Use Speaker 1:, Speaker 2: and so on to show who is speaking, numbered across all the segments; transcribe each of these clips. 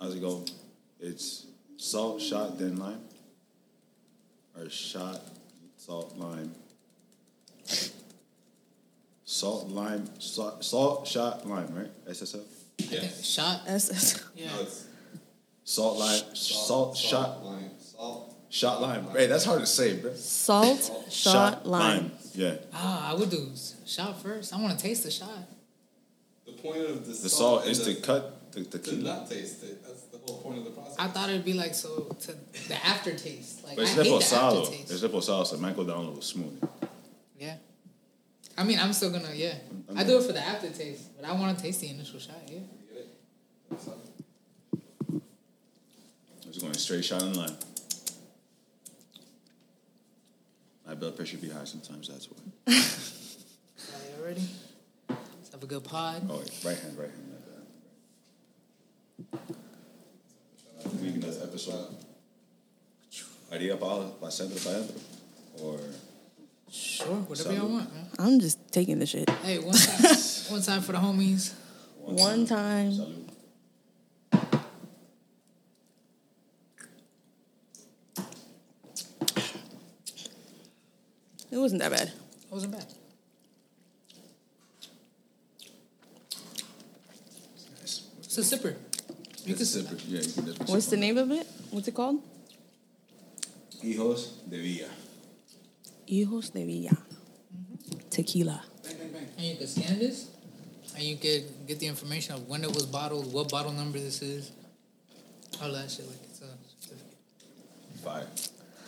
Speaker 1: it go? It's salt, shot, then lime, or shot, salt, lime, salt, lime, salt, salt shot, lime, right? SSL.
Speaker 2: Yes.
Speaker 3: Shot.
Speaker 4: That's
Speaker 2: Yeah.
Speaker 3: Yeah.
Speaker 2: No, it's
Speaker 1: Salt, lime, salt, shot,
Speaker 2: lime. Salt.
Speaker 1: shot, lime. Hey, that's hard to say, bro.
Speaker 4: salt, shot, lime.
Speaker 1: Yeah.
Speaker 3: Ah, I would do s- shot first. I want to taste the shot.
Speaker 2: The point of the,
Speaker 1: The salt is
Speaker 2: is
Speaker 1: to cut the
Speaker 2: to
Speaker 1: tequila.
Speaker 2: not taste it. That's the whole point of the process.
Speaker 3: I thought it'd be like so to the aftertaste. Like
Speaker 1: But it's
Speaker 3: I hate the
Speaker 1: reposado.
Speaker 3: aftertaste.
Speaker 1: It's reposado, so it might go down a little smooth.
Speaker 3: yeah. I mean, I'm still gonna yeah.
Speaker 1: I'm-
Speaker 3: I do it for the aftertaste, but I want to taste the initial shot. Yeah.
Speaker 1: I'm just going straight shot in line. My blood pressure be high sometimes, that's why.
Speaker 3: Alright, you ready? Let's have a good pod.
Speaker 1: Oh, wait, right hand, right hand. Like that. We can do this episode. Haría para pa centro, para adentro. Or
Speaker 3: Sure, whatever
Speaker 1: Salud.
Speaker 3: y'all want, man.
Speaker 4: I'm just taking the shit.
Speaker 3: Hey, one time, one time for the homies.
Speaker 4: One time.
Speaker 1: Salud.
Speaker 4: It wasn't that bad.
Speaker 3: That wasn't bad.
Speaker 1: Nice.
Speaker 3: It's a sipper. You can
Speaker 1: That's
Speaker 3: sip.
Speaker 1: separate. Yeah, you can definitely
Speaker 4: What's
Speaker 1: sip
Speaker 4: the
Speaker 1: on
Speaker 4: name of it? What's it called?
Speaker 1: that. Hijos de Villa.
Speaker 4: Hijos de Villa. Mm-hmm. Tequila.
Speaker 3: And you can scan this, and you can get the information of when it was bottled, what bottle number this is, all that shit. Like it's a certificate.
Speaker 1: Fire.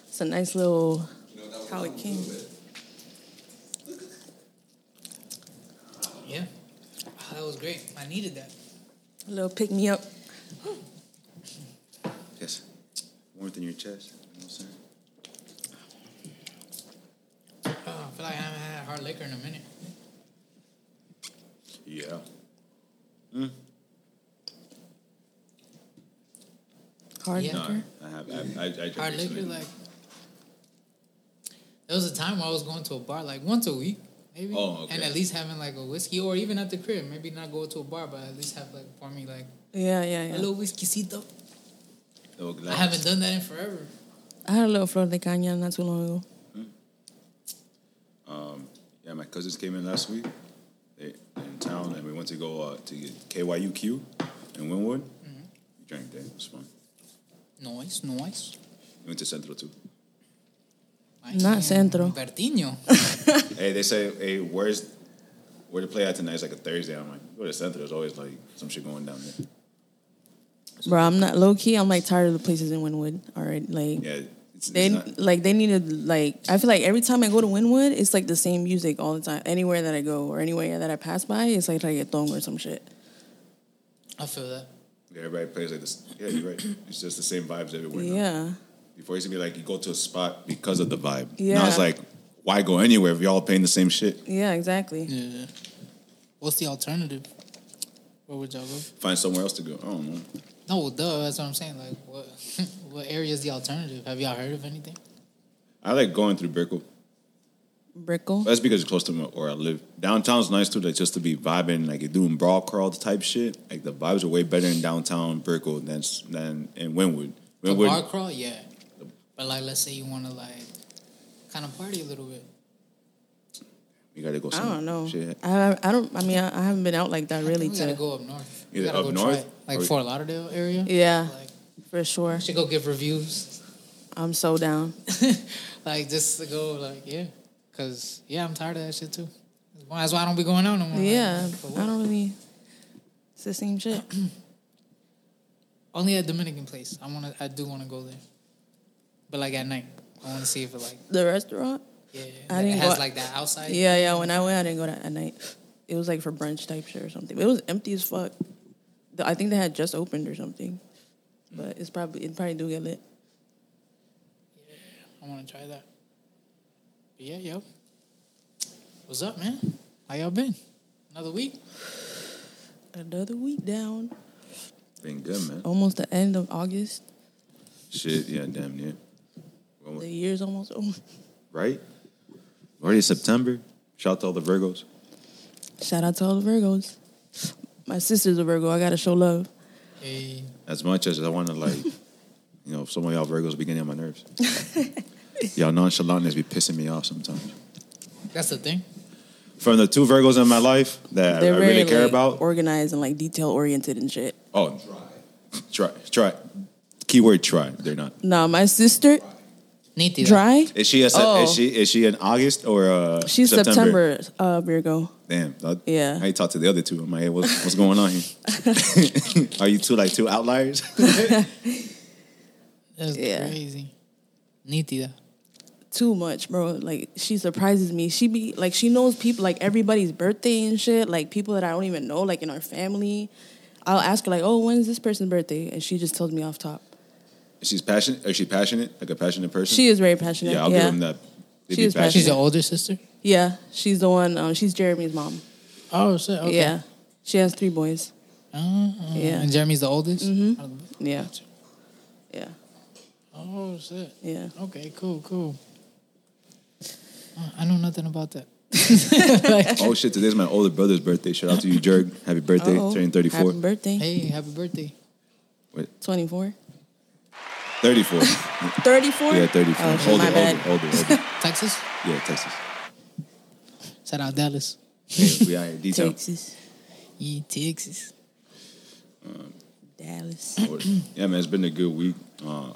Speaker 4: It's a nice little.
Speaker 2: You know, that was
Speaker 4: How it
Speaker 2: a
Speaker 4: came.
Speaker 2: little bit.
Speaker 3: Yeah, Ah, that was great. I needed that.
Speaker 4: little pick me up.
Speaker 1: Yes. Warmth in your chest. You know what I'm saying?
Speaker 3: Oh, I feel like I haven't had hard liquor in a minute.
Speaker 1: Yeah.
Speaker 4: Hard
Speaker 3: Yeah.
Speaker 4: liquor.
Speaker 1: No, I have. I, I, I drink
Speaker 3: Hard liquor,
Speaker 1: recently.
Speaker 3: like there was a time where I was going to a bar like once a week, maybe,
Speaker 1: Oh, okay.
Speaker 3: and at least having like a whiskey or even at the crib. Maybe not go to a bar, but at least have like for me like
Speaker 4: Yeah, yeah, yeah.
Speaker 3: a little whiskeycito.
Speaker 1: Little
Speaker 3: I
Speaker 1: glass.
Speaker 3: haven't done that in forever.
Speaker 4: I had a little flor de caña not too long ago.
Speaker 1: Yeah, my cousins came in last week. They in town, and we went to go uh, to get KYUQ in Winwood.
Speaker 4: Mm-hmm.
Speaker 1: We drank that. It was fun.
Speaker 3: Nice, nice.
Speaker 1: We went to Central too.
Speaker 4: Not Centro.
Speaker 3: Bertino.
Speaker 1: hey, they say, hey, where's where to play at tonight? It's like a Thursday. I'm like, go to Central. There's always like some shit going down there.
Speaker 4: Bro, I'm not low key. I'm like tired of the places in Wynwood. All right, like
Speaker 1: Yeah, it's,
Speaker 4: they
Speaker 1: it's not.
Speaker 4: like they need to like. I feel like every time I go to Wynwood, it's like the same music all the time. Anywhere that I go or anywhere that I pass by, it's like reggaeton or some shit.
Speaker 3: I feel that.
Speaker 1: Everybody plays like this. Yeah, you're right. It's just the same vibes everywhere. now.
Speaker 4: Yeah,
Speaker 1: Before it used to be like you go to a spot because of the vibe. Now
Speaker 4: Yeah.
Speaker 1: it's like why go anywhere if y'all playing the same shit?
Speaker 4: yeah, exactly.
Speaker 3: Yeah. What's the alternative? Where would y'all go?
Speaker 1: Find somewhere else to go. I don't know.
Speaker 3: No, well, duh. That's what I'm saying. Like, what what area is the alternative? Have y'all heard of anything?
Speaker 1: I like going through Brickell.
Speaker 4: Brickle.
Speaker 1: That's because it's close to my- where I live. Downtown's nice too, like just to be vibing, like you're doing brawl crawls type shit. Like the vibes are way better in downtown Brickell than s- than in Wynwood.
Speaker 3: The
Speaker 1: Wynwood,
Speaker 3: bar crawl, yeah. But like, let's say you want to like kind of party a little bit.
Speaker 1: you gotta go.
Speaker 4: I
Speaker 1: somewhere.
Speaker 4: don't know.
Speaker 1: Shit.
Speaker 4: I I don't. I mean, I, I haven't been out like that
Speaker 3: I think
Speaker 4: really
Speaker 3: we gotta
Speaker 4: to.
Speaker 3: go up north. We
Speaker 1: Either
Speaker 3: gotta
Speaker 1: up
Speaker 3: go
Speaker 1: north
Speaker 3: try it. like
Speaker 1: or-
Speaker 3: Fort Lauderdale area.
Speaker 4: Yeah,
Speaker 3: Like,
Speaker 4: for sure.
Speaker 3: we should go give reviews.
Speaker 4: I'm so down.
Speaker 3: like just to go, like yeah, cause yeah, I'm tired of that shit too. That's why I don't be going out no more. Like,
Speaker 4: Yeah,
Speaker 3: for what?
Speaker 4: I don't really. It's the same shit.
Speaker 3: Only at Dominican place. I wanna. I do wanna go there, but like at night. I wanna see if it like
Speaker 4: The restaurant.
Speaker 3: yeah.
Speaker 4: I
Speaker 3: like, it
Speaker 4: didn't
Speaker 3: has
Speaker 4: go-
Speaker 3: like that outside.
Speaker 4: Yeah, yeah. When I went, I didn't go that at night. It was like for brunch type shit or something. It was empty as fuck. The- I think they had just opened or something, but it's probably it probably do get lit.
Speaker 3: I wanna try that. But yeah, yo. What's up, man? How y'all been? Another week.
Speaker 4: Another week down,
Speaker 1: Been good, man.
Speaker 4: almost the end of August.
Speaker 1: Shit, yeah, damn near. Well,
Speaker 4: The year's almost over.
Speaker 1: Right? Already September. Shout out to all the Virgos.
Speaker 4: Shout out to all the Virgos. My sister's a Virgo. I gotta show love.
Speaker 3: Hey,
Speaker 1: as much as I want to, like, you know, some of y'all Virgos be getting on my nerves. y'all nonchalantness be pissing me off sometimes.
Speaker 3: that's the thing.
Speaker 1: From the two Virgos in my life that I, I
Speaker 4: They're very
Speaker 1: really care
Speaker 4: like,
Speaker 1: about,
Speaker 4: organized and like detail oriented and shit.
Speaker 1: oh, try, try, keyword try. They're not.
Speaker 4: Nah, my sister
Speaker 3: Nítida.
Speaker 4: dry.
Speaker 1: Is she a, se-
Speaker 4: Oh.
Speaker 1: is she is she in August or uh,
Speaker 4: She's
Speaker 1: September?
Speaker 4: September, uh, Virgo.
Speaker 1: Damn. I,
Speaker 4: Yeah.
Speaker 1: I ain't talked to the other two. I'm like, hey, what's, what's going on here? Are you two like two outliers?
Speaker 3: That's
Speaker 4: Yeah.
Speaker 3: crazy. Nítida.
Speaker 4: Too much, bro. Like she surprises me. She be like she knows people like everybody's birthday and shit. Like people that I don't even know, like in our family. I'll ask her like, "Oh, when is this person's birthday?" And she just tells me off top.
Speaker 1: She's passionate. Is she passionate? Like a passionate person?
Speaker 4: She is very passionate.
Speaker 1: Yeah, I'll give them that. They
Speaker 4: She
Speaker 1: be
Speaker 4: is passionate.
Speaker 3: She's
Speaker 1: passionate.
Speaker 3: the older sister.
Speaker 4: Yeah, she's the one. Um, she's Jeremy's mom.
Speaker 3: Oh shit. Okay.
Speaker 4: Yeah, she has three boys.
Speaker 3: Uh, uh,
Speaker 4: Yeah. Mm-hmm.
Speaker 3: And Jeremy's the oldest.
Speaker 4: Yeah, yeah,
Speaker 3: Oh shit.
Speaker 4: yeah.
Speaker 3: Okay. Cool. Cool. Uh, I know nothing about that.
Speaker 1: Oh shit! Today's my older brother's birthday. Shout out to you, Jerg. Happy birthday!
Speaker 4: Uh-oh.
Speaker 1: Turning 34.
Speaker 4: Happy birthday.
Speaker 3: Hey, happy birthday.
Speaker 4: Twenty four.
Speaker 1: 34.
Speaker 4: Thirty four.
Speaker 1: Yeah, 34.
Speaker 4: Oh, shit,
Speaker 1: older,
Speaker 4: my
Speaker 1: older,
Speaker 4: bad.
Speaker 1: older, older.
Speaker 3: Texas.
Speaker 1: Yeah, Texas.
Speaker 3: Shout out Dallas.
Speaker 1: Yeah, we out here. Detail.
Speaker 4: Texas,
Speaker 3: Yeah, Texas.
Speaker 4: Dallas.
Speaker 1: yeah, man, it's been a good week. Uh,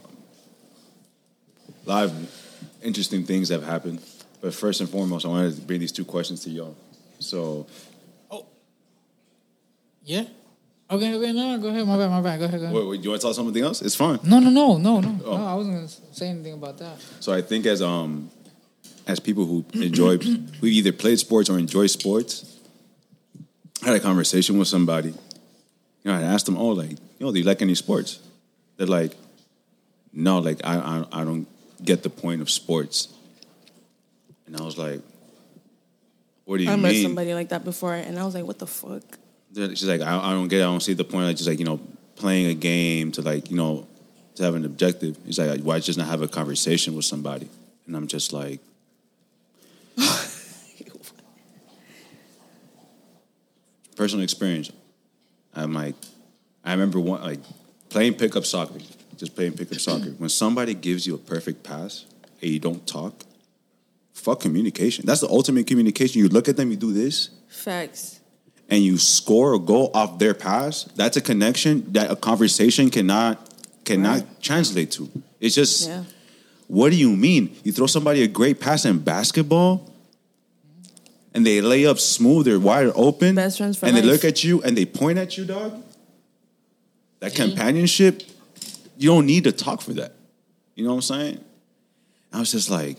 Speaker 1: a lot of interesting things have happened. But first and foremost, I wanted to bring these two questions to y'all. So,
Speaker 3: Yeah. Okay. Okay. No. no, Go ahead. My bad. My bad. Go ahead. Go ahead.
Speaker 1: wait, wait, you want to talk something else? It's fine.
Speaker 3: No, no, no, no, no.
Speaker 1: Oh.
Speaker 3: No, I wasn't gonna s- say anything about that.
Speaker 1: So I think as um as people who enjoy who either played sports or enjoy sports, I had a conversation with somebody. You know, I asked them, "Oh, like, you know, do you like any sports?" They're like, "No, like, I I, I don't get the point of sports." And I was like, "What do you
Speaker 4: I met
Speaker 1: mean?"
Speaker 4: somebody like that before, and I was like, "What the fuck?"
Speaker 1: They're- She's like, I, "I don't get. it. I don't see the point of just like you know playing a game to like you know to have an objective." He's like, "Why just not have a conversation with somebody?" And I'm just like. personal experience. I'm like, I remember one like playing pickup soccer, just playing pickup soccer. When somebody gives you a perfect pass and you don't talk, fuck communication. That's the ultimate communication. You look at them, you do this,
Speaker 4: Facts.
Speaker 1: and you score a goal off their pass. That's a connection that a conversation cannot cannot translate to. It's just,
Speaker 4: Yeah.
Speaker 1: what do you mean? You throw somebody a great pass in basketball. And they lay up smooth, they're wide open.
Speaker 4: Best friends for
Speaker 1: And they
Speaker 4: life.
Speaker 1: look at you and they point at you, dog. That companionship, you don't need to talk for that. You know what I'm saying? I was just like,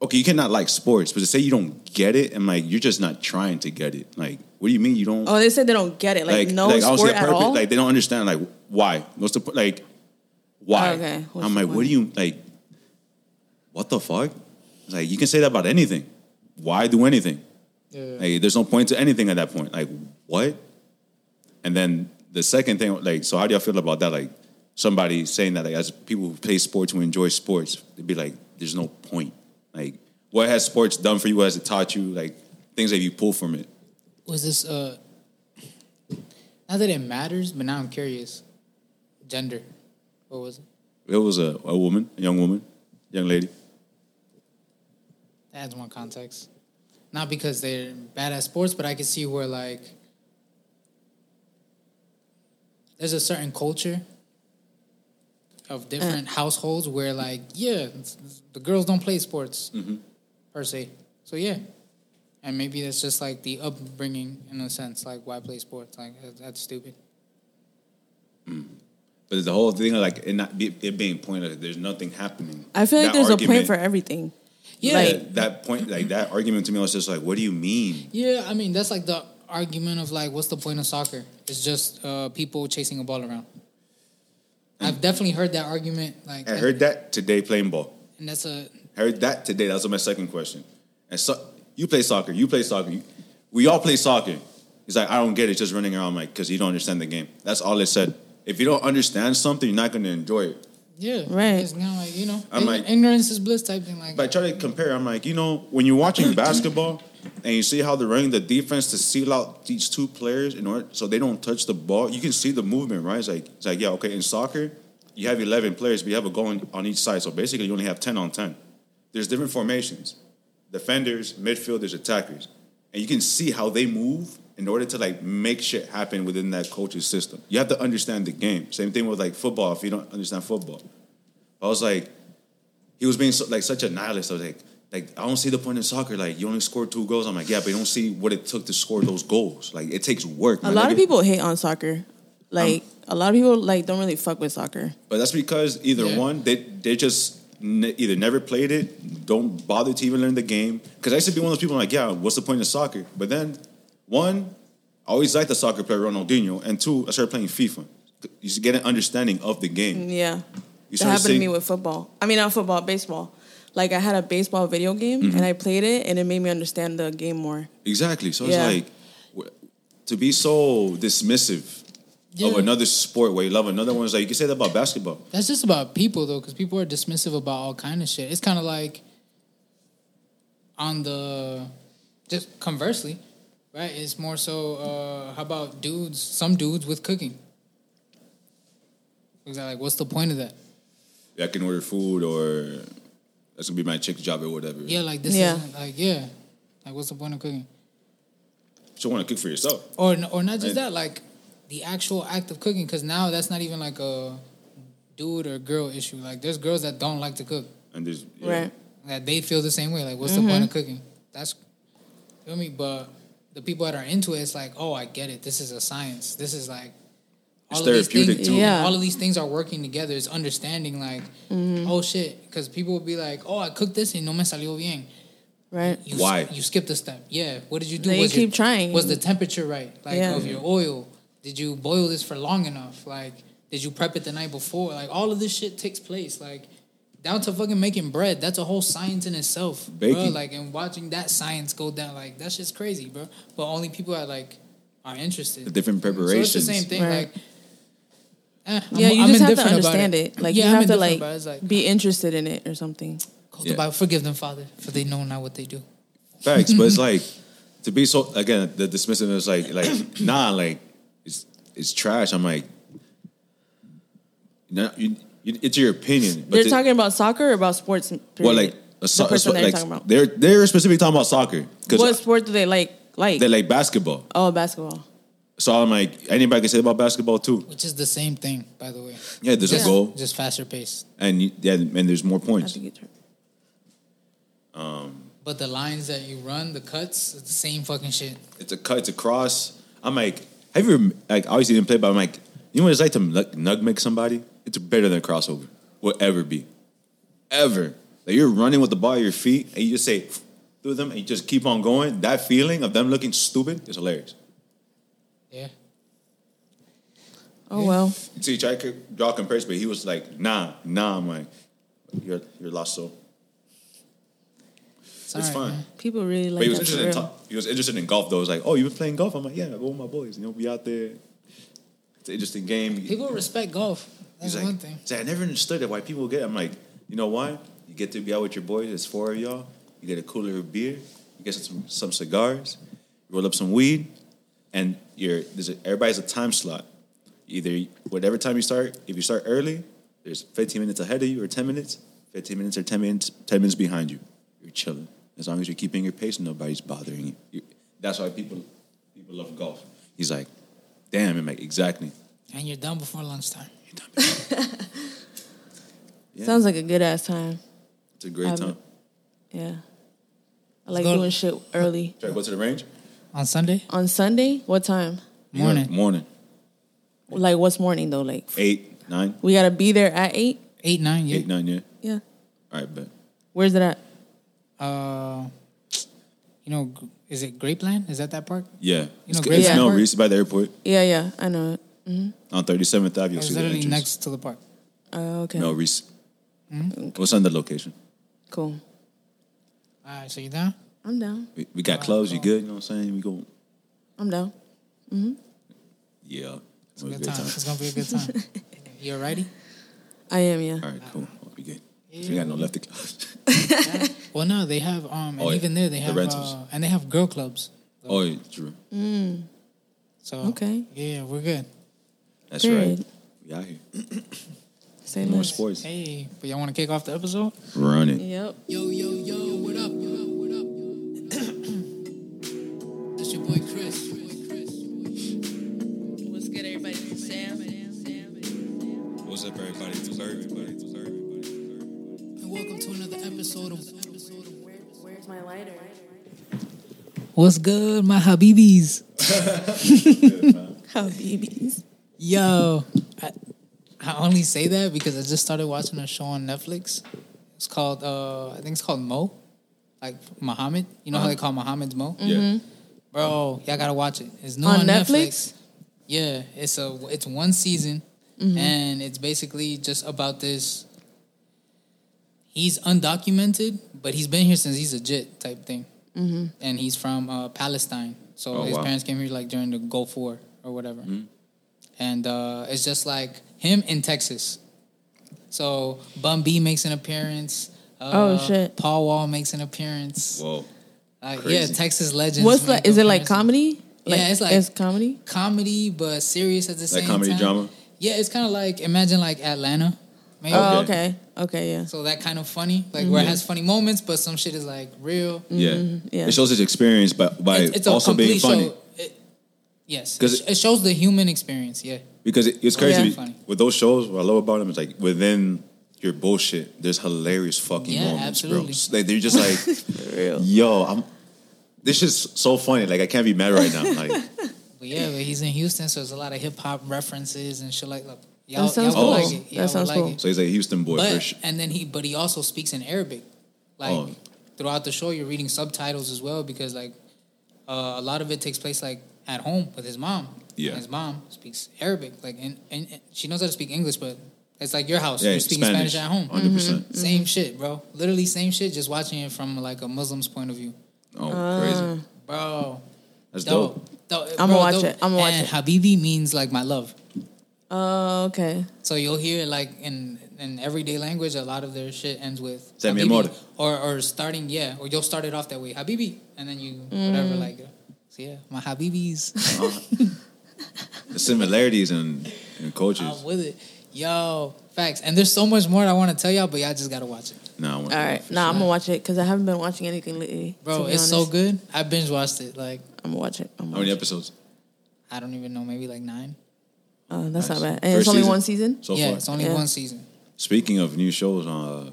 Speaker 1: okay, you cannot like sports, but to say you don't get it, and like you're just not trying to get it. Like, what do you mean you don't?
Speaker 4: Oh, they said they don't get it. Like, no
Speaker 1: I don't see
Speaker 4: sport
Speaker 1: a
Speaker 4: at all.
Speaker 1: Like, they don't understand. Like, why? What's the po- like? Why?
Speaker 4: Okay, what's
Speaker 1: I'm
Speaker 4: the
Speaker 1: like, what
Speaker 4: point?
Speaker 1: do you like? What the fuck? It's like you can say that about anything. Why do anything?
Speaker 3: Yeah.
Speaker 1: Like, there's no point to anything at that point. Like, what? And then the second thing, like, so how do y'all feel about that? Like, somebody saying that, like, as people who play sports, who enjoy sports, they'd be like, there's no point. Like, what has sports done for you? What has it taught you? Like, things that you pull from it.
Speaker 3: Was this uh? Not that it matters, but now I'm curious. Gender, what was it?
Speaker 1: It was a, a woman, a young woman, young lady.
Speaker 3: That adds more context. Not because they're bad at sports, but I can see where like there's a certain culture of different households where like yeah, it's- it's- the girls don't play sports per se. So yeah, and maybe that's just like the upbringing in a sense. Like why play sports? Like that- that's stupid.
Speaker 1: But the whole thing, like, it not be, it being pointed, there's nothing happening.
Speaker 4: I feel
Speaker 1: That
Speaker 4: like there's a point
Speaker 1: argument-
Speaker 4: for everything.
Speaker 3: Yeah,
Speaker 4: Like-
Speaker 1: that, that point, like that argument to me was just like, what do you mean?
Speaker 3: yeah. I mean that's like the argument of like what's the point of soccer? It's just uh, people chasing a ball around. I've definitely heard that argument. Like
Speaker 1: I heard that today playing ball.
Speaker 3: And that's a
Speaker 1: Heard that today. That was my second question. And so you play soccer. You play soccer. You, we all play soccer. He's like, I don't get it. Just running around, I'm like, because you don't understand the game. That's all it said. If you don't understand something, you're not going to enjoy it.
Speaker 3: yeah,
Speaker 4: Right.
Speaker 3: It's kind of like you know,
Speaker 1: I'm
Speaker 3: ign-
Speaker 1: like-
Speaker 3: ignorance is bliss type thing. Like,
Speaker 1: But I try to compare. I'm like, you know, when you're watching basketball, And you see how they're running the defense to seal out these two players in order so they don't touch the ball. You can see the movement, right? It's like it's like yeah, okay. In soccer, you have eleven players, but you have a goal on, on each side. So basically, you only have ten on ten. There's different formations: defenders, midfielders, attackers, and you can see how they move in order to like make shit happen within that coach's system. You have to understand the game. Same thing with like football. If you don't understand football, I was like, he was being so, like such a nihilist. I was like, like I don't see the point in soccer. Like you only scored two goals. I'm like, yeah, but you don't see what it took to score those goals. Like it takes work.
Speaker 4: A
Speaker 1: man.
Speaker 4: lot
Speaker 1: Look
Speaker 4: of
Speaker 1: at-
Speaker 4: people hate on soccer. Like a lot of people like don't really fuck with soccer.
Speaker 1: But that's because either
Speaker 3: Yeah.
Speaker 1: one, they they just n- either never played it, don't bother to even learn the game. Because I used to be one of those people like, yeah, what's the point of soccer? But then, one, I always liked the soccer player Ronaldinho, and two, I started playing FIFA. You should get an understanding of the game. You
Speaker 4: Yeah. Mm-hmm. that
Speaker 1: started
Speaker 4: happened to
Speaker 1: seeing-
Speaker 4: me with football. I mean, not football, baseball. Like I had a baseball video game
Speaker 1: Mm-hmm.
Speaker 4: and I played it and it made me understand the game more.
Speaker 1: Exactly. So
Speaker 4: Yeah.
Speaker 1: it's like w- to be so dismissive
Speaker 3: Yeah.
Speaker 1: of another sport where you love another one's like you can say that about basketball.
Speaker 3: That's just about people though, because people are dismissive about all kind of shit. It's kind of like on the just conversely, right? It's more so uh, how about dudes? Some dudes with cooking. Because like, what's the point of that?
Speaker 1: I can order food or that's gonna be my chick's job or whatever.
Speaker 3: Yeah, like this
Speaker 4: Yeah.
Speaker 3: isn't like yeah, like what's the point of cooking?
Speaker 1: You want to cook for yourself.
Speaker 3: Or n- or not
Speaker 1: Right.
Speaker 3: just that, like the actual act of cooking. Because now that's not even like a dude or girl issue. Like there's girls that don't like to cook.
Speaker 1: And there's yeah.
Speaker 4: Right.
Speaker 3: that they feel the same way. Like, what's the
Speaker 4: Mm-hmm.
Speaker 3: point of cooking? That's, feel me? But the people that are into it, it's like, oh, I get it. This is a science. This is like,
Speaker 1: It's
Speaker 3: Of
Speaker 1: therapeutic,
Speaker 3: these things,
Speaker 4: too. Yeah.
Speaker 3: All of these things are working together. It's understanding, like,
Speaker 4: Mm-hmm.
Speaker 3: oh shit, because people will be like, oh, I cooked this and no me salió bien.
Speaker 4: Right.
Speaker 3: You,
Speaker 1: Why?
Speaker 3: You skipped a step. Yeah. What did you do?
Speaker 4: Then you
Speaker 3: Was your-
Speaker 4: keep trying.
Speaker 3: Was the temperature right? Like
Speaker 4: Yeah.
Speaker 3: of your oil? Did you boil this for long enough? Like, did you prep it the night before? Like, all of this shit takes place. Like, down to fucking making bread. That's a whole science in itself, bro.
Speaker 1: Baking.
Speaker 3: Like, and watching that science go down, like that shit's crazy, bro. But only people that like are interested.
Speaker 1: The different
Speaker 3: So it's
Speaker 1: preparations.
Speaker 3: the same thing.
Speaker 4: Right.
Speaker 3: Like, eh, I'm-
Speaker 4: Yeah, you
Speaker 3: I'm
Speaker 4: just have to
Speaker 3: indifferent about
Speaker 4: understand it. Like
Speaker 3: Yeah,
Speaker 4: you
Speaker 3: I'm
Speaker 4: have to
Speaker 3: indifferent
Speaker 4: like,
Speaker 3: about it. It's like
Speaker 4: be interested in it or something.
Speaker 3: call
Speaker 1: Yeah.
Speaker 3: the Bible. Forgive them, Father, for they know not what they do.
Speaker 1: Facts, but it's like to be so again the dismissiveness like like nah like it's it's trash. I'm like, nah, you, you, it's your opinion.
Speaker 4: They're
Speaker 1: the-
Speaker 4: talking about soccer or about sports.
Speaker 1: well
Speaker 4: period?
Speaker 1: like a so,
Speaker 4: the
Speaker 1: a so-
Speaker 4: person
Speaker 1: like,
Speaker 4: that you're talking about.
Speaker 1: they're they're specifically talking about soccer
Speaker 4: What
Speaker 1: because
Speaker 4: sport do they like? Like
Speaker 1: they like basketball.
Speaker 4: oh, basketball.
Speaker 1: So I'm like anybody can say about basketball too.
Speaker 3: Which is the same thing, by the way.
Speaker 1: Yeah, there's a
Speaker 3: Just-
Speaker 1: goal
Speaker 3: Just faster pace.
Speaker 1: and you, yeah, and there's more
Speaker 4: I
Speaker 1: points.
Speaker 4: think it's right.
Speaker 3: But the lines that you run, the cuts, it's the same fucking shit.
Speaker 1: it's a cut, it's a cross. I'm like, have you ever, like obviously didn't play, but I'm like, you know what it's like to nug nugmeg somebody? It's better than a crossover. Will ever be. Ever. Like you're running with the ball at your feet and you just say through them and you just keep on going. That feeling of them looking stupid is hilarious.
Speaker 3: Yeah.
Speaker 4: Oh well.
Speaker 1: So you try to draw comparison, but he was like, nah, nah. I'm like, you're you're lost soul.
Speaker 3: It's,
Speaker 1: It's,
Speaker 3: all right,
Speaker 1: fine.
Speaker 3: man.
Speaker 4: People really
Speaker 1: But
Speaker 4: like
Speaker 1: he was
Speaker 4: that for
Speaker 1: interested in
Speaker 4: real.
Speaker 1: top, he was interested in golf though. He was like, oh, you've been playing golf? I'm like, yeah, I go with my boys. You know, we out there. It's an interesting game.
Speaker 3: People respect golf. That's
Speaker 1: He's like,
Speaker 3: one thing.
Speaker 1: he's like, I never understood it. Why people get? I'm like, you know why? You get to be out with your boys. It's four of y'all. You get a cooler of beer. You get some some cigars. You roll up some weed, and you're there's a, everybody's a time slot. Either whatever time you start. If you start early, there's 15 minutes ahead of you or 10 minutes. 15 minutes or 10 minutes 10 minutes behind you. You're chilling as long as you're keeping your pace. Nobody's bothering you. you that's why people people love golf. He's like, damn. I'm like, exactly.
Speaker 3: And you're done before lunchtime.
Speaker 1: Yeah.
Speaker 4: Sounds like a good ass time.
Speaker 1: It's a great
Speaker 4: Um,
Speaker 1: time.
Speaker 4: Yeah. I like
Speaker 3: go-
Speaker 4: doing shit early.
Speaker 1: Try to go to the range.
Speaker 3: On Sunday?
Speaker 4: On Sunday, what time?
Speaker 3: Morning.
Speaker 1: Morning.
Speaker 4: Like what's morning though? Like
Speaker 1: Eight, nine,
Speaker 4: we gotta be there at eight.
Speaker 3: Eight, nine, yeah.
Speaker 1: eight, nine, yeah.
Speaker 4: Yeah.
Speaker 1: All right, bet.
Speaker 4: Where's it at?
Speaker 3: Uh, you know, g- is it Grapeland? Is that that park?
Speaker 1: Yeah.
Speaker 3: You know,
Speaker 1: it's
Speaker 3: Great
Speaker 1: it's no
Speaker 3: Airport?
Speaker 1: Reese by the airport
Speaker 4: Yeah, yeah, I know. it.
Speaker 1: on 37th Ave. You'll
Speaker 3: It's
Speaker 1: see the
Speaker 3: literally
Speaker 1: entrance.
Speaker 3: next Hmm? to the park.
Speaker 4: Oh, okay.
Speaker 1: No Reese. What's on the location?
Speaker 4: Cool.
Speaker 3: All right, so you down?
Speaker 4: I'm down.
Speaker 1: We, we
Speaker 3: Uh,
Speaker 1: got clubs. You good? You know what I'm saying? We go.
Speaker 4: I'm down.
Speaker 1: Yeah. It's
Speaker 3: Good time. It's going to be a good time. you alrighty?
Speaker 4: I am, yeah.
Speaker 1: All right, cool. We'll be good. 'Cause We got no lefty clubs.
Speaker 3: Well, no, they have um, and
Speaker 1: Oh, yeah.
Speaker 3: even there they
Speaker 1: The
Speaker 3: have
Speaker 1: rentals.
Speaker 3: uh, and they have girl clubs.
Speaker 1: oh, yeah, true.
Speaker 3: So
Speaker 4: Okay.
Speaker 3: yeah, we're good.
Speaker 1: That's right.
Speaker 4: Period.
Speaker 1: We out here.
Speaker 4: Say
Speaker 1: More
Speaker 4: less.
Speaker 1: sports.
Speaker 3: Hey, but y'all want to kick off the episode?
Speaker 1: Run it.
Speaker 4: Yep.
Speaker 3: Yo, yo, yo, what up? Yo, what up? That's your boy Chris.
Speaker 4: What's good, everybody? Sam.
Speaker 1: What's up, everybody? What's up, everybody? What's up, everybody?
Speaker 3: And welcome to another episode of.
Speaker 4: Where's my lighter?
Speaker 3: What's good, my Habibis?
Speaker 4: How babies.
Speaker 3: Yo, I, I only say that because I just started watching a show on Netflix. It's called, uh, I think it's called Mo, like Muhammad. You know how they call Muhammad's Mo?
Speaker 1: Yeah.
Speaker 3: Bro, y'all gotta watch it. It's new on,
Speaker 4: On
Speaker 3: Netflix.
Speaker 4: Netflix?
Speaker 3: Yeah, it's a it's one season,
Speaker 4: Mm-hmm.
Speaker 3: and it's basically just about this. He's undocumented, but he's been here since he's a jit type thing, mm-hmm. and he's from uh, Palestine. So
Speaker 1: Oh,
Speaker 3: his
Speaker 1: wow. Mm-hmm.
Speaker 3: parents came here like during the Gulf War or whatever, and uh, it's just like him in Texas. So Bum B makes an appearance. Uh,
Speaker 4: Oh, shit.
Speaker 3: Paul Wall makes an appearance.
Speaker 1: Whoa.
Speaker 3: Like, yeah,
Speaker 1: Crazy.
Speaker 3: Texas legends.
Speaker 4: What's
Speaker 3: make
Speaker 4: like? Is it like
Speaker 3: appearances
Speaker 4: comedy?
Speaker 3: Yeah, it's like-
Speaker 4: it's comedy.
Speaker 3: comedy but serious at the same
Speaker 1: Like
Speaker 3: time.
Speaker 1: comedy drama?
Speaker 3: Yeah, it's kind of like imagine like Atlanta, maybe.
Speaker 4: Oh, Mm-hmm.
Speaker 1: Okay.
Speaker 4: okay. Okay, yeah.
Speaker 3: So that kind of funny, like where it has funny moments, but some shit is like real.
Speaker 1: Yeah.
Speaker 4: yeah.
Speaker 1: It shows his experience by, by
Speaker 3: It's, it's a
Speaker 1: also being
Speaker 3: complete
Speaker 1: funny.
Speaker 3: show. It- yes,
Speaker 1: 'Cause
Speaker 3: it, it shows the human experience. Yeah,
Speaker 1: Because it, it's
Speaker 4: Yeah.
Speaker 1: crazy.
Speaker 3: Funny.
Speaker 1: With those shows, what I love about them is like within your bullshit, there's hilarious fucking
Speaker 3: Yeah,
Speaker 1: moments, bro.
Speaker 3: absolutely.
Speaker 1: It's Like they're just like,
Speaker 4: For real.
Speaker 1: yo, I'm. This is so funny. Like I can't be mad right now. Like,
Speaker 3: but yeah, but he's in Houston, so there's a lot of hip hop references and shit like. Look, y'all,
Speaker 4: That sounds
Speaker 3: y'all would
Speaker 1: cool.
Speaker 3: like it.
Speaker 4: That
Speaker 3: Y'all would
Speaker 4: sounds
Speaker 3: like
Speaker 4: cool.
Speaker 3: it.
Speaker 1: so he's a Houston boy for
Speaker 3: But
Speaker 1: sure.
Speaker 3: and then he, but he also speaks in Arabic. Like
Speaker 1: Oh.
Speaker 3: throughout the show, you're reading subtitles as well because like uh, a lot of it takes place like at home with his mom.
Speaker 1: Yeah.
Speaker 3: And his mom speaks Arabic, like and, and, and she knows how to speak English, but it's like your house.
Speaker 1: Yeah,
Speaker 3: you're speaking Spanish, at home.
Speaker 1: 100 percent.
Speaker 4: Mm-hmm.
Speaker 3: Same shit, bro. Literally same shit. Just watching it from like a Muslim's point of view,
Speaker 1: Oh,
Speaker 4: uh,
Speaker 1: crazy.
Speaker 3: bro.
Speaker 1: That's dope.
Speaker 3: Dope. Dope.
Speaker 4: I'ma
Speaker 3: Bro,
Speaker 4: watch it. I'ma watch
Speaker 3: and
Speaker 4: it.
Speaker 3: Habibi means like my love.
Speaker 4: Oh, okay.
Speaker 3: So you'll hear like in in everyday language, a lot of their shit ends with
Speaker 1: Say mi
Speaker 3: "Habibi,"
Speaker 1: amor.
Speaker 3: or or starting yeah, or you'll start it off that way, habibi, and then you
Speaker 4: Mm.
Speaker 3: whatever like. uh, So yeah, my habibis,
Speaker 1: The similarities in, in cultures.
Speaker 3: I'm with it, yo, facts. And there's so much more I want to tell y'all, but y'all just gotta watch it,
Speaker 1: nah, I want
Speaker 4: All right. Nah, I'm gonna watch it because I haven't been watching anything lately.
Speaker 3: bro. It's so good. I binge watched it like
Speaker 4: I'm gonna watch it. I'm
Speaker 1: How many
Speaker 4: gonna watch it.
Speaker 1: episodes?
Speaker 3: I don't even know, maybe like nine.
Speaker 4: Oh, that's not
Speaker 1: Nice.
Speaker 4: bad. And
Speaker 1: First
Speaker 4: it's only
Speaker 1: season?
Speaker 4: one season.
Speaker 1: So
Speaker 3: yeah,
Speaker 1: far.
Speaker 3: it's only
Speaker 4: Yeah.
Speaker 3: one season.
Speaker 1: Speaking of new shows, uh,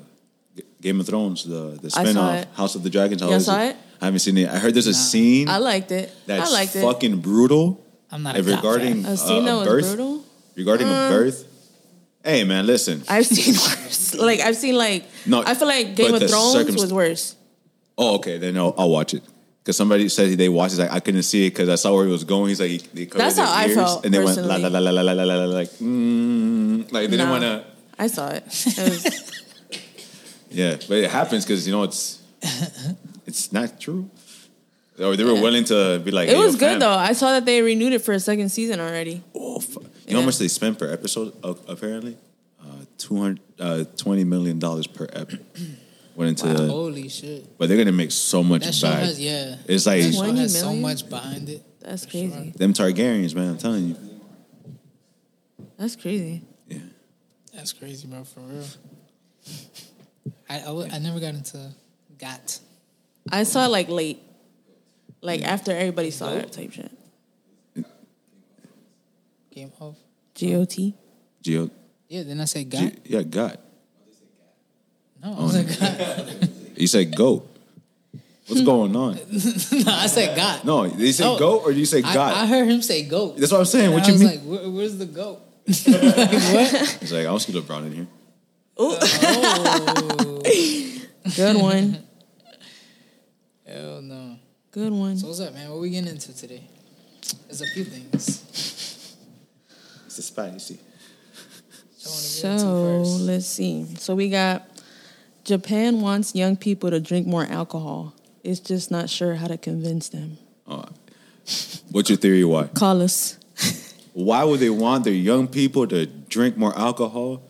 Speaker 1: G- Game of Thrones, the the
Speaker 4: I saw
Speaker 1: spinoff,
Speaker 4: it.
Speaker 1: House of the Dragons. How
Speaker 4: Y'all
Speaker 1: is
Speaker 4: saw it?
Speaker 1: I haven't seen it. I heard there's a scene
Speaker 4: I liked it.
Speaker 1: that's
Speaker 4: I liked it.
Speaker 1: fucking brutal.
Speaker 3: I'm not a
Speaker 1: And
Speaker 3: cop
Speaker 1: regarding
Speaker 3: fan.
Speaker 4: A scene
Speaker 1: uh,
Speaker 4: that was
Speaker 1: birth,
Speaker 4: brutal. Um,
Speaker 1: regarding a birth. Hey man, listen.
Speaker 4: I've seen worse. Like I've seen like
Speaker 1: No,
Speaker 4: I feel like Game
Speaker 1: but the
Speaker 4: of Thrones
Speaker 1: circumst-
Speaker 4: was worse.
Speaker 1: Oh, okay, then I'll, I'll watch it. Because somebody said they watched it. Like, I couldn't see it because I saw where he was going. He's like, he, they covered
Speaker 4: That's
Speaker 1: their
Speaker 4: how I
Speaker 1: ears,
Speaker 4: felt,
Speaker 1: And they went la la
Speaker 4: personally.
Speaker 1: la la la la la la, la, like, mm, like they didn't
Speaker 4: Nah.
Speaker 1: want to.
Speaker 4: I saw it. It was
Speaker 1: Yeah, but it happens because you know it's it's not true. Or they were willing to be like,
Speaker 4: it
Speaker 1: hey, yo,
Speaker 4: was
Speaker 1: fam.
Speaker 4: good though. I saw that they renewed it for a second season already.
Speaker 1: Oh, fuck. You know how
Speaker 4: Yeah.
Speaker 1: much they spent per episode? a- Apparently, uh, two hundred uh, twenty million dollars per ep went into.
Speaker 3: Holy shit,
Speaker 1: But they're gonna make so much
Speaker 3: that
Speaker 1: back.
Speaker 3: show has yeah.
Speaker 1: It's like-
Speaker 3: that show
Speaker 4: 20
Speaker 3: has so
Speaker 4: million?
Speaker 3: much behind it.
Speaker 4: That's crazy.
Speaker 1: Them Targaryens, man. I'm telling you.
Speaker 4: That's crazy.
Speaker 1: Yeah.
Speaker 3: That's crazy, bro. For real. I, I, w- I never got into got.
Speaker 4: I saw it like late. Like after everybody saw it type shit.
Speaker 3: Game of.
Speaker 4: GOT.
Speaker 1: Geo.
Speaker 3: Yeah, then I said got.
Speaker 1: G- Oh, yeah, God.
Speaker 3: no, I was like got.
Speaker 1: You said goat. What's going on?
Speaker 3: no, I said got.
Speaker 1: No, did you say
Speaker 3: No.
Speaker 1: goat or did you say
Speaker 3: I,
Speaker 1: God?
Speaker 3: I heard him say goat.
Speaker 1: That's what I'm saying.
Speaker 3: And
Speaker 1: What
Speaker 3: I
Speaker 1: you
Speaker 3: was
Speaker 1: mean?
Speaker 3: like, Where, where's the goat? like, what?
Speaker 1: He's like, I don't see LeBron in here.
Speaker 4: Good one.
Speaker 3: Hell no.
Speaker 4: Good one.
Speaker 3: So what's up, man? What we getting into today? There's a few things.
Speaker 1: It's a spicy.
Speaker 3: I want to get into
Speaker 4: So
Speaker 3: first.
Speaker 4: let's see. So we got Japan wants young people to drink more alcohol. It's just not sure how to convince them.
Speaker 1: Oh, what's your theory? Why?
Speaker 4: Call us.
Speaker 1: Why would they want their young people to drink more alcohol?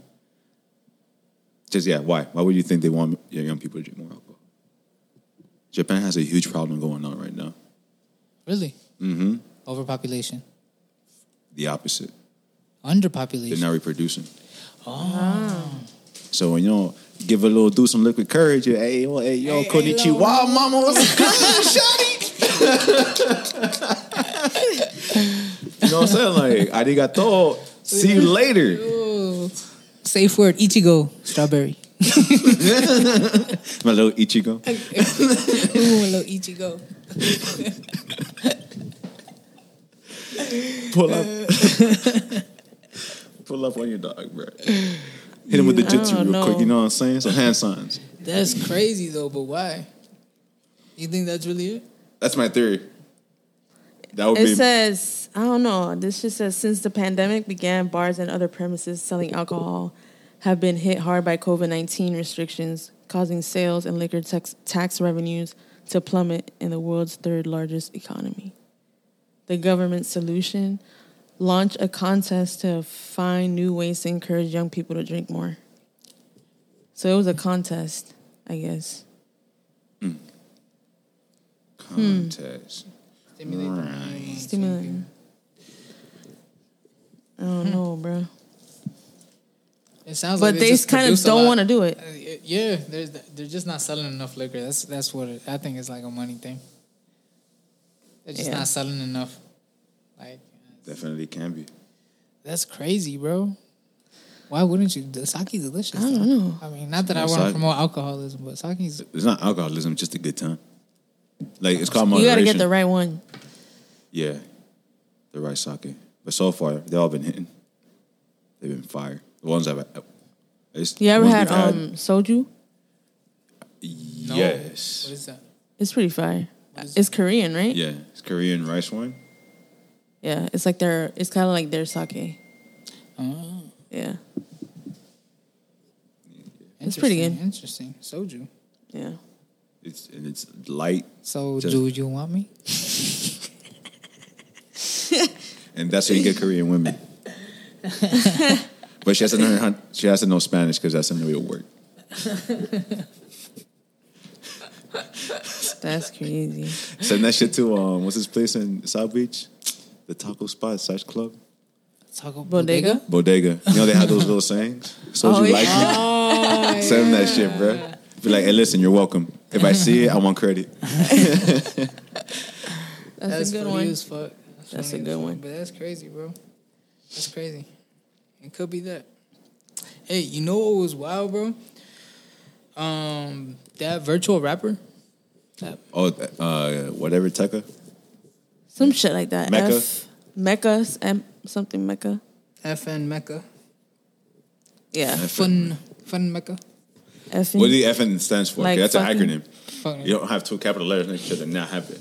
Speaker 1: Just yeah, why? Why would you think they want your young people to drink more alcohol? Japan has a huge problem going on right now.
Speaker 3: Really? Mm-hmm. Overpopulation.
Speaker 1: The opposite. They're
Speaker 3: Underpopulation.
Speaker 1: not reproducing. Oh.
Speaker 3: Oh.
Speaker 1: So when y'all give a little do some liquid courage, you hey yo, hey yo,
Speaker 3: Hey,
Speaker 1: Konichiwa,
Speaker 3: hey, yo.
Speaker 1: mama, what's good, shawty? you know what I'm saying? Like, arigato, see you later.
Speaker 3: Safe word, Ichigo. Strawberry.
Speaker 1: My little Ichigo.
Speaker 3: Ooh, a little Ichigo.
Speaker 1: Pull up. Pull up on your dog, bro. Hit him with the jitsu
Speaker 4: don't
Speaker 1: real quick,
Speaker 4: know.
Speaker 1: you know what I'm saying? Some hand signs.
Speaker 3: That's crazy though, but why? You think that's really it?
Speaker 1: That's my theory. That would
Speaker 4: It
Speaker 1: be
Speaker 4: says, I don't know, this just says since the pandemic began, bars and other premises selling alcohol have been hit hard by COVID 19 restrictions, causing sales and liquor tax, tax revenues to plummet in the world's third largest economy. The government solution launch a contest to find new ways to encourage young people to drink more. So it was a contest, I guess. hmm.
Speaker 1: contest.
Speaker 3: Stimulate the
Speaker 4: Stimulant. I don't know, bro.
Speaker 3: It sounds like
Speaker 4: But they kind of don't want to do it.
Speaker 3: to. Uh, Yeah, they're they're just not selling enough liquor. That's that's what it, I think it's like a money thing. They're just
Speaker 4: Yeah.
Speaker 3: not selling enough. Like
Speaker 1: Definitely can be.
Speaker 3: that's crazy, bro. Why wouldn't you? The sake's delicious. I don't know. I mean, not that I
Speaker 1: Yeah,
Speaker 3: want to
Speaker 1: sake-
Speaker 3: promote alcoholism, but sake's
Speaker 1: It's not alcoholism, it's just a good time. Like it's called
Speaker 4: You
Speaker 1: moderation.
Speaker 4: gotta get the right one.
Speaker 1: yeah, the right sake. But so far, they all been hitting. They've been fire. The ones I've it's
Speaker 4: You
Speaker 1: the
Speaker 4: ever
Speaker 1: ones
Speaker 4: had
Speaker 1: we've
Speaker 4: um soju?
Speaker 3: no. What
Speaker 1: Yes.
Speaker 3: is that?
Speaker 4: It's pretty fire. It's Korean, right?
Speaker 1: Yeah, it's Korean rice wine.
Speaker 4: Yeah, It's like their. It's kind of like their sake. Yeah. It's pretty
Speaker 3: Interesting, Interesting. Soju.
Speaker 4: Yeah.
Speaker 1: It's and it's light,
Speaker 3: So,
Speaker 1: Just-
Speaker 3: do you want me?
Speaker 1: and that's how you get Korean women. but she has to know how, she has to know Spanish because that's the only way to work.
Speaker 4: That's crazy.
Speaker 1: Send that shit to um, what's this place in South Beach? The taco spot slash club.
Speaker 3: Taco
Speaker 4: Bodega?
Speaker 3: bodega.
Speaker 1: Bodega. You know they have those little sayings. So
Speaker 4: Oh,
Speaker 1: you
Speaker 4: yeah.
Speaker 1: like me? Send them that shit, bro. Be like, hey, listen, you're welcome. If I see it, I want credit.
Speaker 4: That's, a good
Speaker 3: funny
Speaker 4: one.
Speaker 3: as fuck. funny as
Speaker 4: That's a good
Speaker 3: fuck,
Speaker 4: one.
Speaker 3: But that's crazy, bro. That's crazy. It could be that. Hey, you know what was wild, bro? Um, that virtual rapper.
Speaker 1: Oh, uh, whatever, Tekka.
Speaker 4: Mm. Some shit like that.
Speaker 1: Mecca?
Speaker 4: F, Mecca. s- M, something Mecca.
Speaker 3: FN Mecca.
Speaker 4: Yeah.
Speaker 3: Fun Fun Mecca.
Speaker 4: F.
Speaker 1: What the FN stands for? 'Cause
Speaker 4: Like
Speaker 1: That's an
Speaker 4: fucking-
Speaker 1: acronym.
Speaker 3: Fuck.
Speaker 1: You don't have two capital letters next to each other. Not have it.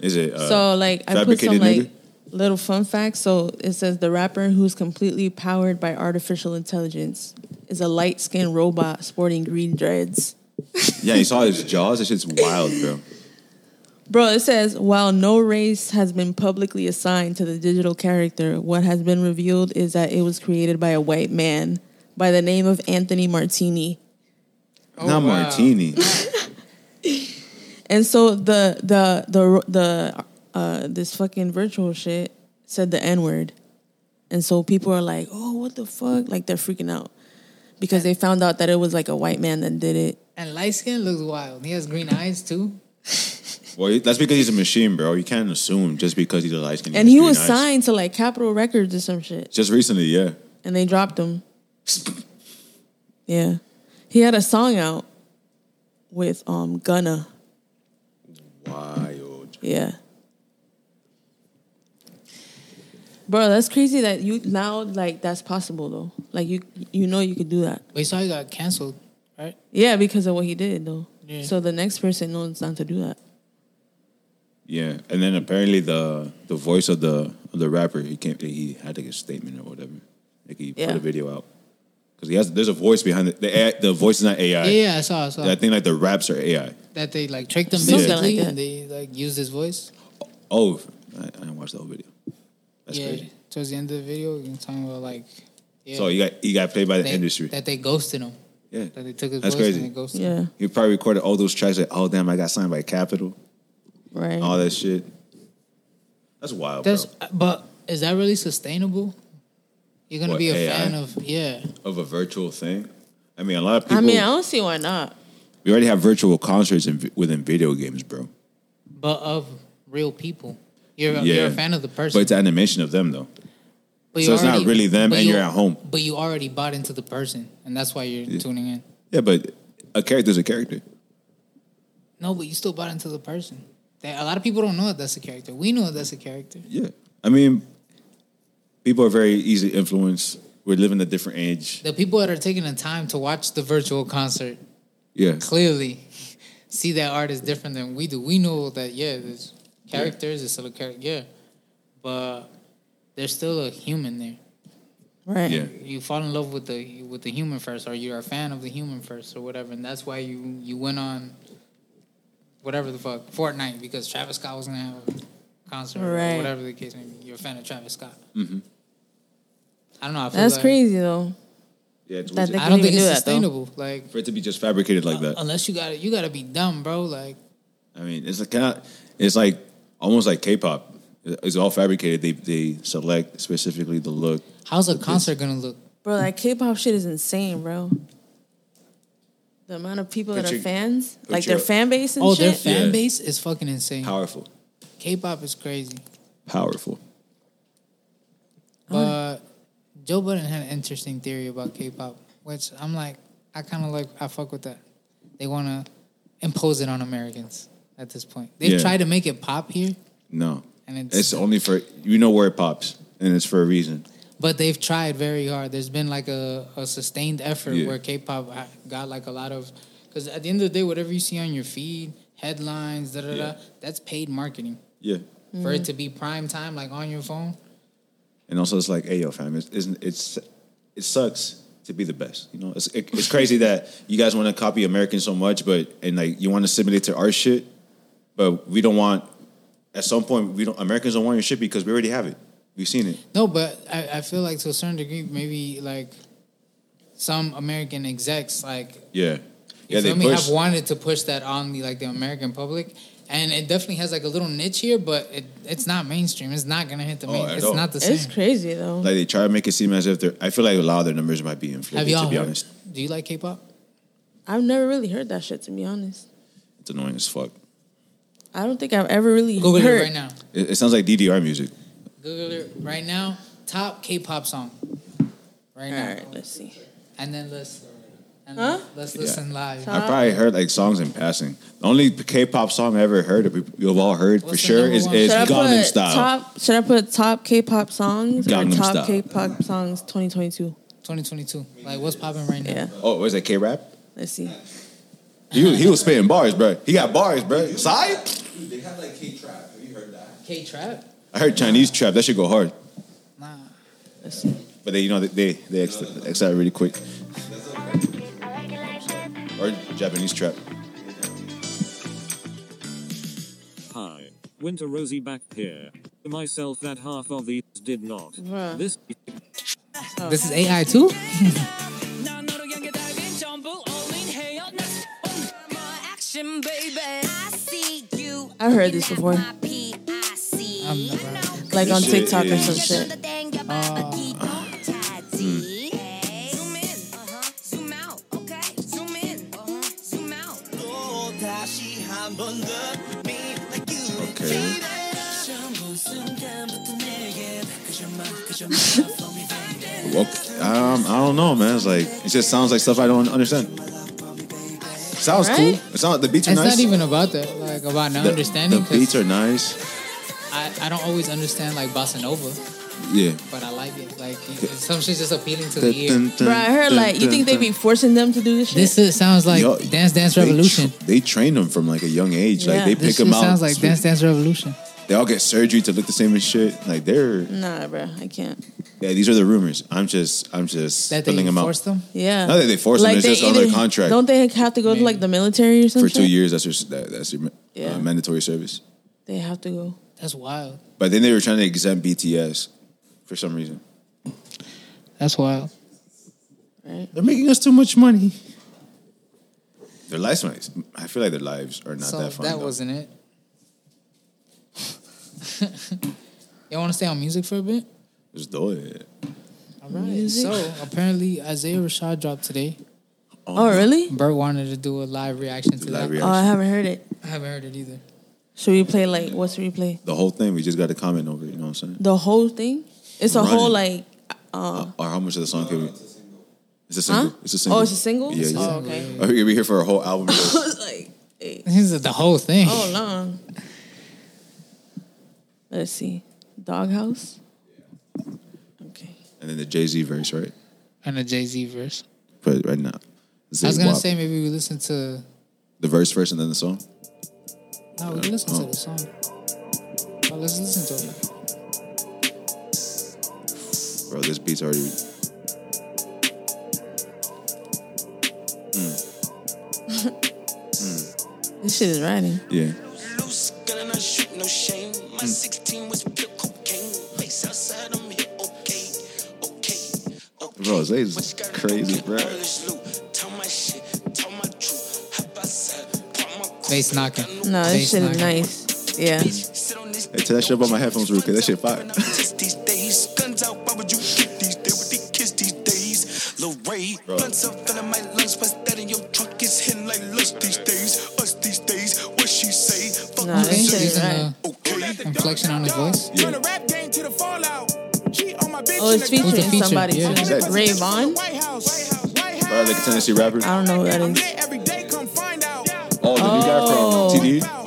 Speaker 1: Is it? Uh,
Speaker 4: So like I put some
Speaker 1: fabricated
Speaker 4: like
Speaker 1: nigga?
Speaker 4: little fun facts. So it says the rapper who's completely powered by artificial intelligence is a light skinned robot sporting green dreads.
Speaker 1: yeah, you saw his jaws. That shit's wild, bro.
Speaker 4: Bro, it says while no race has been publicly assigned to the digital character, what has been revealed is that it was created by a white man by the name of Anthony Martini.
Speaker 1: Not
Speaker 3: wow.
Speaker 1: martini.
Speaker 4: And so the the the the uh, this fucking virtual shit said the n word, and so people are like, "Oh, what the fuck!" Like they're freaking out because they found out that it was like a white man that did it.
Speaker 3: And light skin looks wild. He has green eyes too.
Speaker 1: Well, he- that's because he's a machine, bro. You can't assume just because he's a light skin.
Speaker 4: And he was signed to like Capitol Records or some shit,
Speaker 1: just recently. Yeah,
Speaker 4: and they dropped him. Yeah, he had a song out with um Gunna.
Speaker 1: wild.
Speaker 4: Yeah. Bro, that's crazy that you now like that's possible though. Like you you know you could do that.
Speaker 3: But you saw he got canceled, right?
Speaker 4: Yeah, because of what he did though.
Speaker 3: Yeah.
Speaker 4: So the next person knows not to do that.
Speaker 1: Yeah, and then apparently the the voice of the of the rapper he came he had like a statement or whatever, like he
Speaker 4: Yeah.
Speaker 1: put a video out because he has there's a voice behind it. The AI, the voice is not AI.
Speaker 3: Yeah, yeah, I saw, I saw.
Speaker 1: I think like the raps are AI.
Speaker 3: that they like tricked him
Speaker 4: Something
Speaker 3: basically
Speaker 4: like that.
Speaker 3: and they like used his voice.
Speaker 1: Oh, I, I didn't watch the whole video. That's
Speaker 3: yeah.
Speaker 1: crazy.
Speaker 3: Towards the end of the video, you're talking about like yeah,
Speaker 1: So he got he got played by the
Speaker 3: they-
Speaker 1: industry.
Speaker 3: That they ghosted him.
Speaker 1: Yeah.
Speaker 3: That they took his
Speaker 1: That's
Speaker 3: voice
Speaker 1: crazy.
Speaker 3: and it goes.
Speaker 4: Yeah,
Speaker 1: He probably recorded all those tracks like, oh damn, I got signed by Capitol,
Speaker 4: right.
Speaker 1: all that shit. That's wild,
Speaker 3: That's,
Speaker 1: bro.
Speaker 3: but is that really sustainable? You're gonna
Speaker 1: What,
Speaker 3: be a
Speaker 1: AI?
Speaker 3: fan of yeah.
Speaker 1: Of a virtual thing. I mean, a lot of people.
Speaker 4: I mean, I don't see why not.
Speaker 1: we already have virtual concerts in, vi- within video games, bro.
Speaker 3: but of real people. You're,
Speaker 1: Yeah.
Speaker 3: you're a fan of the
Speaker 1: But
Speaker 3: person.
Speaker 1: it's animation of them, though.
Speaker 3: But
Speaker 1: so
Speaker 3: you
Speaker 1: it's not really them
Speaker 3: but
Speaker 1: and
Speaker 3: you-
Speaker 1: you're at home.
Speaker 3: But you already bought into the person, and that's why you're tuning in.
Speaker 1: Yeah, but a character's a character.
Speaker 3: No, but you still bought into the person. That, a lot of people don't know that that's a character. We know that that's a character.
Speaker 1: Yeah. I mean, people are very easily influenced. We're living a different age.
Speaker 3: The people that are taking the time to watch the virtual concert
Speaker 1: Yeah.
Speaker 3: clearly see that art is different than we do. We know that, yeah, there's characters, it's still a character, yeah. But there's still a human there.
Speaker 4: Right.
Speaker 1: Yeah.
Speaker 3: you fall in love with the with the human first, or you're a fan of the human first, or whatever, and that's why you you went on whatever the fuck Fortnite because Travis Scott was gonna have a concert,
Speaker 4: Right.
Speaker 3: or whatever the case may be. You're a fan of Travis Scott. I don't know. I feel
Speaker 4: That's
Speaker 3: like-
Speaker 4: crazy though.
Speaker 1: Yeah. It's
Speaker 4: That Uh,
Speaker 1: weird
Speaker 4: they-
Speaker 3: I don't
Speaker 4: Couldn't
Speaker 3: think
Speaker 4: even
Speaker 3: it's
Speaker 4: do that, though.
Speaker 3: sustainable. Like
Speaker 1: for it to be just fabricated like that.
Speaker 3: unless you got to you got to be dumb, bro. Like
Speaker 1: I mean, it's like kinda, it's like almost like K-pop. It's all fabricated. They they select specifically the look.
Speaker 3: how's a concert gonna look?
Speaker 4: Bro, that K-pop shit is insane, bro. The amount of people
Speaker 1: But
Speaker 4: that are
Speaker 1: you-
Speaker 4: fans,
Speaker 1: but
Speaker 4: like their
Speaker 1: you're-
Speaker 4: fan base and
Speaker 3: Oh,
Speaker 4: shit.
Speaker 3: their fan
Speaker 1: Yeah.
Speaker 3: base is fucking insane.
Speaker 1: Powerful,
Speaker 3: K-pop is crazy,
Speaker 1: powerful.
Speaker 3: but Joe Budden had an interesting theory about K-pop, which I'm like, I kind of like, I fuck with that. They want to impose it on Americans at this point. They've
Speaker 1: Yeah.
Speaker 3: tried to make it pop here,
Speaker 1: No,
Speaker 3: and it's,
Speaker 1: it's only for you know where it pops, and it's for a reason.
Speaker 3: but they've tried very hard. There's been like a, a sustained effort
Speaker 1: Yeah.
Speaker 3: where K-pop ha- got like a lot of, because at the end of the day, whatever you see on your feed, headlines, da da da,
Speaker 1: Yeah.
Speaker 3: that's paid marketing.
Speaker 1: Yeah,
Speaker 3: For it to be prime time, like on your phone,
Speaker 1: and also it's like, hey, yo, fam, it's isn't it's it sucks to be the best. You know, it's it, it's crazy that you guys want to copy American so much, but and like you want to simulate to our shit, but we don't want. At some point, we don't. Americans don't want your shit because we already have it. We've seen it.
Speaker 3: No, but I, I feel like to a certain degree, maybe like some American execs, like
Speaker 1: Yeah,
Speaker 3: you
Speaker 1: yeah.
Speaker 3: feel me, have wanted to push that on the like the American public, and it definitely has like a little niche here, but it, it's not mainstream. It's not gonna hit the main.
Speaker 1: Oh, at
Speaker 3: It's
Speaker 1: all.
Speaker 3: not the same.
Speaker 4: It's crazy though.
Speaker 1: Like they try to make it seem as if they're. I feel like a lot of their numbers might be inflated.
Speaker 3: have y'all?
Speaker 1: to be
Speaker 3: heard-
Speaker 1: honest,
Speaker 3: Do you like K-pop?
Speaker 4: I've never really heard that shit to be honest.
Speaker 1: it's annoying as fuck.
Speaker 4: I don't think I've ever really
Speaker 3: Google
Speaker 4: heard.
Speaker 3: it right now.
Speaker 1: It, it sounds like DDR music.
Speaker 3: Google it right now. Top K-pop song. Right
Speaker 4: All
Speaker 3: now,
Speaker 4: right, let's see.
Speaker 3: and then let's and
Speaker 4: Huh?
Speaker 3: let's
Speaker 1: Yeah.
Speaker 3: listen live.
Speaker 1: I probably heard like songs in passing. The only K-pop song I ever heard, that you've all heard for
Speaker 3: What's the
Speaker 1: sure,
Speaker 3: number
Speaker 1: is,
Speaker 3: one?
Speaker 1: is
Speaker 4: Should I
Speaker 1: Gangnam
Speaker 4: put
Speaker 1: Style.
Speaker 4: top? Should I put top K-pop songs or
Speaker 1: Gangnam
Speaker 4: top
Speaker 1: Style.
Speaker 4: K-pop songs 2022?
Speaker 3: 2022. Like what's popping right now?
Speaker 4: Yeah,
Speaker 1: Oh, what is that K-rap?
Speaker 4: let's see.
Speaker 1: He was, he was spitting bars, bro. He got bars, bro. Sorry,
Speaker 2: Dude, they have like K trap. Have you heard that?
Speaker 3: K-trap.
Speaker 1: I heard Chinese trap. That should go hard.
Speaker 3: Nah.
Speaker 4: Let's see.
Speaker 1: But they, you know, they they, they ex- ex out really quick.
Speaker 2: That's okay.
Speaker 1: Or Japanese trap.
Speaker 5: Hi, Winter Rosie back here. To myself that half of these did not.
Speaker 4: Bruh.
Speaker 5: This
Speaker 4: Oh.
Speaker 3: This is AI too.
Speaker 6: 나 너를 향해 달린 전부 all in here. 나
Speaker 7: More action, baby. I see you.
Speaker 4: I heard this before.
Speaker 3: I'm never-
Speaker 4: Like on
Speaker 1: This shit
Speaker 4: TikTok or
Speaker 1: is-
Speaker 4: some shit. Uh, mm.
Speaker 7: uh-huh.
Speaker 1: Okay. Well, um, I don't know, man. It's like it just sounds like stuff I don't understand. Sounds cool.
Speaker 4: Right?
Speaker 1: It sounds the beats are
Speaker 3: It's
Speaker 1: nice.
Speaker 3: not even about that, like about not
Speaker 1: the,
Speaker 3: understanding.
Speaker 1: the beats
Speaker 3: 'cause
Speaker 1: are nice.
Speaker 3: I, I don't always understand like bossa nova,
Speaker 1: Yeah.
Speaker 3: but I like it. Like it- it's- some shit's just appealing to the ear.
Speaker 4: Bro, I heard like you think they be forcing them to do this shit.
Speaker 3: This is, sounds like
Speaker 1: Yo,
Speaker 3: Dance Dance
Speaker 1: they tr-
Speaker 3: Revolution.
Speaker 1: They, train them from like a young age.
Speaker 4: Yeah.
Speaker 1: Like they pick
Speaker 3: This
Speaker 1: them
Speaker 3: shit
Speaker 1: out.
Speaker 3: sounds like Dance Dance Revolution.
Speaker 1: They all get surgery to look the same and shit. Like they're
Speaker 4: nah, bro, I can't.
Speaker 1: yeah. These are the rumors. I'm just I'm just
Speaker 3: That
Speaker 1: filling
Speaker 3: they
Speaker 1: them out.
Speaker 3: forced them.
Speaker 4: Yeah.
Speaker 1: Not that they force them, it's just on their contract.
Speaker 4: Don't they have to go to like the military or
Speaker 1: for
Speaker 4: something?
Speaker 1: two years. That's your that, that's your ma-
Speaker 4: Yeah.
Speaker 1: uh, mandatory service.
Speaker 4: They have to go.
Speaker 3: That's wild.
Speaker 1: But then they were trying to exempt BTS for some reason.
Speaker 3: That's wild.
Speaker 1: They're making us too much money. Their lives, might- I feel like their lives are not
Speaker 3: so
Speaker 1: that fun.
Speaker 3: that
Speaker 1: though.
Speaker 3: wasn't it. Y'all want to stay on music for a bit?
Speaker 1: Let's do it.
Speaker 3: All right. So apparently Isaiah Rashad dropped today.
Speaker 4: Oh, really?
Speaker 3: Bert wanted to do a live reaction to
Speaker 1: Live
Speaker 3: that.
Speaker 4: Oh, I haven't heard it.
Speaker 3: I haven't heard it either.
Speaker 4: Should we play like what's replay?
Speaker 1: The whole thing, we just got to comment over it. You know what I'm saying?
Speaker 4: The whole thing? It's a
Speaker 1: Run
Speaker 4: whole
Speaker 1: it.
Speaker 4: like
Speaker 1: Or Uh, how much of the song can we? It's a
Speaker 4: huh?
Speaker 1: single. It's a single.
Speaker 4: Oh, it's a single.
Speaker 1: Yeah, yeah.
Speaker 4: Oh, okay.
Speaker 1: I think we here for a whole album.
Speaker 4: I was like, hey,
Speaker 3: This is the whole thing.
Speaker 4: hold on. Let's see. Doghouse. Okay.
Speaker 1: and then the Jay Z verse, right?
Speaker 3: And a Jay Z verse.
Speaker 1: But right now,
Speaker 3: I was gonna
Speaker 1: Zay-Wop.
Speaker 3: say maybe we listen to.
Speaker 1: the verse first and then the song.
Speaker 3: No, we listen to the song. Oh, let's listen to it.
Speaker 1: Bro, this beat's already.
Speaker 4: This shit is riding.
Speaker 1: Yeah.
Speaker 8: Loose gun and I shoot, no shame.
Speaker 1: Hmm.
Speaker 8: My 16 was pure cocaine. Face outside, I'm here, okay, okay, okay.
Speaker 1: Bro, Zay's
Speaker 8: But she got a
Speaker 1: crazy,
Speaker 8: cocaine,
Speaker 1: bro.
Speaker 8: all this loot. Tell my shit, tell my truth. Hop outside, pop my coupe.
Speaker 3: Bass knocking.
Speaker 8: Got
Speaker 4: No, this
Speaker 3: Bass
Speaker 4: shit is
Speaker 3: line.
Speaker 4: nice. Yeah.
Speaker 8: bitch, sit on this
Speaker 1: Hey, turn that shit up on my headphones real quick. That shit fire.
Speaker 8: Guns out, popping out just these days. Guns out, why would you get these? They would they kiss these days. Lil Ray, blunts up filling my lungs. What's that in your truck? It's hitting like lust these days. Us these days. What she say? Fuck
Speaker 4: Nah,
Speaker 8: with
Speaker 4: this
Speaker 8: the
Speaker 4: shit is
Speaker 3: Using
Speaker 8: system.
Speaker 4: right.
Speaker 3: a
Speaker 8: Okay.
Speaker 3: inflection on his voice.
Speaker 1: Yeah.
Speaker 4: Oh, it's
Speaker 3: With
Speaker 4: featuring
Speaker 3: the feature,
Speaker 4: somebody.
Speaker 3: yeah.
Speaker 1: Exactly.
Speaker 4: Ray Vaughn.
Speaker 1: Bro, like a Tennessee rapper.
Speaker 4: I don't know who that is.
Speaker 1: Oh, the new guy from TDE.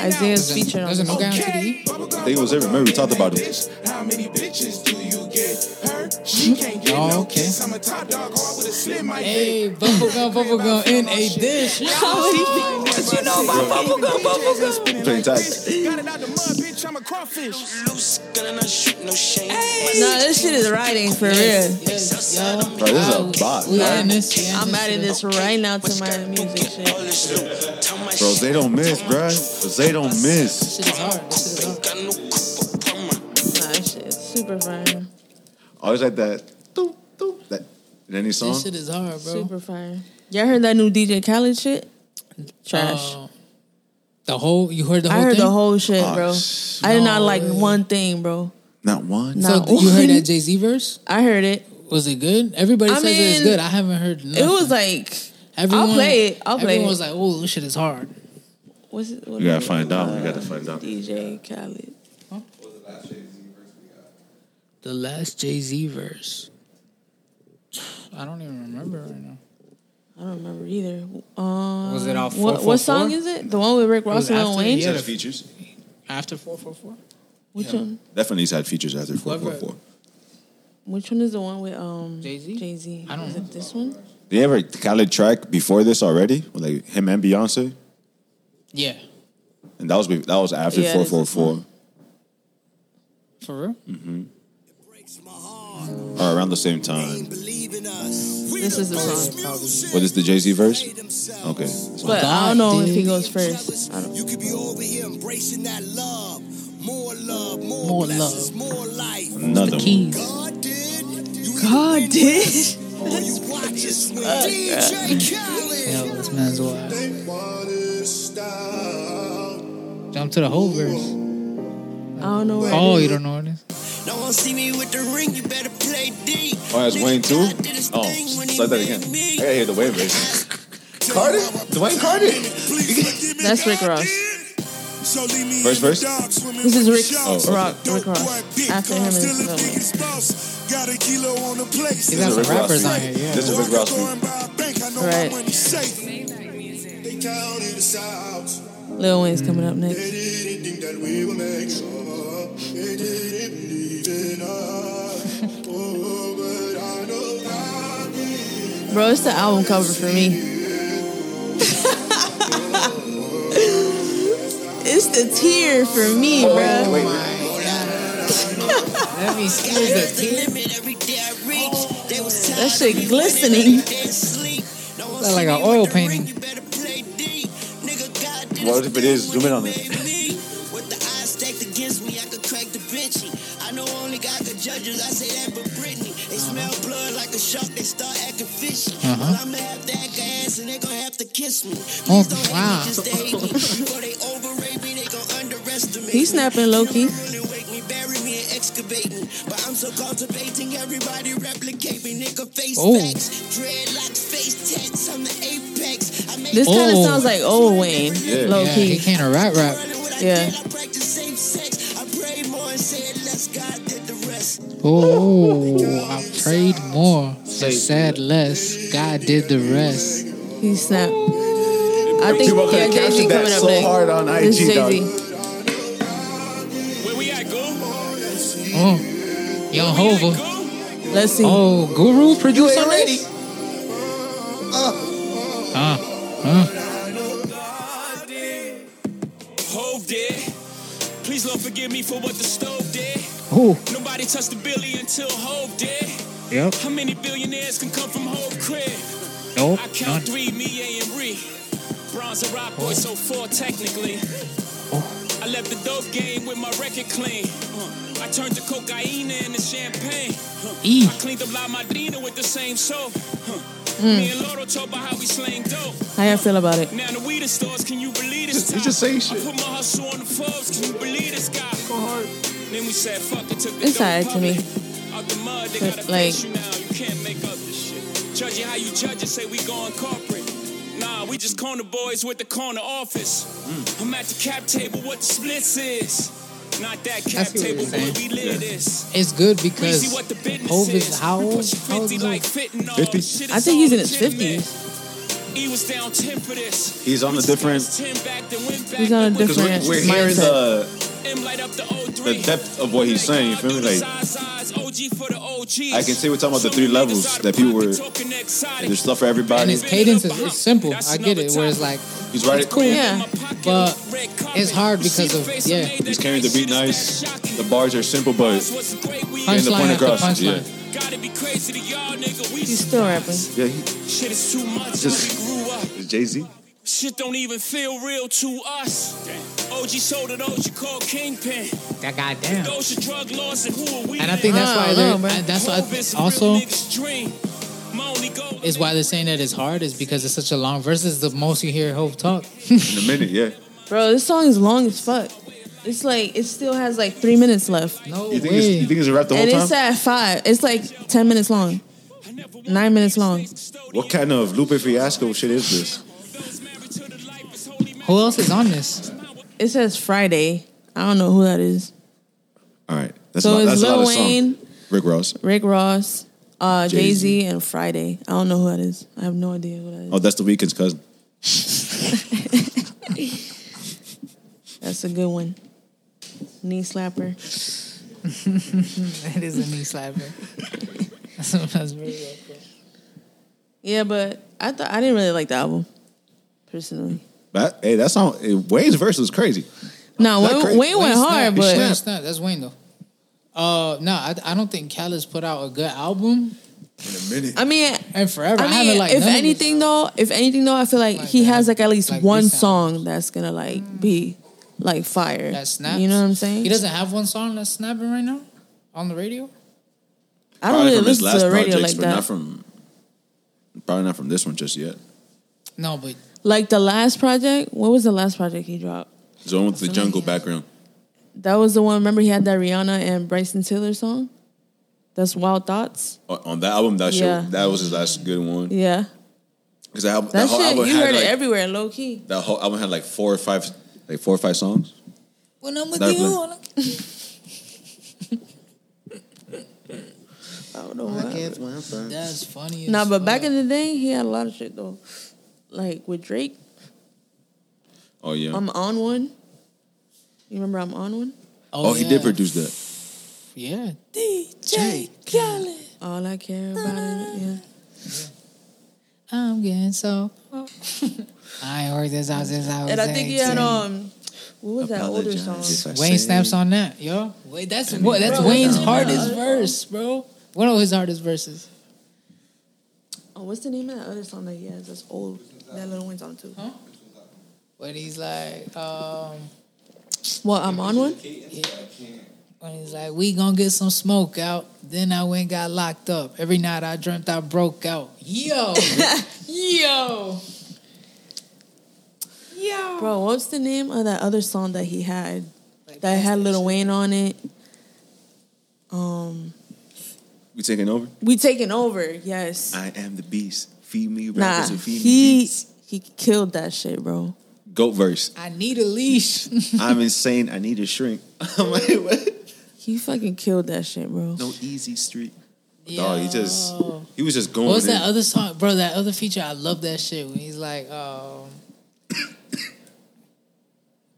Speaker 4: Isaiah's featured on
Speaker 3: There's a
Speaker 4: this.
Speaker 3: new guy on TDE.
Speaker 1: I think it was there. Remember we talked about him.
Speaker 8: How many bitches do you get? Her? She can't get
Speaker 3: Oh,
Speaker 8: no
Speaker 3: okay.
Speaker 8: kiss. I'm a top dog, hard with a slim my dick.
Speaker 3: Hey, bubblegum, bubblegum in a dish.
Speaker 8: you know about bubblegum, bubblegum?
Speaker 1: Playing tag.
Speaker 8: Got it out the mud, bitch, I'm a crawfish. Loose gun and I shoot no shame.
Speaker 4: No, this shit is riding for real.
Speaker 3: Yes, yo.
Speaker 1: Bro, this is a bot.
Speaker 3: We
Speaker 1: bro.
Speaker 3: in this. we in
Speaker 4: I'm adding this right now to my music shit.
Speaker 1: Bro,
Speaker 8: Bro,
Speaker 1: they don't miss, bro. They don't miss.
Speaker 3: This shit is hard. This shit is hard.
Speaker 4: Nah, this shit is super fire.
Speaker 1: Always like that. Doop, doop, that in any song.
Speaker 3: This shit is hard, bro.
Speaker 4: Super fire. Y'all heard that new DJ Khaled shit? Trash.
Speaker 3: Uh, the whole you heard the whole
Speaker 4: I heard
Speaker 3: thing.
Speaker 4: the whole shit,
Speaker 1: Oh,
Speaker 4: bro.
Speaker 1: sh-
Speaker 4: I did not
Speaker 3: no
Speaker 4: like
Speaker 3: way.
Speaker 4: one thing, bro.
Speaker 1: Not one.
Speaker 4: Nah.
Speaker 3: so
Speaker 4: not
Speaker 3: you heard
Speaker 4: one.
Speaker 3: that Jay Z verse?
Speaker 4: I heard it.
Speaker 3: Was it good? Everybody
Speaker 4: I
Speaker 3: says it's
Speaker 4: mean,
Speaker 3: good. I haven't heard. Nothing.
Speaker 4: It was like,
Speaker 3: Everyone-
Speaker 4: I'll play it. I'll play
Speaker 3: everyone
Speaker 4: it.
Speaker 3: was like, "Oh, this shit is hard."
Speaker 4: what's it? What
Speaker 1: We gotta
Speaker 4: is it?
Speaker 1: find out. We gotta find out.
Speaker 4: DJ Khaled.
Speaker 3: The last Jay Z verse. I don't even remember right now.
Speaker 4: I don't remember either. Uh,
Speaker 3: Was it off
Speaker 4: What,
Speaker 3: 444?
Speaker 4: what song is it? The one with Rick
Speaker 3: was
Speaker 4: Ross and Lil
Speaker 3: after,
Speaker 4: Wayne?
Speaker 3: yeah.
Speaker 1: Has features.
Speaker 3: After four four four.
Speaker 4: Which one?
Speaker 1: Definitely he's had features after four four
Speaker 3: Whoever-
Speaker 1: four.
Speaker 4: Which one is the one with um
Speaker 3: Jay-Z?
Speaker 4: Jay Z.
Speaker 3: I don't
Speaker 4: Is
Speaker 3: know.
Speaker 4: it this one?
Speaker 1: Did you ever Khaled track before this already? With, Like him and Beyonce,
Speaker 3: Yeah,
Speaker 1: and that was be- that was after
Speaker 4: Yeah,
Speaker 1: four
Speaker 4: this
Speaker 1: four
Speaker 4: is
Speaker 1: four
Speaker 3: for real.
Speaker 1: or around the same time.
Speaker 4: This is the song.
Speaker 1: What is the Jay Z verse? Okay, so
Speaker 4: But I
Speaker 3: God,
Speaker 4: don't know if
Speaker 3: dude.
Speaker 4: he goes first. I don't.
Speaker 9: You could be over here embracing that love. More love, more,
Speaker 3: More
Speaker 9: blessings,
Speaker 3: love.
Speaker 9: more life.
Speaker 1: another one.
Speaker 3: Keys.
Speaker 9: God did. You
Speaker 4: God did.
Speaker 9: or you watch us win. DJ
Speaker 3: Yo,
Speaker 9: Khaled.
Speaker 3: this man's wild.
Speaker 9: They wanna stop.
Speaker 3: Jump to the whole verse.
Speaker 4: I don't know. what
Speaker 3: Oh,
Speaker 4: it
Speaker 3: you
Speaker 4: is.
Speaker 3: don't know what it is?
Speaker 9: No one see me with the ring, you better play D.
Speaker 1: Oh, that's Wayne too.
Speaker 9: God did his
Speaker 1: Oh,
Speaker 9: thing when he
Speaker 1: start that
Speaker 9: made
Speaker 1: again. I
Speaker 9: me.
Speaker 1: gotta hear the Wayne verse. Carter, Dwayne Carter.
Speaker 4: That's Rick Ross.
Speaker 1: First verse? Oh,
Speaker 9: This
Speaker 4: This is Rick
Speaker 1: okay.
Speaker 4: Rock. Rick Ross. After him is Lil Wayne.
Speaker 9: Got a kilo on the plate.
Speaker 3: He's got
Speaker 1: This is
Speaker 3: some
Speaker 1: Rick Ross
Speaker 3: rappers
Speaker 1: beat.
Speaker 3: on here. Yeah.
Speaker 1: This is Rick Ross beat.
Speaker 4: Right.
Speaker 9: Right. They counted us out.
Speaker 4: Lil Wayne's coming up
Speaker 9: They
Speaker 4: next.
Speaker 9: didn't think that we were making up. They didn't believe in us. Oh, but I know God did.
Speaker 4: Bro, it's the album cover for me. it's the tear for me, bro.
Speaker 3: Let me see the tears.
Speaker 4: That shit glistening.
Speaker 3: Look like an oil painting.
Speaker 1: What if it is? Zoom in on it.
Speaker 9: With the eyes stacked against me, I could crack the bitchy. I know only God could judge us. I say that, but Britney. They smell blood like a shark, they start acting fishy. Well, I'ma have to act a ass and they gonna have to kiss me.
Speaker 3: Oh,
Speaker 9: Please don't hate
Speaker 3: wow.
Speaker 9: me, just hate me. Before they overrate me, they gonna underestimate
Speaker 4: He's
Speaker 9: me.
Speaker 4: snapping, Loki.
Speaker 9: Get around and wake me, bury me and excavate me. But I'm so cultivating, everybody replicate me. Nigga face
Speaker 3: Oh.
Speaker 9: facts, dreadlocks, face tats, I'm the apex. I make
Speaker 4: This kind of
Speaker 3: Oh.
Speaker 4: sounds like old Wayne, low
Speaker 3: Yeah,
Speaker 4: key.
Speaker 3: he can't a rap rap.
Speaker 4: Yeah.
Speaker 9: I practice safe sex. I pray more and say less. God did the rest.
Speaker 3: Oh, I prayed more, and said less. God did the rest.
Speaker 4: He snapped. I think
Speaker 1: People
Speaker 4: yeah,
Speaker 1: could've
Speaker 4: Jay
Speaker 1: captured
Speaker 4: Z
Speaker 1: that
Speaker 4: coming up
Speaker 1: so
Speaker 4: next.
Speaker 1: hard on
Speaker 4: this
Speaker 1: IG, dog.
Speaker 4: Jay
Speaker 8: Where we at, go?
Speaker 3: Oh, Young Hova.
Speaker 4: Z. Let's see.
Speaker 3: Oh, Guru produced on this? Ah,
Speaker 8: Hove did. Please, Lord, forgive me for what the stove did.
Speaker 3: Oh,
Speaker 8: Nobody touched the Billy until Hove did.
Speaker 3: yep.
Speaker 8: How many billionaires can come from Hove crib?
Speaker 3: Nope,
Speaker 8: I
Speaker 3: none. Oh.
Speaker 8: count three, me, A, and Ree. Bronze and rock boy, so four technically. I left the dope game with my record clean. Uh, I turned the cocaine into champagne. Huh.
Speaker 3: E.
Speaker 8: I cleaned up La Madrina with the same soap. Huh. Me and Loro talk about how we slang dope.
Speaker 4: How y'all feel about it?
Speaker 8: Now the weed is stores, can you believe this?
Speaker 1: Just-
Speaker 8: time?
Speaker 1: he just saying shit.
Speaker 8: I put my hustle on the Forbes, can you believe this guy? Then we said, fuck it, took the
Speaker 4: It's
Speaker 8: dope
Speaker 4: alright to me.
Speaker 8: public. Out the mud, they
Speaker 4: But,
Speaker 8: gotta
Speaker 4: like-
Speaker 8: face you now. You can't make up this shit. Judge it how you judge it, say we going corporate. Nah, we just corner boys with the corner office. I'm at the cap table, what the splits is. Not that cap
Speaker 3: what
Speaker 8: table,
Speaker 3: you're saying.
Speaker 8: boy, we live this.
Speaker 3: It's good
Speaker 8: We see
Speaker 3: because
Speaker 8: what the business
Speaker 3: Hov
Speaker 8: is.
Speaker 3: is how old?
Speaker 8: Push
Speaker 3: How old
Speaker 8: 50
Speaker 3: is
Speaker 8: like
Speaker 3: Hov?
Speaker 8: fitting all.
Speaker 1: 50?
Speaker 8: Shit
Speaker 4: I
Speaker 8: is
Speaker 4: think he's
Speaker 8: all
Speaker 4: in his
Speaker 8: legitimate.
Speaker 4: 50s.
Speaker 8: He was down 10 for this.
Speaker 1: He's on a different-
Speaker 8: He's
Speaker 4: He's on a
Speaker 1: Because we're,
Speaker 4: different
Speaker 1: we're hearing
Speaker 4: mindset.
Speaker 1: the the depth of what he's saying. You feel me? Like I can say we're talking about the three levels that people were- there's
Speaker 8: There's
Speaker 1: stuff for everybody.
Speaker 3: And his cadence is it's simple. I get it. Where it's like,
Speaker 1: He's right.
Speaker 3: It's cool.
Speaker 4: Yeah.
Speaker 3: But it's hard because of- yeah.
Speaker 1: He's carrying the beat nice. The bars are simple, but Getting the
Speaker 3: punchline
Speaker 1: point
Speaker 3: after
Speaker 1: across,
Speaker 3: punchline.
Speaker 8: Gotta be crazy to y'all, nigga. We
Speaker 4: He's still rapping.
Speaker 1: yeah, he,
Speaker 8: Shit is too much.
Speaker 1: Just-
Speaker 8: when we grew up.
Speaker 1: it's Jay Z.
Speaker 8: Shit don't even feel real to us. OG sold it, OG called Kingpin.
Speaker 3: That goddamn.
Speaker 8: Those are drug laws and who are we?
Speaker 3: And I think that's why
Speaker 4: I don't
Speaker 3: they're,
Speaker 4: know, bro.
Speaker 3: and that's why
Speaker 8: Hope it's a real
Speaker 3: also
Speaker 8: nigga's dream. My only goal
Speaker 3: is why they're saying that it's hard is because it's such a long verse. It's the most you hear Hov talk.
Speaker 1: In a minute, yeah.
Speaker 4: Bro, this song is long as fuck. It's like it still has like three minutes left,
Speaker 3: No
Speaker 1: You think it's,
Speaker 3: way.
Speaker 1: you think it's a rap the whole
Speaker 4: and
Speaker 1: time?
Speaker 4: it's at five. It's like ten minutes long, nine minutes long.
Speaker 1: What kind of Lupe Fiasco shit is this?
Speaker 3: Who else is on this?
Speaker 4: It says Friday. I don't know who that is.
Speaker 1: All right, that's
Speaker 4: So
Speaker 1: a lot,
Speaker 4: it's
Speaker 1: that's a lot
Speaker 4: Lil
Speaker 1: of song.
Speaker 4: Wayne,
Speaker 1: Rick Ross.
Speaker 4: Rick Ross, uh, Jay
Speaker 1: Jay-Z.
Speaker 4: Z, and Friday. I don't know who that is. I have no idea who that is.
Speaker 1: Oh, that's the weekend's cousin.
Speaker 4: That's a good one. Knee slapper.
Speaker 3: It is a knee slapper. that's very awkward.
Speaker 4: Yeah, but I thought I didn't really like the album personally.
Speaker 1: But hey, that song. eh, Wayne's verse was crazy.
Speaker 4: No,
Speaker 1: Not
Speaker 4: Wayne,
Speaker 1: crazy.
Speaker 4: Wayne went
Speaker 3: Wayne's not-
Speaker 4: hard,
Speaker 3: Wayne's
Speaker 4: but
Speaker 3: not. That's Wayne though. Uh, no, I, I don't think Khaled's put out a good album
Speaker 1: In a minute.
Speaker 4: I mean,
Speaker 3: and forever. I,
Speaker 4: I
Speaker 3: haven't
Speaker 4: mean,
Speaker 3: like
Speaker 4: if
Speaker 3: none of his-
Speaker 4: anything though, if anything though, I feel like,
Speaker 3: Like
Speaker 4: he
Speaker 3: that,
Speaker 4: has like at least
Speaker 3: like
Speaker 4: one
Speaker 3: this album.
Speaker 4: song that's gonna like be like fire.
Speaker 3: that snaps.
Speaker 4: You know what I'm saying?
Speaker 3: He doesn't have one song that's snapping right now on the radio.
Speaker 4: I don't really listen to the radio like
Speaker 1: but not
Speaker 4: that.
Speaker 1: from. Probably not from this one just yet.
Speaker 3: No, but
Speaker 4: like the last project, what was the last project he dropped?
Speaker 1: It's the one with the jungle background.
Speaker 4: That was the one. Remember, he had that Rihanna and Bryson Tiller song. That's Wild Thoughts.
Speaker 1: On on that album, that shit,
Speaker 4: Yeah.
Speaker 1: that was his last good one.
Speaker 4: Yeah,
Speaker 1: Because that, album- that
Speaker 4: that
Speaker 1: whole
Speaker 4: shit.
Speaker 1: album
Speaker 4: You
Speaker 1: had
Speaker 4: heard
Speaker 1: like,
Speaker 4: it everywhere, low key.
Speaker 1: that whole album had like four or five, like four or five songs.
Speaker 3: when I'm with
Speaker 1: That-
Speaker 3: you, I'm-
Speaker 4: I don't know why.
Speaker 3: that's funny.
Speaker 4: Nah,
Speaker 3: as
Speaker 4: but back
Speaker 3: fuck.
Speaker 4: in the day, he had a lot of shit though. Like with Drake,
Speaker 1: Oh yeah.
Speaker 4: I'm on one. You remember I'm on one?
Speaker 1: oh, he
Speaker 3: yeah.
Speaker 1: did produce that.
Speaker 3: Yeah,
Speaker 4: DJ Khaled. All I care about is yeah.
Speaker 3: I'm getting so. I ain't worked this out since I was.
Speaker 4: And I think he had um, what was that older song?
Speaker 1: Apologize if I
Speaker 3: Wayne
Speaker 1: say-
Speaker 3: snaps on that, yo. Wait, that's what. That's Wayne's hardest verse, bro. One of his hardest verses.
Speaker 4: Oh, what's the name of that other song that he has? That's old. That Little Wayne's on too.
Speaker 3: When he's like, um,
Speaker 4: Well, I'm on one.
Speaker 3: when he's like, we gonna get some smoke out. Then I went and got locked up. Every night I dreamt I broke out. Yo, yo, yo.
Speaker 4: Bro, what's the name of that other song that he had that had Lil Wayne on it? Um,
Speaker 1: We taking over?
Speaker 4: we taking over. Yes.
Speaker 1: I am the beast. Feed me
Speaker 4: nah,
Speaker 1: rappers and feed me
Speaker 4: he
Speaker 1: beats.
Speaker 4: he killed that shit, bro.
Speaker 1: Goat verse.
Speaker 3: I need a leash.
Speaker 1: I'm insane. I need a shrink. I'm like, what?
Speaker 4: He fucking killed that shit, bro.
Speaker 1: No easy street.
Speaker 3: Yo.
Speaker 1: Dog, he just he was just going.
Speaker 3: What was that
Speaker 1: in.
Speaker 3: other song, bro? That other feature, I love that shit. When he's like, um,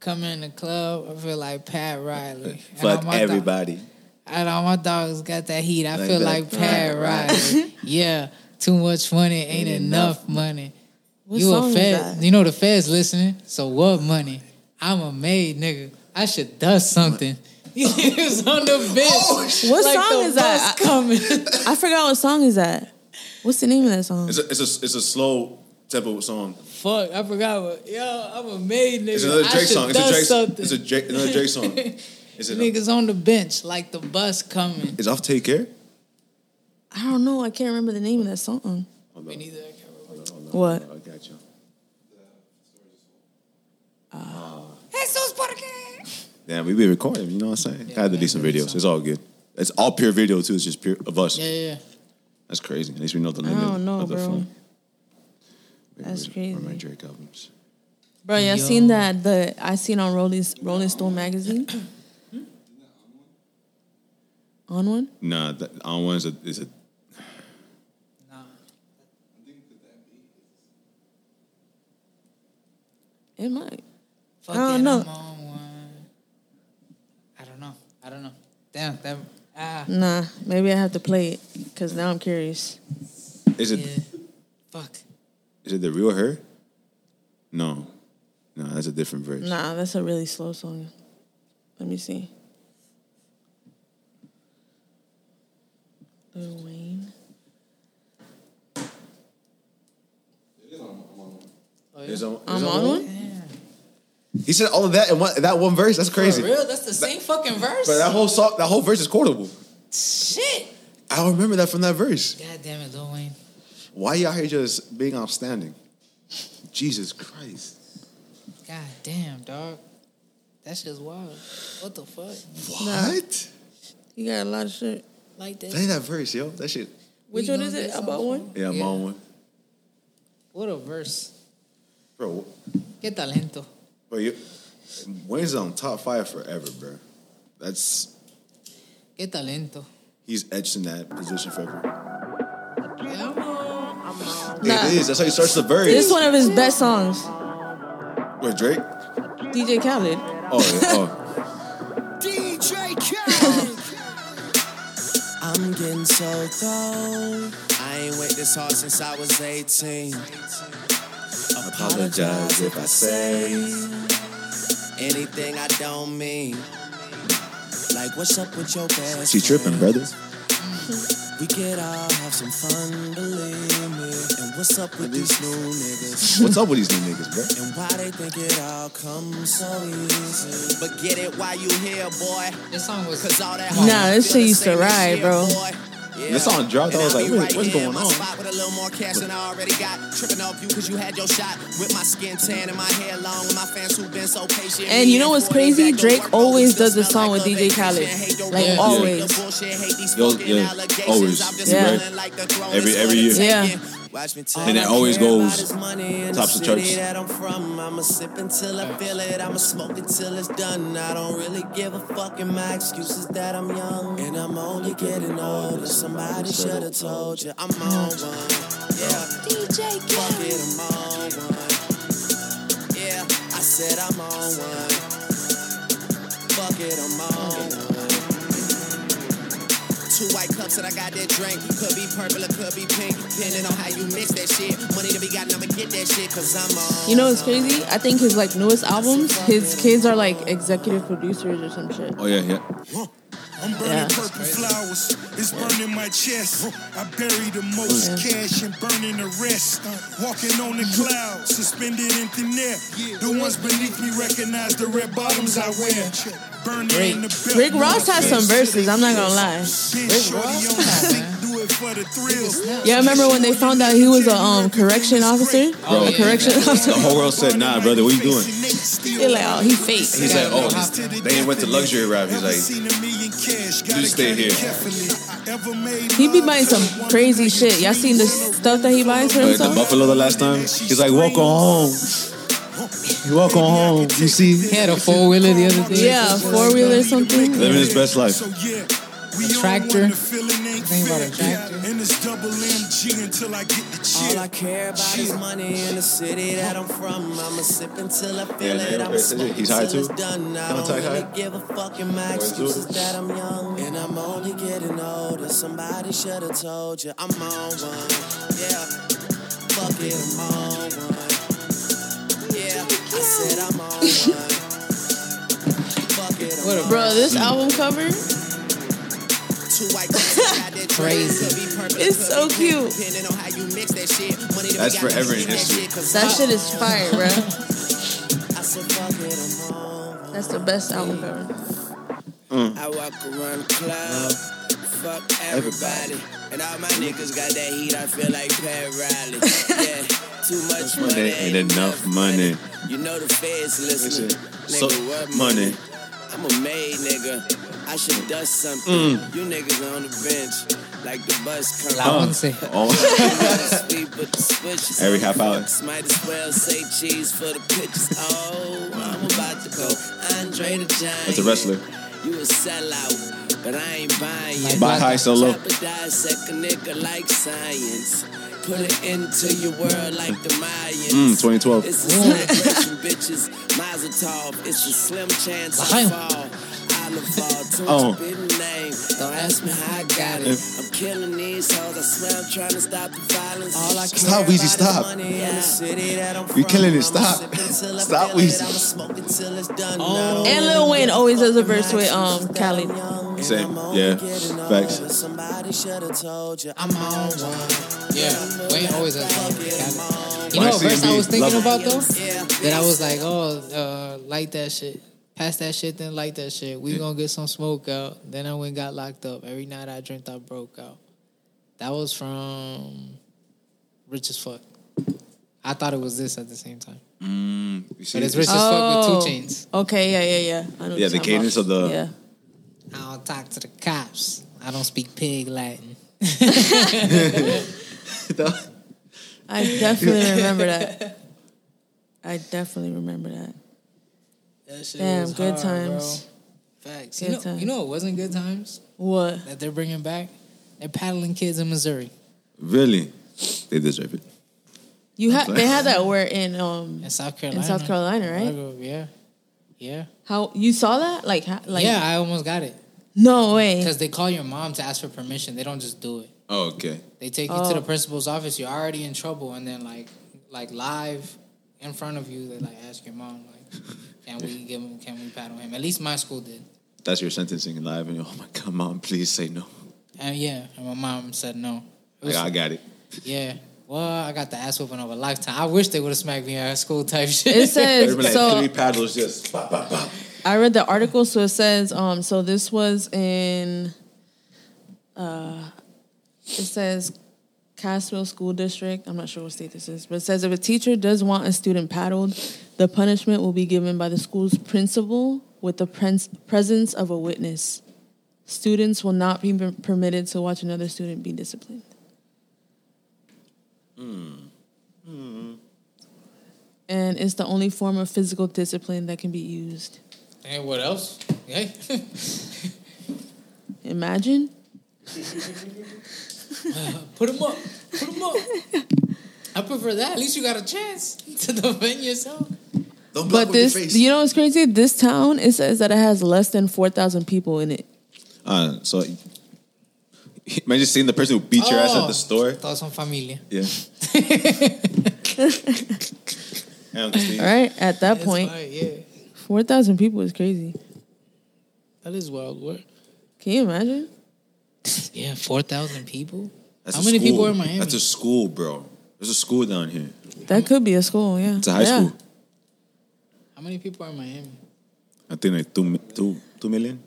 Speaker 3: come in the club, I feel like Pat Riley. And all
Speaker 1: Fuck
Speaker 3: my dog-
Speaker 1: everybody.
Speaker 3: and all my dogs got that heat. I
Speaker 1: Like
Speaker 3: feel
Speaker 1: that.
Speaker 3: like Pat Riley. yeah, too much money ain't, enough money.
Speaker 4: What
Speaker 3: you
Speaker 4: song
Speaker 3: a
Speaker 4: is
Speaker 3: fed?
Speaker 4: that?
Speaker 3: You know the feds listening. So what money? I'm a maid, nigga. I should dust something. he was on the bench.
Speaker 4: Oh, What
Speaker 3: like
Speaker 4: song
Speaker 3: the
Speaker 4: is that?
Speaker 3: bus Coming.
Speaker 4: I forgot what song is that. What's the name of that song?
Speaker 1: It's a, it's a it's a slow tempo song.
Speaker 3: Fuck, I forgot what. Yo, I'm a maid nigga.
Speaker 1: It's another
Speaker 3: I
Speaker 1: Drake
Speaker 3: should
Speaker 1: song. It's
Speaker 3: dust
Speaker 1: a Drake.
Speaker 3: something.
Speaker 1: It's a Drake, another Drake song. Is it?
Speaker 3: Niggas on the bench like the bus coming.
Speaker 1: Is off take care?
Speaker 4: I don't know. I can't remember the name of that song.
Speaker 1: Hold
Speaker 3: Me
Speaker 1: on,
Speaker 3: neither. I can't remember.
Speaker 1: hold on, hold on,
Speaker 4: What?
Speaker 1: hold on, I got you.
Speaker 7: Jesús, ¿por qué?
Speaker 1: Damn, we be recording. You know what I'm saying? I had to
Speaker 3: man,
Speaker 1: do some
Speaker 3: good
Speaker 1: videos.
Speaker 3: song.
Speaker 1: It's all good. It's all pure video too. It's just pure of us.
Speaker 3: Yeah, yeah.
Speaker 1: That's crazy. At least we know the
Speaker 4: I
Speaker 1: limit
Speaker 4: don't know,
Speaker 1: of the
Speaker 4: bro.
Speaker 1: phone.
Speaker 4: That's
Speaker 1: my
Speaker 4: crazy.
Speaker 1: Drake albums.
Speaker 4: Bro,
Speaker 3: Yo.
Speaker 4: y'all seen that? The I seen on Rolling Rolling Stone magazine. on one?
Speaker 1: Nah, that, on one's a, is a
Speaker 4: It might.
Speaker 3: Fuck
Speaker 4: I don't
Speaker 3: it,
Speaker 4: know.
Speaker 3: I'm on one. I don't know. I don't know. Damn, that. Ah,
Speaker 4: Nah, maybe I have to play it because now I'm curious.
Speaker 1: is it
Speaker 3: yeah. Fuck.
Speaker 1: is it the real her? No, no, that's a different verse.
Speaker 4: Nah, that's a really slow song. Let me see. Lil Wayne.
Speaker 3: Oh, yeah?
Speaker 1: Is on- is
Speaker 4: I'm on one.
Speaker 1: He said all of that in one, that one verse. That's crazy.
Speaker 3: For real? That's the same fucking verse?
Speaker 1: But that whole song, that whole verse is quotable.
Speaker 3: Shit.
Speaker 1: I remember that from that verse.
Speaker 3: God damn it, Lil Wayne.
Speaker 1: Why y'all here just being outstanding? Jesus Christ!
Speaker 3: God damn, dog. That's just wild. What the fuck?
Speaker 1: What?
Speaker 4: You got a lot of shit.
Speaker 3: Like
Speaker 1: Play
Speaker 3: that.
Speaker 1: that verse, yo. That shit.
Speaker 4: Which
Speaker 3: We
Speaker 4: one
Speaker 3: gonna
Speaker 4: is
Speaker 3: get
Speaker 4: it?
Speaker 3: some
Speaker 4: About one?
Speaker 1: Yeah, I'm
Speaker 3: Yeah.
Speaker 1: on one,
Speaker 3: What a verse.
Speaker 1: bro.
Speaker 3: Qué talento.
Speaker 1: But you, Wayne's on top five forever, bro. That's
Speaker 3: Qué talento.
Speaker 1: he's etched in that position forever.
Speaker 3: Yeah.
Speaker 4: Nah.
Speaker 1: It is. That's how he starts the verse.
Speaker 4: This is one of his best songs.
Speaker 1: With Drake.
Speaker 4: DJ Khaled.
Speaker 1: Oh, yeah, oh.
Speaker 10: I'm getting so cold. I ain't went this hard since I was 18.
Speaker 1: Apologize if I say.
Speaker 10: Anything I don't mean. Like, what's up with your best
Speaker 1: She tripping,
Speaker 10: friend?
Speaker 1: brother.
Speaker 10: We could all have some fun, believe me. And what's up with these new niggas?
Speaker 1: What's up with these new niggas, bro?
Speaker 10: And why they think it all comes so easy? But get it while you here, boy.
Speaker 3: This song was.
Speaker 10: Cause all that
Speaker 4: Nah, this shit used to ride, bro.
Speaker 1: This song dropped, I was like, wait, what's going on?
Speaker 10: With a little more cash than I already got. Tripping off you cause you had your shot. With my skin tan and my hair long. With my fans who've been so patient.
Speaker 4: And you know what's crazy? Drake always does this song with DJ Khaled. Like,
Speaker 10: Yeah.
Speaker 4: always.
Speaker 1: Yo, yeah, always.
Speaker 4: Yeah.
Speaker 1: Every- every year.
Speaker 4: Yeah.
Speaker 10: Watch me tell
Speaker 1: And it
Speaker 10: you.
Speaker 1: always
Speaker 10: Care about
Speaker 1: goes
Speaker 10: is money in
Speaker 1: tops
Speaker 10: the
Speaker 1: of charts.
Speaker 10: city That I'm from. I'ma sip until I feel it. I'ma smoke it till it's done. I don't really give a fuck. And my excuse is that I'm young. And I'm only getting older. Somebody should have told you I'm on one. Yeah. DJ Fuck it, I'm on one. Yeah, I said I'm on one. Fuck it, I'm on one. Two white cups that I got that drink. Could be purple or could be pink. Depending on how you mix that shit. Money to be gotten, I'ma get that shit. Cause I'm on.
Speaker 4: You know what's crazy? I think his like newest albums, his kids are like executive producers or some shit.
Speaker 1: Oh yeah, yeah.
Speaker 9: Huh. I'm burning
Speaker 4: Yeah.
Speaker 9: purple flowers. It's burning my chest. I bury the most cash and burning the rest. Walking on the cloud. Suspended in thin air. The ones beneath me recognize the red bottoms I wear. Burning in the belt.
Speaker 4: Rick Ross has some verses. I'm not gonna lie.
Speaker 9: Rick Ross. Do it for the thrills.
Speaker 4: Yeah, I remember when they found out he was a um, correction officer?
Speaker 1: Bro,
Speaker 4: a correction
Speaker 1: the
Speaker 4: officer.
Speaker 1: whole world said, "Nah, brother, what you doing?"
Speaker 4: They're like, oh, he fake.
Speaker 1: He's like, "Oh, they ain't went to luxury route." He's like, "You stay here."
Speaker 4: He be buying some crazy shit. Y'all seen the stuff that he buys for
Speaker 1: But the
Speaker 4: himself?
Speaker 1: Buffalo the last time, he's like, "Welcome home." You welcome home. You see,
Speaker 3: He had a four wheeler the other day.
Speaker 4: Yeah, four wheeler or something.
Speaker 1: living his best life.
Speaker 3: A tractor. Think about a tractor.
Speaker 9: And it's double MG until I get the
Speaker 10: All
Speaker 9: chill.
Speaker 10: I care about is money in the city that I'm from. I'ma sip until I feel
Speaker 1: Yeah,
Speaker 10: it. I'ma
Speaker 1: he's
Speaker 10: smoke
Speaker 1: high
Speaker 10: until it's
Speaker 1: too?
Speaker 10: done. I
Speaker 1: Don't
Speaker 10: don't
Speaker 1: take
Speaker 10: really
Speaker 1: high.
Speaker 10: give a fuck. And my excuses that I'm young and I'm only getting older. Somebody should have told you I'm on one. Yeah, fuck it, I'm on one. Yeah, I said I'm on one. Fuck it, I'm
Speaker 3: What a
Speaker 10: on
Speaker 4: Bro, this album cover,
Speaker 10: Two white girls got that
Speaker 3: Crazy.
Speaker 10: dress. Could be purple,
Speaker 4: It's
Speaker 10: could
Speaker 4: so
Speaker 10: be
Speaker 4: cute.
Speaker 10: pink, Depending on how you mix that shit. Money that we
Speaker 1: That's
Speaker 10: got, we
Speaker 1: forever in
Speaker 10: keep that
Speaker 1: history.
Speaker 10: shit, 'cause
Speaker 4: that
Speaker 10: I-
Speaker 4: shit is fire, bro.
Speaker 10: I said, fuck it, I'm on.
Speaker 4: That's the best album cover.
Speaker 10: I walk around the club, fuck everybody. And all my niggas got that heat, I feel like Pat Riley. Yeah, too much
Speaker 1: Money
Speaker 10: money.
Speaker 1: ain't enough money.
Speaker 10: You know the feds
Speaker 1: Listen,
Speaker 10: listening.
Speaker 1: so
Speaker 10: Nigga, what
Speaker 1: money.
Speaker 10: I'm a maid, nigga. I should dust something.
Speaker 1: Mm.
Speaker 10: You niggas on the bench, like the bus comes.
Speaker 3: La once.
Speaker 1: Oh, Every
Speaker 10: Every
Speaker 1: half hour.
Speaker 10: Might as well say cheese for the pictures. Oh, I'm about to go. Andre the Giant.
Speaker 1: that's a wrestler.
Speaker 10: You a sellout, but I ain't buying you.
Speaker 1: Buy high, sell low.
Speaker 10: Dissect a nigga like science. Put it into your world like the
Speaker 1: Mm,
Speaker 10: Mayans.
Speaker 1: 2012.
Speaker 10: It's a celebration, bitches. Mazel tov. It's a slim chance I
Speaker 3: Damn.
Speaker 10: fall. I fall to
Speaker 1: Oh.
Speaker 10: oh. big name. Don't ask me how I got it. I'm killing these hoes. I swear I'm trying to stop the violence. All I
Speaker 1: Stop, Weezy,
Speaker 10: care about is
Speaker 1: stop.
Speaker 10: money and the city that I'm
Speaker 1: You
Speaker 10: from.
Speaker 1: killing it,
Speaker 10: I'ma
Speaker 1: stop.
Speaker 10: sip until I
Speaker 1: Stop,
Speaker 10: feel it.
Speaker 1: Weezy.
Speaker 10: I'ma smoke until it's done.
Speaker 3: Oh.
Speaker 4: And Lil Wayne always does a verse with um Khaled.
Speaker 1: Same. Yeah. Facts.
Speaker 10: Somebody should have told you I'm on one.
Speaker 3: Yeah, Wayne always has that. You know what
Speaker 1: Lexi
Speaker 3: verse
Speaker 1: B,
Speaker 3: I was thinking
Speaker 1: love
Speaker 3: about though?
Speaker 10: Yeah.
Speaker 3: That I was like, oh, uh, like that shit. Pass that shit, then light that shit. We gonna get some smoke out. Then I went and got locked up. Every night I dreamt I broke out. That was from Rich as Fuck. I thought it was this at the same time.
Speaker 1: You see?
Speaker 3: But it's Rich as Fuck
Speaker 4: Oh.
Speaker 3: with two chains.
Speaker 4: Okay, yeah, yeah, yeah. I know what
Speaker 1: Yeah,
Speaker 4: you're
Speaker 1: the
Speaker 4: talking
Speaker 1: cadence
Speaker 4: about.
Speaker 1: of the-
Speaker 4: Yeah.
Speaker 3: I don't talk to the cops. I don't speak pig Latin.
Speaker 4: I definitely remember that. I definitely remember that.
Speaker 3: That shit
Speaker 4: Damn,
Speaker 3: was
Speaker 4: good
Speaker 3: hard,
Speaker 4: times.
Speaker 3: Bro. Facts.
Speaker 4: Good
Speaker 3: you, know,
Speaker 4: times.
Speaker 3: you know it wasn't good times
Speaker 4: What?
Speaker 3: that they're bringing back? They're paddling kids in Missouri
Speaker 1: Really, they deserve it.
Speaker 4: You had
Speaker 1: sorry.
Speaker 4: they had that word in um
Speaker 3: and South Carolina.
Speaker 4: South Carolina, right?
Speaker 3: Largo, yeah. Yeah.
Speaker 4: how you saw that? Like how, like
Speaker 3: yeah, I almost got it.
Speaker 4: no way.
Speaker 3: Because they call your mom to ask for permission. They don't just do it.
Speaker 1: Oh, okay.
Speaker 3: They take you
Speaker 4: Oh.
Speaker 3: to the principal's office. You're already in trouble, and then like, like live in front of you, they like ask your mom, like, "Can we give him? Can we paddle him?" At least my school did.
Speaker 1: That's your sentencing live, and you're, oh my god, mom, please say no.
Speaker 3: And yeah, and my mom said no. It
Speaker 1: Like,
Speaker 3: was-
Speaker 1: I got it.
Speaker 3: Yeah. Well, I got the ass whooping of a lifetime. I wish they would have smacked me at school type shit.
Speaker 4: It says
Speaker 1: Everybody like
Speaker 4: so
Speaker 1: three paddles, just pop, pop, pop.
Speaker 4: I read the article so it says um so this was in uh it says Cassville School District. I'm not sure what state this is, but it says if a teacher does want a student paddled, the punishment will be given by the school's principal with the pres- presence of a witness. Students will not be per- permitted to watch another student be disciplined. And it's the only form of physical discipline that can be used.
Speaker 3: And what else? Hey,
Speaker 4: Imagine.
Speaker 3: put them up. Put them up. I prefer that. At least you got a chance to defend yourself.
Speaker 1: Don't block
Speaker 4: But
Speaker 1: with your
Speaker 4: this,
Speaker 1: face.
Speaker 4: you know, what's crazy. This town, it says that it has less than four thousand people in it.
Speaker 1: Uh, so imagine seeing the person who beat your ass at
Speaker 3: Oh.
Speaker 1: the store.
Speaker 3: Todos son familia.
Speaker 1: Yeah. Uncle Steve.
Speaker 4: All right, at that
Speaker 3: That's
Speaker 4: point,
Speaker 3: why, yeah.
Speaker 4: four thousand people is crazy.
Speaker 3: That is wild work.
Speaker 4: Can you imagine?
Speaker 3: Yeah, 4,000 people?
Speaker 1: That's
Speaker 3: How
Speaker 1: a
Speaker 3: many people
Speaker 1: school.
Speaker 3: are in Miami?
Speaker 1: That's a school, bro. There's a school down here.
Speaker 4: That could be a school, yeah.
Speaker 1: It's a high
Speaker 4: Yeah.
Speaker 1: school.
Speaker 3: How many people are in Miami?
Speaker 1: I think like two, mi- two, two million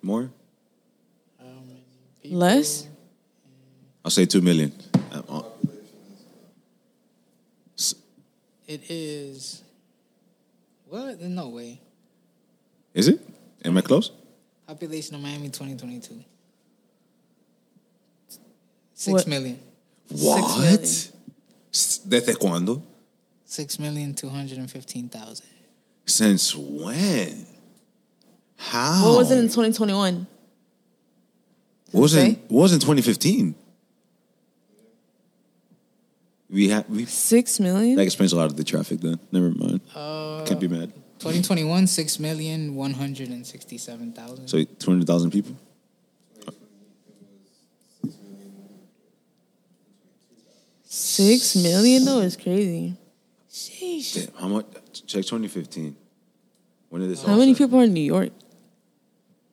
Speaker 1: more.
Speaker 4: Less?
Speaker 1: I'll say two million. Uh, uh,
Speaker 3: It is. What? No way.
Speaker 1: Is it? Am I close?
Speaker 3: Population of Miami 2022.
Speaker 4: What?
Speaker 3: Six million.
Speaker 1: What? S- Desde cuando?
Speaker 3: Six million two hundred and fifteen thousand.
Speaker 1: Since when? How?
Speaker 4: What was it in 2021?
Speaker 1: Wasn't wasn't 2015? We had we
Speaker 4: Six million?
Speaker 1: that explains a lot of the traffic. Then never mind.
Speaker 3: Uh,
Speaker 1: Can't be mad.
Speaker 3: 2021, 6,167,000.
Speaker 1: So 200,000 people.
Speaker 4: Six million though is crazy.
Speaker 1: Damn, how much? Check 2015. When did this?
Speaker 4: How
Speaker 1: all
Speaker 4: many
Speaker 1: start?
Speaker 4: people are in New York?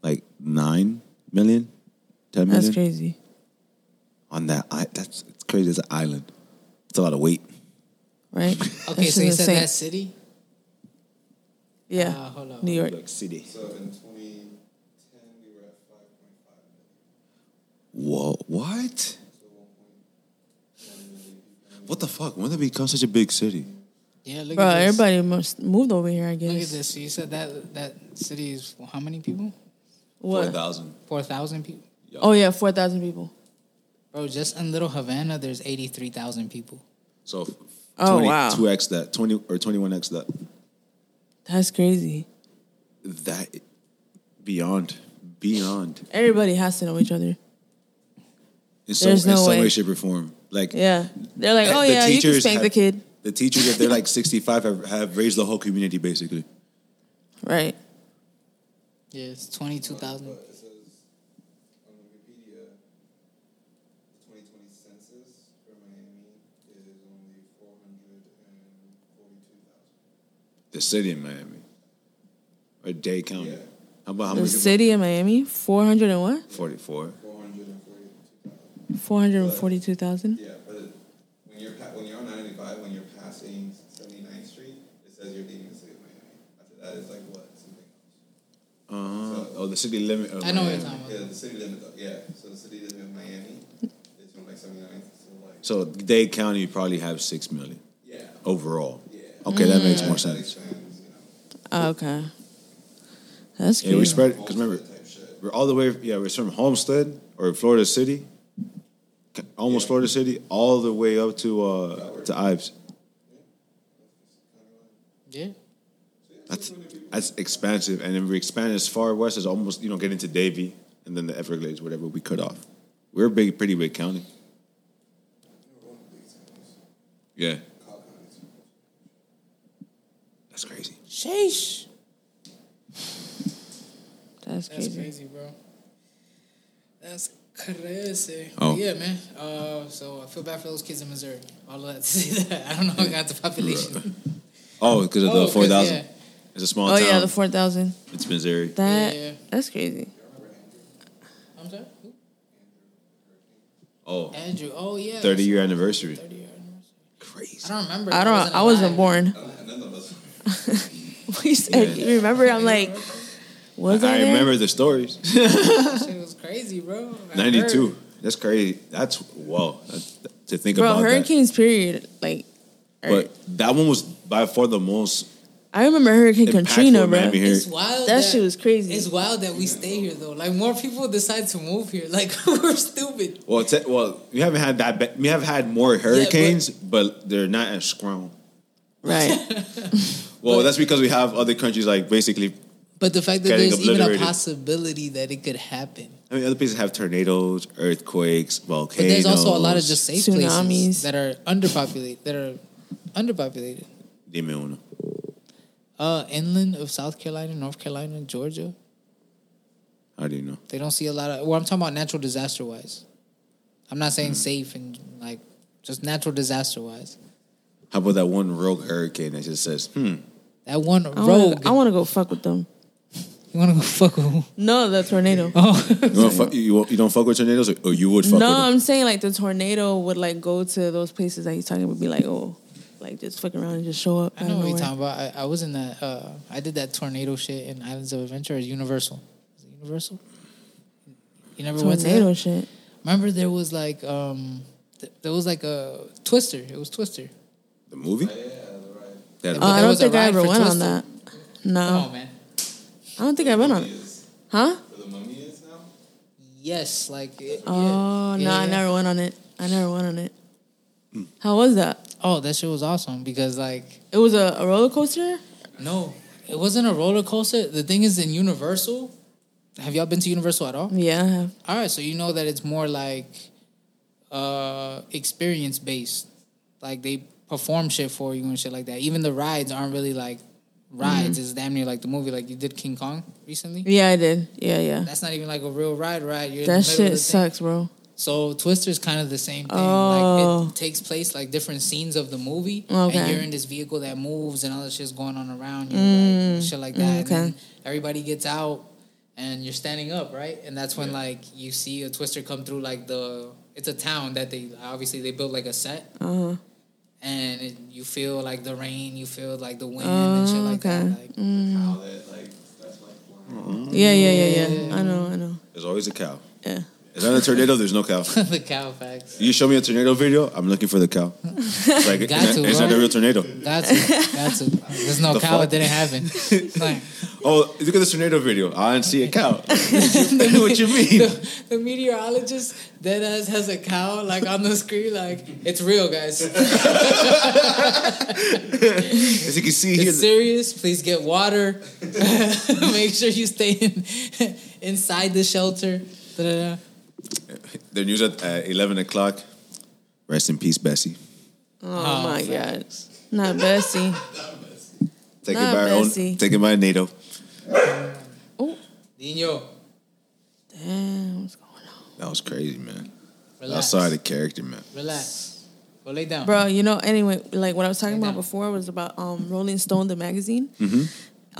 Speaker 1: Like nine million, ten million
Speaker 4: That's crazy.
Speaker 1: on that. I, that's it's crazy. It's an island. It's a lot of weight.
Speaker 4: Right?
Speaker 3: okay,
Speaker 4: That's
Speaker 3: so you
Speaker 4: just
Speaker 3: said
Speaker 4: insane.
Speaker 3: that city?
Speaker 4: Yeah.
Speaker 3: Uh, hold on.
Speaker 4: New York.
Speaker 1: Like city.
Speaker 2: So in 2010, we were at 5.5 million.
Speaker 1: Whoa! What? What the fuck? When did it become such a big city?
Speaker 3: Yeah, look
Speaker 4: Bro,
Speaker 3: at this.
Speaker 4: everybody must moved over here, I
Speaker 3: Look at
Speaker 4: guess.
Speaker 3: this. So you said that that city is for how many people?
Speaker 4: What?
Speaker 1: 4,000.
Speaker 3: 4,000 people?
Speaker 4: Oh yeah, four thousand people.
Speaker 3: Bro, just in Little Havana, there's 83,000 people.
Speaker 1: So,
Speaker 4: Oh, wow.
Speaker 1: 2x that, 20 or 21x that.
Speaker 4: That's crazy.
Speaker 1: That, beyond, beyond.
Speaker 4: Everybody has to know each other.
Speaker 1: In some,
Speaker 4: There's
Speaker 1: in
Speaker 4: no
Speaker 1: some way.
Speaker 4: way.
Speaker 1: shape, or form. Like,
Speaker 4: Yeah. They're like,
Speaker 1: the
Speaker 4: oh yeah, you can
Speaker 1: teachers
Speaker 4: spank
Speaker 1: have-
Speaker 4: the kid,
Speaker 1: The teachers, if they're like 65, have, have raised the whole community basically.
Speaker 4: right?
Speaker 3: Yeah, it's 22,000.
Speaker 2: But it says on Wikipedia, the 2020 census for Miami is only 442,000.
Speaker 1: The city in Miami. Or Dade County. How about how
Speaker 4: The
Speaker 1: many
Speaker 4: city of Miami, four hundred and what?
Speaker 1: people? 44.
Speaker 2: 442,000.
Speaker 4: Four hundred and forty-two thousand.
Speaker 2: Yeah, but it- when you're pa- when you're on 95, when you're passing 79th Street, it says you're leaving the city of Miami. After that, it's like what? Something else.
Speaker 1: Uh, oh, the city limit. Of
Speaker 3: I know what you're
Speaker 1: Miami.
Speaker 3: talking about.
Speaker 2: Yeah, the city limit. Though. Yeah, so the city limit of Miami is from like 79th to like
Speaker 1: So, Dade County probably have 6 million
Speaker 2: yeah.
Speaker 1: overall. Okay, that makes more
Speaker 2: That
Speaker 1: sense.
Speaker 2: expands, you know,
Speaker 4: Oh, okay, that's
Speaker 1: Yeah, we
Speaker 4: crazy.
Speaker 1: spread because remember,
Speaker 2: type shit.
Speaker 1: we're all the way. Yeah, we're from Homestead or Florida City, ca- almost Florida City, all the way up to uh, to Ives.
Speaker 3: Yeah.
Speaker 1: That's that's expansive, and then we expand as far west as almost you know getting to Davie, and then the Everglades, whatever we cut off. We're a big, pretty big county. Yeah, that's crazy.
Speaker 4: Sheesh. That's
Speaker 3: That's
Speaker 4: crazy.
Speaker 3: crazy, bro. That's crazy.
Speaker 1: Oh.
Speaker 3: Yeah, man. Uh, so I feel bad for those kids in Missouri. All of that to see that. I don't know. I got the population.
Speaker 1: Oh, because of
Speaker 3: Oh,
Speaker 1: the
Speaker 3: 'cause,
Speaker 1: four thousand.
Speaker 3: yeah.
Speaker 1: It's a small
Speaker 4: Oh
Speaker 1: town.
Speaker 4: yeah, the four thousand.
Speaker 1: it's Missouri.
Speaker 4: That
Speaker 3: Yeah.
Speaker 4: that's crazy.
Speaker 3: I'm sorry. Who?
Speaker 1: Oh,
Speaker 3: Andrew. Oh yeah.
Speaker 1: 30 year anniversary.
Speaker 3: Thirty year anniversary. I
Speaker 1: Crazy.
Speaker 3: don't remember.
Speaker 4: I don't. I
Speaker 3: alive.
Speaker 4: wasn't born.
Speaker 2: None of us.
Speaker 4: you said
Speaker 1: Yeah.
Speaker 4: you remember? I'm like, was I,
Speaker 1: I
Speaker 4: there?
Speaker 1: remember the stories.
Speaker 3: That shit was crazy, bro. I
Speaker 1: Ninety-two.
Speaker 3: heard.
Speaker 1: That's crazy. That's whoa. That, to think
Speaker 4: Bro,
Speaker 1: about
Speaker 4: hurricanes. Period. Like,
Speaker 1: that. But that one was by far the most.
Speaker 4: I remember Hurricane
Speaker 1: Impactful
Speaker 4: Katrina,
Speaker 1: in
Speaker 4: bro.
Speaker 1: Miami here.
Speaker 3: It's wild.
Speaker 4: That shit was crazy.
Speaker 3: It's wild that we stay here though. Like more people decide to move here. Like we're stupid.
Speaker 1: Well, te- well, we haven't had that. Ba- we have had more hurricanes, but, they're not as strong.
Speaker 4: Right.
Speaker 1: Well, that's because we have other countries like basically.
Speaker 3: But the fact that
Speaker 1: Getting
Speaker 3: there's even a
Speaker 1: obliterated.
Speaker 3: possibility that it could happen.
Speaker 1: I mean, other places have tornadoes, earthquakes,
Speaker 3: But
Speaker 1: volcanoes.
Speaker 3: there's also a lot of just safe
Speaker 4: Tsunamis.
Speaker 3: places that are underpopulated. That are underpopulated.
Speaker 1: Dime uno.
Speaker 3: Uh, inland of South Carolina, North Carolina, Georgia.
Speaker 1: How do you know?
Speaker 3: They don't see a lot of. Well, I'm talking about natural disaster wise. I'm not
Speaker 1: Mm.
Speaker 3: saying safe and like just natural disaster wise.
Speaker 1: How about that one rogue hurricane that just says, "Hmm,
Speaker 3: That one
Speaker 4: I wanna-
Speaker 3: rogue.
Speaker 4: I want to go fuck with them.
Speaker 3: You want to go fuck with who?
Speaker 4: No, the tornado.
Speaker 1: You, wanna fuck, you, won't- you don't fuck with tornadoes, or, or you would fuck
Speaker 4: No,
Speaker 1: with them?
Speaker 4: I'm saying like the tornado would like go to those places that he's talking about, be like, oh, like just fuck around and just show up.
Speaker 3: I know what you're talking about. I, I was in that. Uh, I did that tornado shit in Islands of Adventure. At Universal. Is it Universal. You never went to that?
Speaker 4: Tornado shit.
Speaker 3: Remember, there was like um, th- there was like a Twister. It was Twister.
Speaker 1: The movie? That-
Speaker 4: Oh, I
Speaker 3: there
Speaker 4: don't
Speaker 3: was a
Speaker 4: think I
Speaker 3: ride
Speaker 4: ever
Speaker 3: for Oh.
Speaker 4: went on
Speaker 3: Twister.
Speaker 4: that. No,
Speaker 3: Come on, man.
Speaker 4: I don't think I went on it. Huh?
Speaker 3: Yes, like. It,
Speaker 4: Oh
Speaker 3: yeah,
Speaker 4: no,
Speaker 3: yeah.
Speaker 4: I never went on it. I never went on it. How was that?
Speaker 3: Oh, that shit was awesome because like
Speaker 4: It was a, a roller coaster.
Speaker 3: no, it wasn't a roller coaster. The thing is, in Universal, have y'all been to Universal at all?
Speaker 4: Yeah, I have.
Speaker 3: All right, so you know that it's more like uh experience based. Like they perform shit for you and shit like that. Even the rides aren't really like rides.
Speaker 4: Mm-hmm.
Speaker 3: It's damn near like the movie like you did King Kong recently.
Speaker 4: yeah, I did. Yeah, yeah.
Speaker 3: That's not even like a real ride ride. You're in the
Speaker 4: That
Speaker 3: middle of the
Speaker 4: shit
Speaker 3: thing.
Speaker 4: sucks, bro.
Speaker 3: So Twister's kind of the same thing.
Speaker 4: Oh.
Speaker 3: Like it takes place like different scenes of the movie, and
Speaker 4: Okay.
Speaker 3: you're in this vehicle that moves, and all this shit's going on around you, like, shit like that. And
Speaker 4: Mm, okay.
Speaker 3: then everybody gets out, and you're standing up, right? And that's when like you see a Twister come through, like the it's a town that they obviously they built like a set,
Speaker 4: Uh huh.
Speaker 3: and it, you feel like the rain, you feel like the wind and shit like that.
Speaker 4: Oh, okay.
Speaker 3: Like,
Speaker 4: Yeah, yeah, yeah, yeah. I know, I know.
Speaker 1: There's always a cow.
Speaker 4: Yeah.
Speaker 1: Is that a tornado? There's no cow.
Speaker 3: the Calfax.
Speaker 1: You show me a tornado video, I'm looking for the cow. It's like, it's,
Speaker 3: Got
Speaker 1: not,
Speaker 3: to,
Speaker 1: it's not
Speaker 3: bro.
Speaker 1: a real tornado.
Speaker 3: Got to, got to. There's no
Speaker 1: The
Speaker 3: cow.
Speaker 1: fuck?
Speaker 3: It didn't happen. Like,
Speaker 1: Oh, look at this tornado video. I didn't see a cow. what you mean?
Speaker 3: The meteorologist dead ass has a cow like on the screen, like it's real, guys.
Speaker 1: As you can see here,
Speaker 3: It's serious. Please get water. Make sure you stay in, inside the shelter. Da-da-da.
Speaker 1: the news at uh, 11 o'clock. Rest in peace, Bessie.
Speaker 4: Oh, my god. Not Bessie.
Speaker 1: Taken
Speaker 4: Not
Speaker 1: by our
Speaker 4: Bessie.
Speaker 1: own, taken by NATO.
Speaker 3: Nino,
Speaker 4: Damn, what's going on?
Speaker 1: That was crazy, man.
Speaker 3: relax.
Speaker 1: Outside of character, man.
Speaker 3: Relax. Go lay down.
Speaker 4: Bro, you know, anyway, like what I was talking
Speaker 3: Right
Speaker 4: about
Speaker 3: now.
Speaker 4: before was about um, Rolling Stone, the magazine.
Speaker 1: Mm-hmm.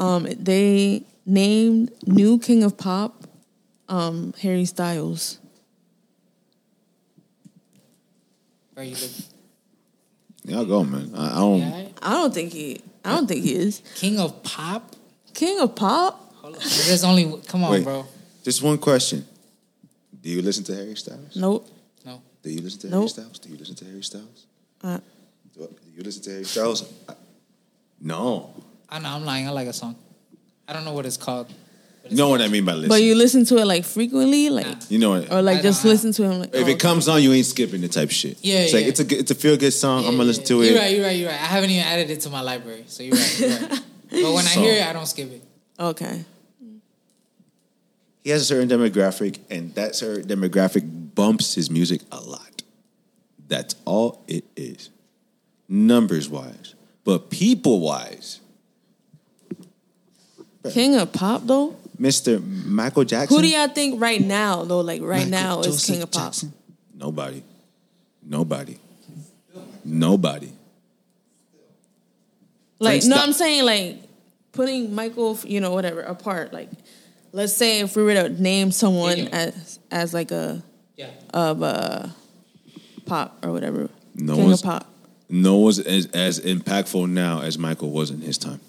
Speaker 4: Um, they named new king of pop um, Harry Styles.
Speaker 3: Where you look.
Speaker 1: Y'all go, man. I, I don't.
Speaker 3: Yeah, alright?
Speaker 4: I don't think he. I don't think he is
Speaker 3: King of pop.
Speaker 4: king of pop.
Speaker 3: Hold on. There's only come on,
Speaker 1: Wait.
Speaker 3: bro.
Speaker 1: Just one question. Do you listen to Harry Styles?
Speaker 4: Nope.
Speaker 3: No.
Speaker 1: Do you listen to Harry
Speaker 4: Nope.
Speaker 1: Styles? Do you listen to Harry Styles?
Speaker 4: Uh,
Speaker 1: Do do you listen to Harry Styles? I- no.
Speaker 3: I know. I'm lying. I like a song. I don't know what it's called.
Speaker 1: You know what I mean by listen.
Speaker 4: but you listen to it like frequently, like
Speaker 1: you know what?
Speaker 4: or like
Speaker 3: I
Speaker 4: just
Speaker 3: don't-
Speaker 4: listen to him. Like,
Speaker 1: if
Speaker 4: oh,
Speaker 1: it comes on, you ain't skipping the type shit.
Speaker 3: Yeah,
Speaker 1: it's like
Speaker 3: yeah.
Speaker 1: it's a good- it's a feel good song. I'm gonna listen to it.
Speaker 3: You're right. You're right. You're right. I haven't even added it to my library, so you're right. You're right. but when I hear it, I don't skip it.
Speaker 4: okay.
Speaker 1: He has a certain demographic, and that certain demographic bumps his music a lot. That's all it is, numbers wise, but people wise,
Speaker 4: King of pop though.
Speaker 1: Mr. Michael Jackson.
Speaker 4: Who do y'all think right now though? Like right
Speaker 1: Michael
Speaker 4: now is
Speaker 1: Joseph
Speaker 4: king of pop.
Speaker 1: Jackson. Nobody. Nobody. Nobody.
Speaker 4: Like
Speaker 1: Frank,
Speaker 4: no,
Speaker 1: stop.
Speaker 4: I'm saying like putting Michael, you know, whatever apart. Like, let's say if we were to name someone
Speaker 3: Yeah.
Speaker 4: as as like a
Speaker 3: Yeah.
Speaker 4: of uh pop or whatever
Speaker 1: No
Speaker 4: king
Speaker 1: one's-
Speaker 4: of pop.
Speaker 1: No one's as, as impactful now as Michael was in his time.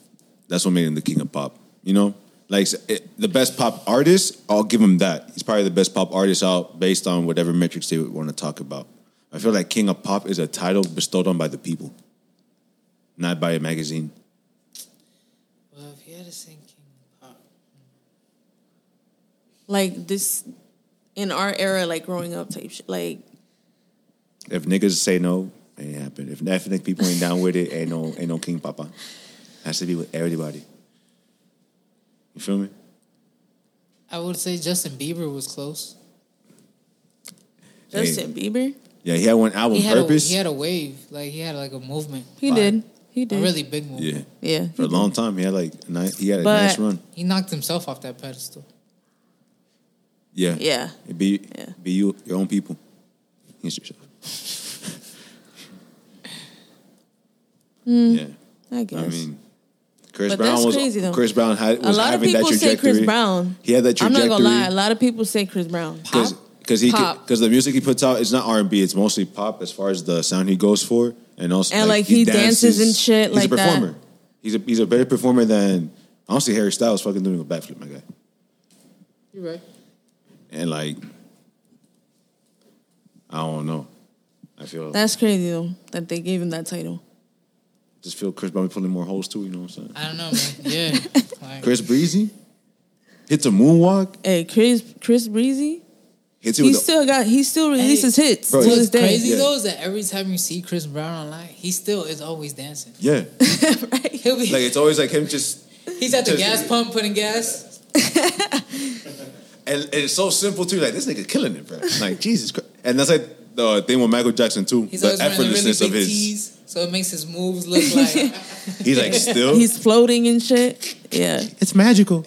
Speaker 1: That's what made him the king of pop. You know, like it, the best pop artist, I'll give him that. He's probably the best pop artist out based on whatever metrics they would want to talk about. I feel like king of pop is a title bestowed on by the people, not by a magazine.
Speaker 3: Well, if you had to sing King of Pop,
Speaker 4: Like this in our era, like growing up type shit. Like
Speaker 1: If niggas say no, ain't happen. If ethnic people ain't down with it, ain't no ain't no king papa. Has to be with everybody. You feel me?
Speaker 3: I would say Justin Bieber was close.
Speaker 1: Hey.
Speaker 4: Justin Bieber,
Speaker 1: Yeah, he had one album
Speaker 3: He had
Speaker 1: purpose.
Speaker 3: a he had a wave, like he had like a movement,
Speaker 4: he
Speaker 1: Fine.
Speaker 4: did, he
Speaker 3: a
Speaker 4: did,
Speaker 3: really big movement.
Speaker 1: yeah,
Speaker 4: yeah.
Speaker 1: for a long time he had like a nice, he had a
Speaker 4: But-
Speaker 1: nice run.
Speaker 3: He knocked himself off that pedestal.
Speaker 1: Yeah,
Speaker 4: Yeah.
Speaker 1: It be
Speaker 4: Yeah.
Speaker 1: be you your own people. It's yourself. yeah,
Speaker 4: I guess.
Speaker 1: I mean, Chris
Speaker 4: Hmm. But
Speaker 1: Brown
Speaker 4: that's
Speaker 1: was
Speaker 4: crazy, though.
Speaker 1: Chris Brown had
Speaker 4: A
Speaker 1: was
Speaker 4: lot of
Speaker 1: having
Speaker 4: people
Speaker 1: that
Speaker 4: say
Speaker 1: trajectory.
Speaker 4: Chris Brown.
Speaker 1: He had that trajectory.
Speaker 4: I'm not gonna lie. A lot of people say Chris Brown.
Speaker 1: Cause, cause he
Speaker 4: Pop.
Speaker 1: because the music he puts out is not R and B. It's mostly pop as far as the sound he goes for, and also
Speaker 4: And, like, he dances and
Speaker 1: He's
Speaker 4: shit
Speaker 1: a
Speaker 4: like that.
Speaker 1: performer. He's a he's a better performer than honestly Harry Styles fucking doing a backflip, my guy.
Speaker 3: You're right.
Speaker 1: And like, I don't know. I feel
Speaker 4: That's crazy though that they gave him that title.
Speaker 1: just feel Chris Brown pulling more holes too. You know what I'm saying?
Speaker 3: I don't know, man. Yeah. Like,
Speaker 1: Chris Breezy hits a moonwalk.
Speaker 4: Hey, Chris Chris Breezy.
Speaker 1: Hits it
Speaker 4: He
Speaker 1: with the-
Speaker 4: still got. He still releases hits
Speaker 1: Bro,
Speaker 4: to
Speaker 1: yeah.
Speaker 4: this
Speaker 1: What's
Speaker 4: day.
Speaker 3: crazy
Speaker 1: Yeah.
Speaker 3: though is that every time you see Chris Brown online, he still is always dancing.
Speaker 1: yeah.
Speaker 3: He'll be
Speaker 1: Like it's always like him just
Speaker 3: he's at the
Speaker 1: just-
Speaker 3: gas pump putting gas.
Speaker 1: and, and it's so simple too. Like this nigga killing it, bro. Like Jesus Christ. And that's like the thing with Michael Jackson too.
Speaker 3: He's
Speaker 1: the
Speaker 3: always wearing the really
Speaker 1: effortlessness
Speaker 3: big
Speaker 1: of his.
Speaker 3: tees, so it makes his moves look like
Speaker 1: He's like still.
Speaker 4: He's floating and shit. Yeah.
Speaker 1: it's magical.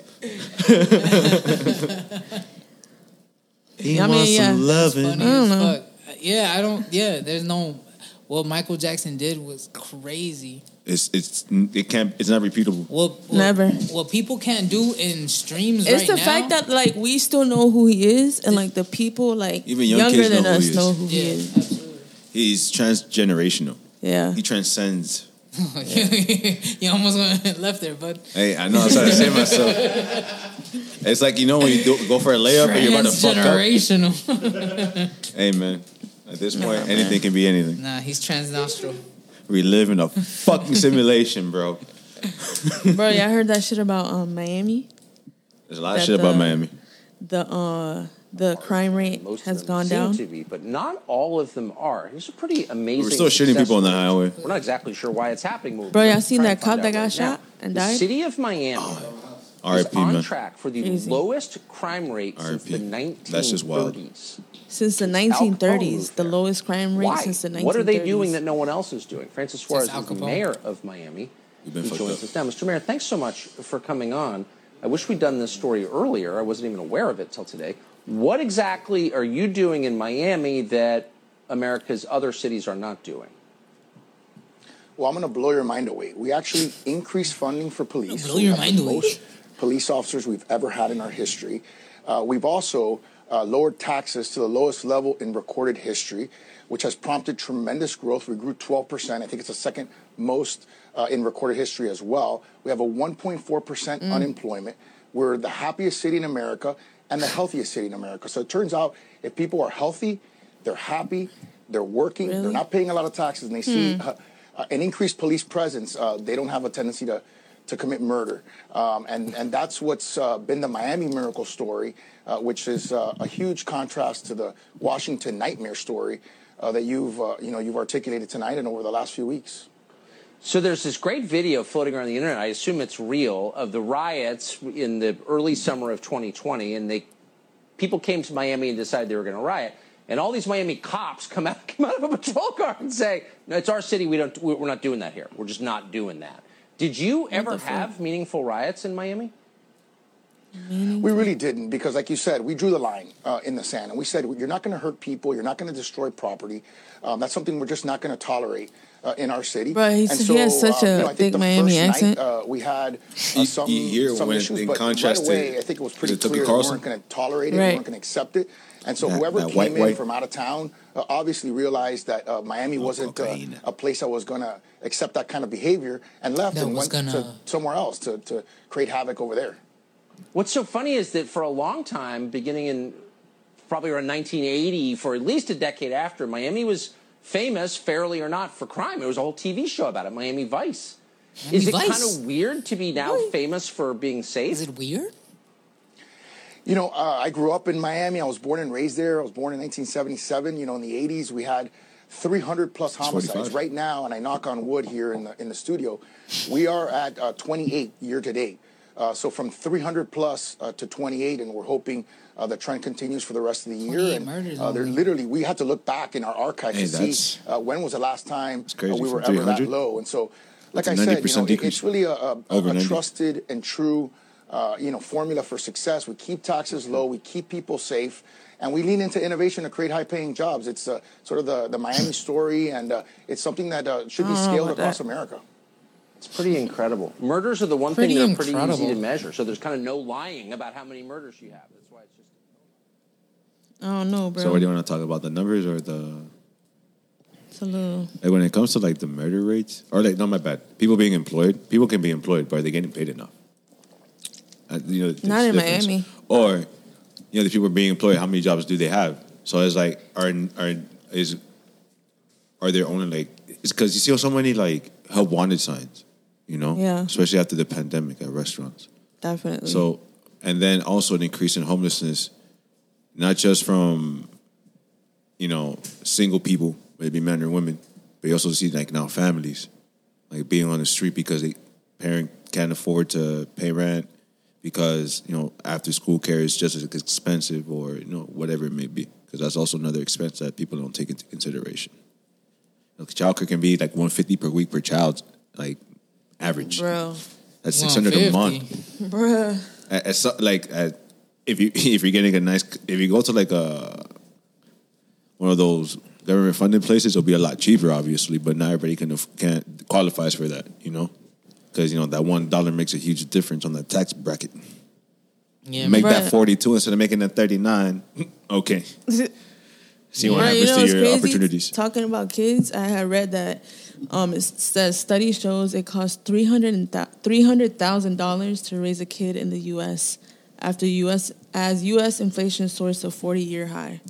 Speaker 1: he
Speaker 4: I mean,
Speaker 1: wants
Speaker 4: yeah.
Speaker 1: some loving.
Speaker 3: funny
Speaker 4: I don't
Speaker 3: as
Speaker 4: know.
Speaker 3: fuck. Yeah, I don't. Yeah, there's no. What Michael Jackson did was crazy.
Speaker 1: It's it's it can't it's not repeatable.
Speaker 3: What, what
Speaker 4: Never.
Speaker 3: What people can't do in streams
Speaker 4: It's
Speaker 3: right
Speaker 4: the
Speaker 3: now.
Speaker 4: fact that like we still know who he is, and like the people like
Speaker 1: Even young
Speaker 4: younger
Speaker 1: kids
Speaker 4: than
Speaker 1: know who he is.
Speaker 4: us know who
Speaker 3: yeah,
Speaker 4: he is.
Speaker 3: absolutely.
Speaker 1: He's transgenerational.
Speaker 4: Yeah.
Speaker 1: He transcends.
Speaker 3: you almost went left there, bud.
Speaker 1: Hey, I know I am trying to say myself. It's like you know when you do, go for a layup and you're about to fuck up.
Speaker 3: Transgenerational.
Speaker 1: Hey man, at this point anything can be anything.
Speaker 3: nah, he's transnostril.
Speaker 1: We live in a fucking simulation, bro.
Speaker 4: Bro, yeah, I heard that shit about um, Miami.
Speaker 1: There's a lot of
Speaker 4: That
Speaker 1: shit about
Speaker 4: the-
Speaker 1: Miami.
Speaker 4: The uh the crime rate
Speaker 11: Most
Speaker 4: has
Speaker 11: of them
Speaker 4: gone
Speaker 11: seem
Speaker 4: down.
Speaker 11: to be, but not all of them are. It's a pretty amazing.
Speaker 1: We're still shitting people on the
Speaker 11: success
Speaker 1: highway.
Speaker 11: rate. We're not exactly sure why it's happening. but
Speaker 4: Bro,
Speaker 11: we're
Speaker 4: y'all seen
Speaker 11: trying
Speaker 4: that
Speaker 11: to find
Speaker 4: cop that
Speaker 11: out
Speaker 4: got
Speaker 11: right
Speaker 4: shot
Speaker 11: now.
Speaker 4: and
Speaker 11: the
Speaker 4: died?
Speaker 11: city of
Speaker 1: Oh,
Speaker 11: Miami is
Speaker 1: R.I.P.
Speaker 11: on
Speaker 1: man.
Speaker 11: track for the
Speaker 4: Crazy.
Speaker 11: lowest crime rate since
Speaker 1: R.I.P..
Speaker 11: the 1930s.
Speaker 1: That's just wild.
Speaker 4: Since the
Speaker 11: Capone
Speaker 4: 1930s,
Speaker 11: moved
Speaker 4: the
Speaker 11: there.
Speaker 4: lowest crime rate
Speaker 11: Why?
Speaker 4: since the 1930s.
Speaker 11: What are they doing that no one else is doing? Francis Suarez
Speaker 3: Al
Speaker 11: is the
Speaker 3: Capone.
Speaker 11: mayor of Miami.
Speaker 1: We've been
Speaker 11: who
Speaker 1: fucked
Speaker 11: joins
Speaker 1: up.
Speaker 11: us now. Mr. Mayor, thanks so much for coming on. I wish we'd done this story earlier. I wasn't even aware of it till today. What exactly are you doing in Miami that America's other cities are not doing?
Speaker 12: Well, I'm going to blow your mind away. We actually increased funding for police.
Speaker 3: Blow
Speaker 12: We
Speaker 3: your
Speaker 12: have the
Speaker 3: mind away.
Speaker 12: most Police officers we've ever had in our history. Uh, we've also uh, lowered taxes to the lowest level in recorded history, which has prompted tremendous growth. We grew 12%. I think it's the second most uh, in recorded history as well. We have a 1.4% unemployment. We're the happiest city in America and the healthiest city in America. So it turns out if people are healthy, they're happy, they're working, they're
Speaker 4: Really?
Speaker 12: not paying a lot of taxes, and they see uh, uh, an increased police presence, uh, they don't have a tendency to, to commit murder. Um, and, and that's what's uh, been the Miami miracle story, uh, which is uh, a huge contrast to the Washington nightmare story uh, that you've, uh, you know, you've articulated tonight and over the last few weeks.
Speaker 11: So there's this great video floating around the internet. I assume it's real of the riots in the early summer of 2020, and they people came to Miami and decided they were going to riot, and all these Miami cops come out come out of a patrol car and say, "No, it's our city. We don't. We're not doing that here. We're just not doing that." Did you ever
Speaker 4: the fuck?
Speaker 11: have meaningful riots in Miami?
Speaker 12: We really didn't because, like you said, we drew the line uh, in the sand, and we said you're not going to hurt people, you're not going to destroy property. Um, that's something we're just not going to tolerate uh, in our city.
Speaker 4: Bro, he
Speaker 12: and um,
Speaker 4: said he has such a
Speaker 12: you know, I think
Speaker 4: big
Speaker 12: the
Speaker 4: Miami
Speaker 12: first night,
Speaker 4: accent.
Speaker 12: uh, we had uh,
Speaker 1: You-
Speaker 12: some,
Speaker 1: you hear
Speaker 12: some
Speaker 1: when-
Speaker 12: issues,
Speaker 1: in
Speaker 12: but
Speaker 1: contrast to-
Speaker 12: right away, I think it was pretty
Speaker 1: it Tucker
Speaker 12: clear
Speaker 1: Carlson?
Speaker 12: we weren't going to tolerate it,
Speaker 4: Right.
Speaker 12: we weren't going to accept it, and so
Speaker 1: That-
Speaker 12: whoever
Speaker 1: that
Speaker 12: came
Speaker 1: white-
Speaker 12: in
Speaker 1: white- Oh,
Speaker 12: from out of town uh, obviously realized that uh, Miami wasn't uh,
Speaker 1: cocaine.
Speaker 12: a place that was going to accept that kind of behavior and left
Speaker 3: That
Speaker 12: and
Speaker 3: was
Speaker 12: went to
Speaker 3: gonna-
Speaker 12: somewhere else to, to create havoc over there.
Speaker 11: What's so funny is that for a long time, beginning in probably around 1980, for at least a decade after, Miami was famous, fairly or not, for crime. There was a whole TV show about it, Miami Vice. is it
Speaker 3: Miami Vice?
Speaker 11: kind of weird to be now famous for being safe?
Speaker 3: Is it weird?
Speaker 12: You know, uh, I grew up in Miami. I was born and raised there. I was born in 1977. You know, in the 80s, we had 300 plus homicides.
Speaker 1: 45.
Speaker 12: Right now, and I knock on wood here in the in the studio, we are at uh, 28 year to date. Uh, so from 300 plus uh, to 28, and we're hoping uh, the trend continues for the rest of the year.
Speaker 3: 28
Speaker 12: And
Speaker 3: murders
Speaker 12: uh, they're
Speaker 3: only.
Speaker 12: literally, we had to look back in our archives
Speaker 1: Hey,
Speaker 12: to
Speaker 1: that's-
Speaker 12: see uh, when was the last time uh,
Speaker 1: crazy,
Speaker 12: we
Speaker 1: from
Speaker 12: were ever that
Speaker 1: 300?
Speaker 12: low. And so, like
Speaker 1: That's a
Speaker 12: I said, you
Speaker 1: 90%
Speaker 12: know, it-
Speaker 1: decrease.
Speaker 12: it's really a, a,
Speaker 1: Over
Speaker 12: a
Speaker 1: 90.
Speaker 12: trusted and true uh, you know, formula for success. We keep taxes low, we keep people safe, and we lean into innovation to create high-paying jobs. It's uh, sort of the, the Miami story, and uh, it's something that uh, should be
Speaker 4: I don't know
Speaker 12: scaled
Speaker 4: about
Speaker 12: across
Speaker 4: that.
Speaker 12: America.
Speaker 11: It's pretty incredible. Murders are the one
Speaker 3: Pretty
Speaker 11: thing that are
Speaker 3: incredible.
Speaker 11: pretty easy to measure. So there's kind of no lying about how many murders you have. That's why it's just
Speaker 4: I don't know, bro.
Speaker 1: So, what do you want to talk about? The numbers or the
Speaker 4: it's a little.
Speaker 1: like when it comes to like the murder rates or like not my bad people being employed. People can be employed, but are they getting paid enough? Uh, you know,
Speaker 4: Not
Speaker 1: there's
Speaker 4: in
Speaker 1: difference.
Speaker 4: Miami.
Speaker 1: Or you know, the people being employed. How many jobs do they have? So it's like are are is are there only like it's because you see so many like help wanted signs, you know,
Speaker 4: Yeah.
Speaker 1: especially after the pandemic at restaurants.
Speaker 4: Definitely.
Speaker 1: So, and then also an increase in homelessness, not just from, you know, single people, maybe men or women, but you also see like now families, like being on the street because they parent can't afford to pay rent because you know after school care is just as expensive or you know whatever it may be because that's also another expense that people don't take into consideration. Like childcare can be like one fifty per week per child, like average.
Speaker 4: Bro.
Speaker 1: That's six hundred a month
Speaker 4: Bruh.
Speaker 1: at, at so- like at, if you if you're getting a nice if you go to like a one of those government funded places, it'll be a lot cheaper, obviously. But not everybody can aff- can qualifies for that, you know, because you know that one dollar makes a huge difference on the tax bracket.
Speaker 3: Yeah,
Speaker 1: make
Speaker 4: Bruh.
Speaker 1: that forty two instead of making that thirty nine. Okay, see what
Speaker 4: Bro,
Speaker 1: happens
Speaker 4: you know
Speaker 1: to
Speaker 4: what's
Speaker 1: your
Speaker 4: crazy?
Speaker 1: opportunities.
Speaker 4: Talking about kids, I had read that um, it says study shows it costs three hundred thousand dollars to raise a kid in the U.S. after U.S. as U.S. inflation soars to forty year high.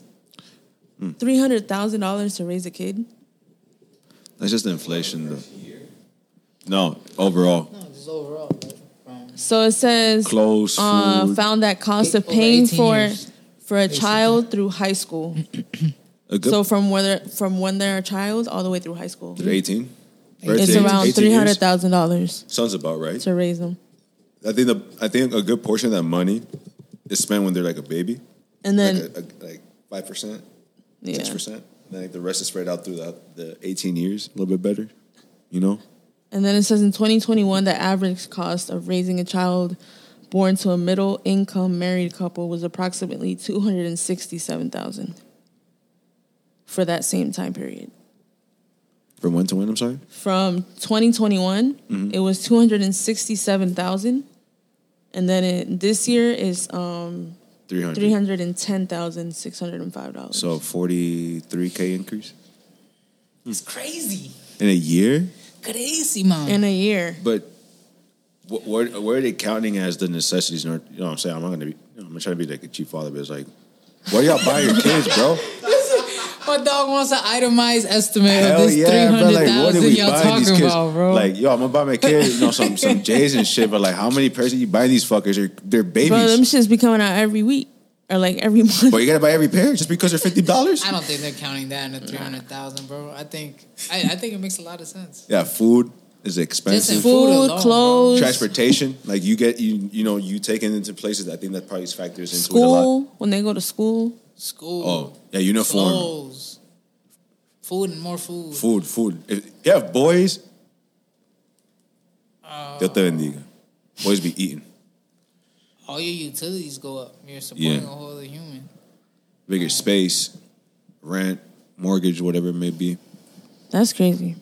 Speaker 1: Hmm.
Speaker 4: Three hundred thousand dollars to raise a kid.
Speaker 1: That's just the inflation, though. No, overall,
Speaker 4: So it says
Speaker 1: Clothes,
Speaker 4: uh,
Speaker 1: food.
Speaker 4: found that cost of
Speaker 3: Over 18
Speaker 4: paying for
Speaker 3: years,
Speaker 4: for a child through high school.
Speaker 1: a good
Speaker 4: so from whether from when they're a child all the way through high school.
Speaker 1: eighteen.
Speaker 4: It's around three hundred thousand dollars
Speaker 1: Sounds about right.
Speaker 4: to raise them.
Speaker 1: I think the I think a good portion of that money is spent when they're like a baby,
Speaker 4: And then
Speaker 1: like a- a- like five percent,
Speaker 4: Yeah.
Speaker 1: six percent. Like the rest is spread out through the, the eighteen years, a little bit better. You know,
Speaker 4: And then it says in 2021, the average cost of raising a child born to a middle income married couple was approximately 267,000 for that same time period.
Speaker 1: from when to when. I'm sorry.
Speaker 4: From 2021,
Speaker 1: Mm-hmm.
Speaker 4: it was 267,000. And then it, this year is um,
Speaker 1: 300.
Speaker 4: $310,605.
Speaker 1: So forty three k increase
Speaker 3: It's crazy.
Speaker 1: in a year.
Speaker 3: Crazy, man.
Speaker 4: in a year.
Speaker 1: But what where, where are they counting as the necessities? You know, you know what I'm saying? I'm not gonna be. You know, I'm trying to be like a cheap father, but it's like, why do y'all buy your kids, bro?
Speaker 3: My dog wants an itemized estimate
Speaker 1: Hell
Speaker 3: of this
Speaker 1: yeah, bro! Like, what are
Speaker 3: 300,000
Speaker 1: we
Speaker 3: y'all
Speaker 1: buying these
Speaker 3: talking
Speaker 1: kids?
Speaker 3: about, bro.
Speaker 1: Like, yo, I'm gonna buy my kids, you know, some some J's and shit. But like, how many pairs are you buying these fuckers? They're, they're babies,
Speaker 4: Bro, them shits be coming out every week or like every month.
Speaker 1: but you gotta buy every pair just because they're fifty dollars.
Speaker 3: I don't think they're counting that in the 300,000, bro. I think I, I think it makes a lot of sense.
Speaker 1: Yeah, food is
Speaker 3: Just in
Speaker 1: expensive.
Speaker 3: food alone, bro.
Speaker 4: clothes.
Speaker 1: Transportation, like you get you you know you taken into places. I think that probably factors into it a lot.
Speaker 4: school, when they go to school.
Speaker 3: School.
Speaker 1: Oh yeah, uniform,
Speaker 3: Clothes. Food and more food.
Speaker 1: food, food. If you have boys,
Speaker 3: Oh.
Speaker 1: Dios te bendiga. Boys be eating.
Speaker 3: All your utilities go up. You're supporting
Speaker 1: Yeah.
Speaker 3: a whole other human.
Speaker 1: bigger space, rent, mortgage, whatever it may be.
Speaker 4: That's crazy.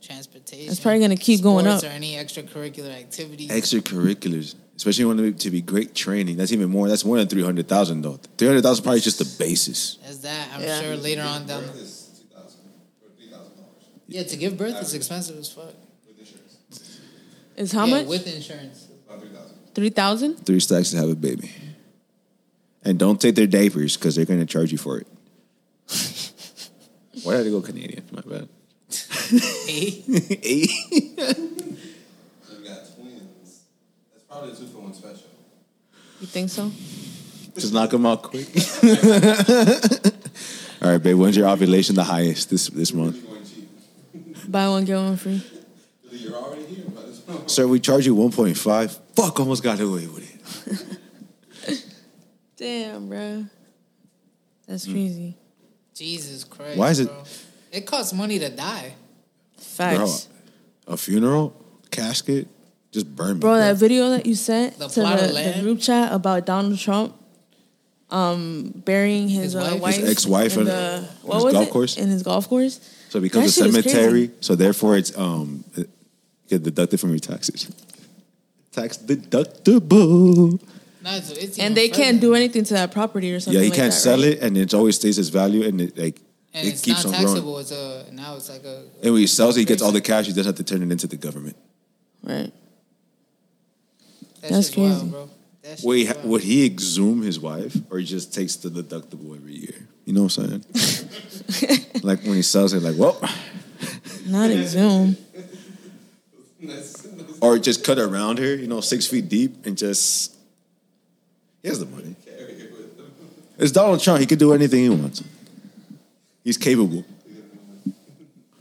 Speaker 3: Transportation.
Speaker 4: It's probably gonna keep going
Speaker 3: sports
Speaker 4: up.
Speaker 3: Or any extracurricular activities.
Speaker 1: Extracurriculars, especially when it to be great training. That's even more. That's more than three hundred thousand though. Three hundred thousand probably just the basis.
Speaker 3: As that, I'm
Speaker 4: Yeah.
Speaker 3: sure later on down the
Speaker 2: It's two thousand or three thousand dollars
Speaker 3: Yeah, to give birth is expensive as fuck.
Speaker 2: with insurance.
Speaker 4: Is how
Speaker 3: yeah,
Speaker 4: much?
Speaker 3: With insurance.
Speaker 2: About three thousand.
Speaker 4: Three thousand?
Speaker 1: Three stacks to have a baby, and don't take their diapers because they're going to charge you for it. Why did I go Canadian? My bad.
Speaker 3: Hey,
Speaker 1: Eight.
Speaker 2: If you got twins, that's probably a two for one special.
Speaker 4: You think so?
Speaker 1: Just knock them out quick. All right, babe. When's your ovulation the highest this this month?
Speaker 2: You're going cheap.
Speaker 4: Buy one get one free.
Speaker 2: You're already here, might as well.
Speaker 1: Sir, we charge you one point five. Fuck, almost got away with it.
Speaker 4: Damn, bro. That's crazy.
Speaker 3: Jesus Christ.
Speaker 1: Why is it-
Speaker 3: Bro. It costs money to die.
Speaker 4: Facts,
Speaker 1: Bro, a funeral, casket, just burn me.
Speaker 4: bro. That video that you sent
Speaker 3: The
Speaker 4: to
Speaker 3: plot
Speaker 4: the,
Speaker 3: of land?
Speaker 4: the group chat about Donald Trump, um, burying his,
Speaker 3: His
Speaker 4: uh,
Speaker 3: wife?
Speaker 4: wife,
Speaker 3: His
Speaker 1: ex-wife
Speaker 4: in
Speaker 1: and-
Speaker 4: the-
Speaker 1: in
Speaker 4: what
Speaker 1: his
Speaker 4: was
Speaker 1: golf
Speaker 4: it?
Speaker 1: course?
Speaker 4: in his golf course.
Speaker 1: so it becomes
Speaker 4: that
Speaker 1: a
Speaker 4: shit is crazy.
Speaker 1: cemetery. So therefore, it's um, it- get deducted from your taxes. Tax deductible.
Speaker 4: and they can't do anything to that property or something.
Speaker 1: Yeah, he
Speaker 4: like
Speaker 1: can't
Speaker 4: that,
Speaker 1: sell
Speaker 4: right?
Speaker 1: it, and it always stays its value, and it like
Speaker 3: And
Speaker 1: it
Speaker 3: it's
Speaker 1: keeps
Speaker 3: not
Speaker 1: on growing.
Speaker 3: taxable. It's a now it's like a
Speaker 1: And when he sells it, he gets all the cash. He doesn't have to turn it into the government.
Speaker 4: Right.
Speaker 3: That's,
Speaker 4: That's
Speaker 3: crazy,
Speaker 4: crazy.
Speaker 3: bro. That's
Speaker 1: Would he, would he exhume his wife, or he just takes the deductible every year? You know what I'm saying? like when he sells it, like well,
Speaker 4: Not exhume.
Speaker 1: or just cut around her, you know, six feet deep, and just he has the money. It's Donald Trump. He could do anything he wants. He's capable.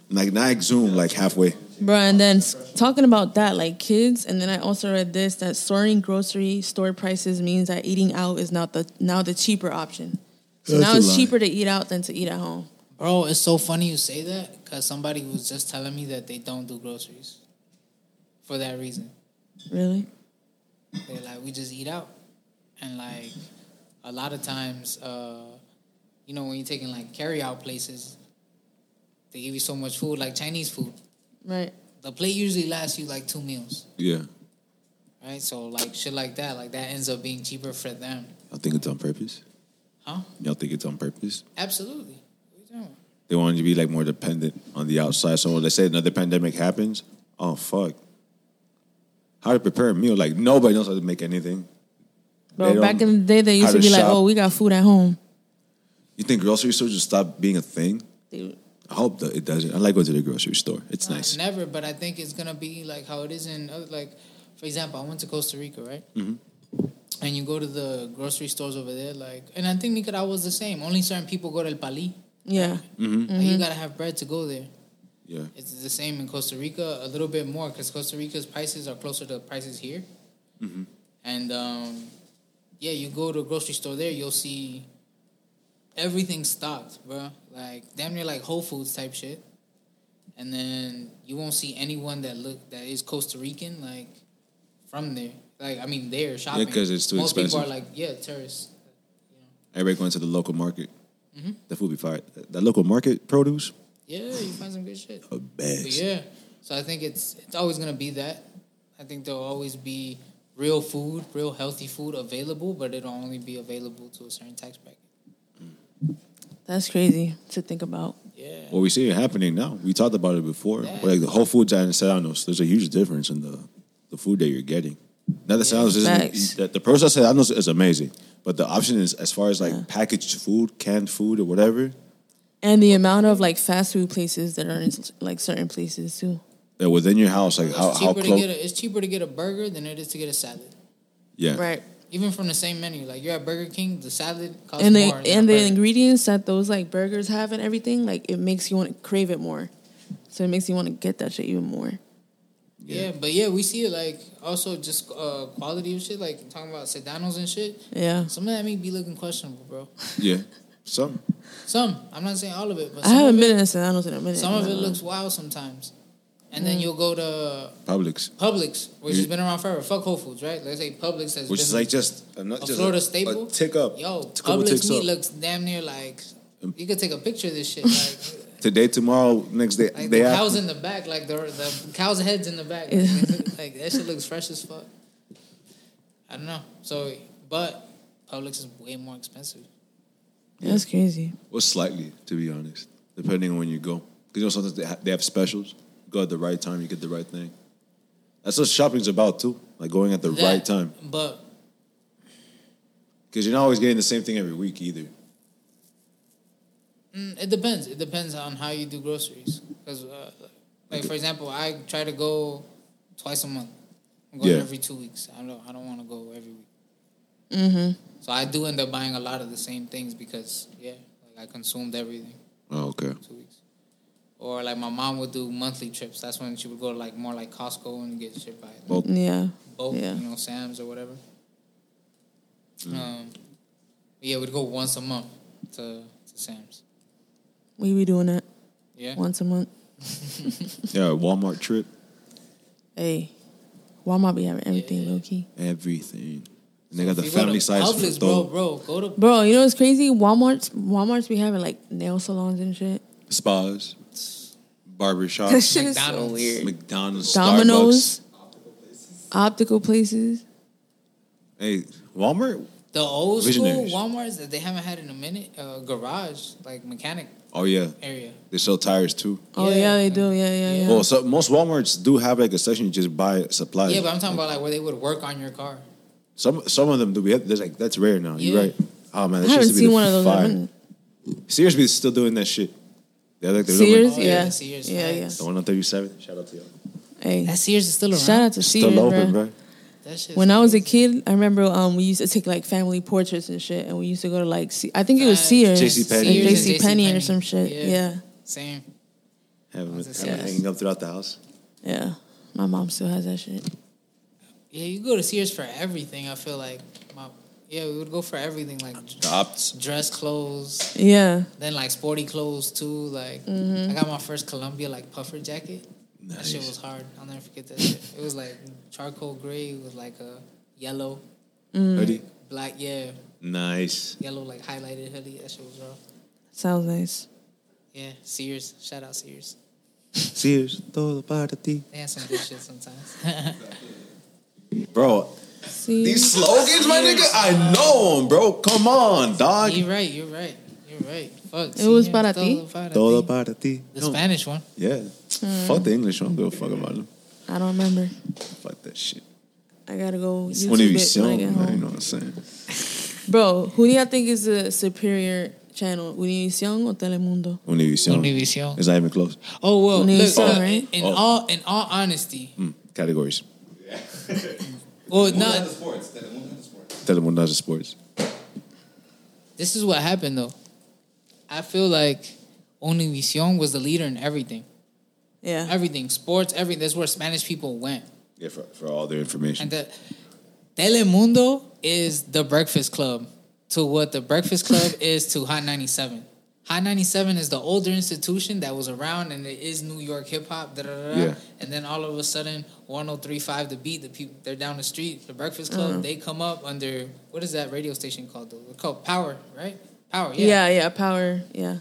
Speaker 1: Like not exhume like halfway.
Speaker 4: Bro, and then s- talking about that, like kids, and then I also read this that soaring grocery store prices means that eating out is not the now the cheaper option. So
Speaker 3: That's
Speaker 4: now
Speaker 3: a
Speaker 4: it's
Speaker 3: lie.
Speaker 4: cheaper to eat out than to eat at home.
Speaker 3: Bro, it's so funny you say that because somebody was just telling me that they don't do groceries for that reason.
Speaker 4: Really?
Speaker 3: They're like, we just eat out. And like, a lot of times, uh, you know, when you're taking like carry out places, they give you so much food, like Chinese food.
Speaker 4: Right.
Speaker 3: The plate usually lasts you like two meals,
Speaker 1: Yeah,
Speaker 3: right? So, like, shit like that, like, that ends up being cheaper for them.
Speaker 1: y'all think it's on purpose?
Speaker 3: Huh?
Speaker 1: Y'all think it's on purpose?
Speaker 3: Absolutely. What are you talking about?
Speaker 1: They wanted to be like more dependent on the outside. So let's say another pandemic happens. Oh fuck! How to prepare a meal? Like nobody knows how to make anything. They
Speaker 4: Bro,
Speaker 1: don't-
Speaker 4: back in the day, they
Speaker 1: how
Speaker 4: used to be like,
Speaker 1: shop.
Speaker 4: oh, we got food at home.
Speaker 1: You think grocery stores just stop being a thing?
Speaker 4: Dude.
Speaker 1: I hope that it doesn't. I like going to the grocery store. It's
Speaker 3: Uh,
Speaker 1: nice.
Speaker 3: Never, but I think it's gonna be like how it is in other, like, for example, I went to Costa Rica, right?
Speaker 1: Mhm.
Speaker 3: And you go to the grocery stores over there, like, and I think Nicaragua was the same. Only certain people go to El Pali.
Speaker 4: Yeah.
Speaker 1: Mm-hmm.
Speaker 3: Like, you gotta have bread to go there.
Speaker 1: Yeah.
Speaker 3: It's the same in Costa Rica, a little bit more because Costa Rica's prices are closer to the prices here.
Speaker 1: Mhm.
Speaker 3: And um, yeah, you go to a grocery store there, you'll see everything stocked, bro. Like damn near like Whole Foods type shit. And then you won't see anyone that look that is Costa Rican like from there. Like I mean, there shopping
Speaker 1: 'cause it's too
Speaker 3: Most
Speaker 1: expensive.
Speaker 3: people are like, yeah, tourists.
Speaker 1: Everybody going to the local market.
Speaker 3: Mhm.
Speaker 1: That food be fire. That local market produce.
Speaker 3: Yeah, you find some good shit.
Speaker 1: A bag.
Speaker 3: But yeah, so I think it's it's always gonna be that. I think there'll always be real food, real healthy food available, but it'll only be available to a certain tax bracket.
Speaker 4: That's crazy to think about.
Speaker 1: Well, we see it happening now. We talked about it before. Like the Whole Foods and Serranos, there's a huge difference in the, the food that you're getting. Now the Serranos
Speaker 4: Facts.
Speaker 1: isn't the, the process at Serranos is amazing, but the option is as far as like packaged food, canned food, or whatever.
Speaker 4: And the amount of like fast food places that are in like certain places too.
Speaker 1: That within your house, like how
Speaker 3: It's
Speaker 1: how
Speaker 3: cheaper to
Speaker 1: close?
Speaker 3: get a, it's cheaper to get a burger than it is to get a salad.
Speaker 1: yeah,
Speaker 4: Right.
Speaker 3: Even from the same menu, like you're at Burger King, the salad costs
Speaker 4: And the
Speaker 3: more. than
Speaker 4: and
Speaker 3: a
Speaker 4: the
Speaker 3: burger.
Speaker 4: ingredients that those like burgers have and everything, like it makes you want to crave it more. So it makes you want to get that shit even more.
Speaker 3: yeah. but yeah, we see it like also just uh, quality of shit, like talking about sedanos and shit.
Speaker 4: Yeah.
Speaker 3: Some of that may be looking questionable, bro.
Speaker 1: yeah, some.
Speaker 3: Some, I'm not saying all of it, but
Speaker 4: I
Speaker 3: some
Speaker 4: haven't
Speaker 3: of
Speaker 4: been
Speaker 3: it,
Speaker 4: in a Sedano's in uh, a minute.
Speaker 3: some of it
Speaker 4: man.
Speaker 3: looks wild sometimes. And then you'll go to
Speaker 1: Publix,
Speaker 3: Publix, which
Speaker 1: You-
Speaker 3: has been around forever. Fuck Whole Foods, right? Let's say Publix has
Speaker 1: Mm. which
Speaker 3: been
Speaker 1: is like just a, not
Speaker 3: a
Speaker 1: just
Speaker 3: Florida
Speaker 1: a,
Speaker 3: staple?
Speaker 1: A tick up.
Speaker 3: yo
Speaker 1: a couple
Speaker 3: Publix
Speaker 1: ticks
Speaker 3: meat
Speaker 1: up. Mm.
Speaker 3: looks damn near like you could take a picture of this shit. Like,
Speaker 1: Today, tomorrow, next day,
Speaker 3: like
Speaker 1: day
Speaker 3: the
Speaker 1: after.
Speaker 3: cows in the back, like the the cows heads in the back. Like, they look- like, that shit looks fresh as fuck. I don't know. So, but Publix is way more expensive.
Speaker 4: That's crazy.
Speaker 1: Well, slightly, to be honest, depending on when you go. Because you know sometimes they, ha- they have specials. go at the right time, you get the right thing. That's what shopping's about too, like going at the
Speaker 3: That-
Speaker 1: right time.
Speaker 3: But
Speaker 1: Because you're not always getting the same thing every week either.
Speaker 3: Mm, it depends. It depends on how you do groceries. Because, uh, like for example, I try to go twice a month. I'm going
Speaker 1: Yeah.
Speaker 3: every two weeks. I don't. I don't want to go every week.
Speaker 4: Mm-hmm.
Speaker 3: So I do end up buying a lot of the same things because yeah, like I consumed everything.
Speaker 1: Oh, okay.
Speaker 3: Or like my mom would do monthly trips. That's when she would go to like more like Costco and get shit by like,
Speaker 1: Well-
Speaker 4: Yeah.
Speaker 3: both,
Speaker 4: Yeah.
Speaker 3: you know, Sam's or whatever. Um, yeah, we'd go once a month to, to Sam's.
Speaker 4: We be doing that.
Speaker 3: Yeah.
Speaker 4: Once a month.
Speaker 1: Yeah, a Walmart trip,
Speaker 4: Hey. Walmart be having everything low key.
Speaker 1: everything. And they got the
Speaker 3: If you go to
Speaker 1: family size
Speaker 3: Publix, bro, bro, go to
Speaker 4: Bro, you know what's crazy? Walmart's Walmart's be having like nail salons and shit.
Speaker 1: spas,
Speaker 3: Oh,
Speaker 1: barbershops,
Speaker 4: That shit is so McDonald's. weird.
Speaker 1: McDonald's, Domino's.
Speaker 4: Domino's, optical places.
Speaker 1: Hey, Walmart.
Speaker 3: The old
Speaker 1: Visionaries.
Speaker 3: school WalMarts that they haven't had in a minute. Uh, garage, like mechanic
Speaker 1: Oh yeah,
Speaker 3: area.
Speaker 1: they sell tires too.
Speaker 4: Oh yeah, they do. Yeah, yeah, yeah.
Speaker 1: Well, so most WalMarts do have like a section you just buy supplies.
Speaker 3: yeah, but I'm talking about like where they would work on your car.
Speaker 1: some some of them do. We have, there's like that's rare now. You're
Speaker 3: Yeah.
Speaker 1: right. Oh man,
Speaker 4: I
Speaker 1: that shit used
Speaker 4: haven't
Speaker 1: to be
Speaker 4: seen
Speaker 1: the
Speaker 4: one of those. in a
Speaker 1: fire.
Speaker 4: minute.
Speaker 1: Sears be still doing that shit. They're like the
Speaker 4: Sears,
Speaker 1: One,
Speaker 4: yeah,
Speaker 3: Oh, the
Speaker 4: yeah,
Speaker 3: Sears,
Speaker 4: yeah,
Speaker 3: facts.
Speaker 1: The one on 37. Shout out to y'all.
Speaker 4: Hey,
Speaker 3: That Sears is still around.
Speaker 4: shout out to Sears,
Speaker 1: still open,
Speaker 4: bruh.
Speaker 1: bro.
Speaker 3: That shit's
Speaker 4: When I was a kid, I remember um, we used to take like family portraits and shit, and we used to go to like C- I think it was
Speaker 3: Facts.
Speaker 4: Sears,
Speaker 1: JCPenney.
Speaker 4: Like,
Speaker 3: Sears and
Speaker 4: JC Penny or
Speaker 3: JCPenney.
Speaker 4: some shit.
Speaker 3: Yeah.
Speaker 4: Yeah.
Speaker 3: same.
Speaker 1: Have them, have
Speaker 3: Yes.
Speaker 1: them hanging up throughout the house.
Speaker 4: yeah, My mom still has that shit.
Speaker 3: Yeah, you go to Sears for everything. I feel like, my, yeah, we would go for everything like
Speaker 1: The opts.
Speaker 3: dress clothes,
Speaker 4: Yeah,
Speaker 3: then like sporty clothes too. Like
Speaker 4: Mm-hmm.
Speaker 3: I got my first Columbia like puffer jacket. That shit was hard. I'll never forget that shit. It was like charcoal gray with like a yellow,
Speaker 1: Hoodie.
Speaker 3: black, yeah,
Speaker 1: Nice.
Speaker 3: yellow like highlighted hoodie. That shit was raw.
Speaker 4: sounds nice.
Speaker 3: Yeah, Sears. Shout out Sears.
Speaker 1: Sears. Todo para ti.
Speaker 3: They had some good shit sometimes.
Speaker 1: Bro,
Speaker 4: See,
Speaker 1: these slogans, my nigga, I know them, bro. Come on, dog.
Speaker 3: you're right. You're right. You're right. Fuck.
Speaker 4: It was
Speaker 3: Sears,
Speaker 4: para
Speaker 3: todo
Speaker 4: ti.
Speaker 3: para
Speaker 1: Todo
Speaker 3: ti.
Speaker 1: para ti.
Speaker 3: The
Speaker 1: No.
Speaker 3: Spanish one.
Speaker 1: Yeah.
Speaker 4: Hmm.
Speaker 1: Fuck the English. I don't give a fuck about them.
Speaker 4: I don't remember.
Speaker 1: Fuck that shit.
Speaker 4: I gotta go YouTube it when I
Speaker 1: Univision, man, you
Speaker 4: get
Speaker 3: um,
Speaker 1: know
Speaker 4: home.
Speaker 1: what I'm saying?
Speaker 4: Bro, who do y'all think is the superior channel, Univision or Telemundo?
Speaker 1: Univision.
Speaker 3: Univision.
Speaker 1: It's not even close.
Speaker 3: Oh well, look,
Speaker 4: Univision,
Speaker 3: uh,
Speaker 4: right?
Speaker 3: in
Speaker 1: Oh.
Speaker 3: all in all honesty,
Speaker 1: Mm, categories.
Speaker 3: well,
Speaker 2: Moving on
Speaker 3: not
Speaker 2: to sports. Then moving on to sports.
Speaker 1: Telemundo has a sports.
Speaker 3: this is what happened though. I feel like Univision was the leader in everything,
Speaker 4: Yeah,
Speaker 3: everything, sports, everything. That's where Spanish people went,
Speaker 1: Yeah, for, for all their information.
Speaker 3: and the Telemundo is the Breakfast Club to what the Breakfast Club is to Hot ninety seven. Hot 97 is the older institution that was around and it is New York hip hop. da, da, da, da.
Speaker 1: Yeah.
Speaker 3: And then all of a sudden, 1035 The Beat, the people, they're down the street, the Breakfast Club,
Speaker 1: Uh-huh.
Speaker 3: they come up under, what is that radio station called? Though? It's called Power, right? Power, yeah.
Speaker 4: yeah, yeah. Power. Yeah,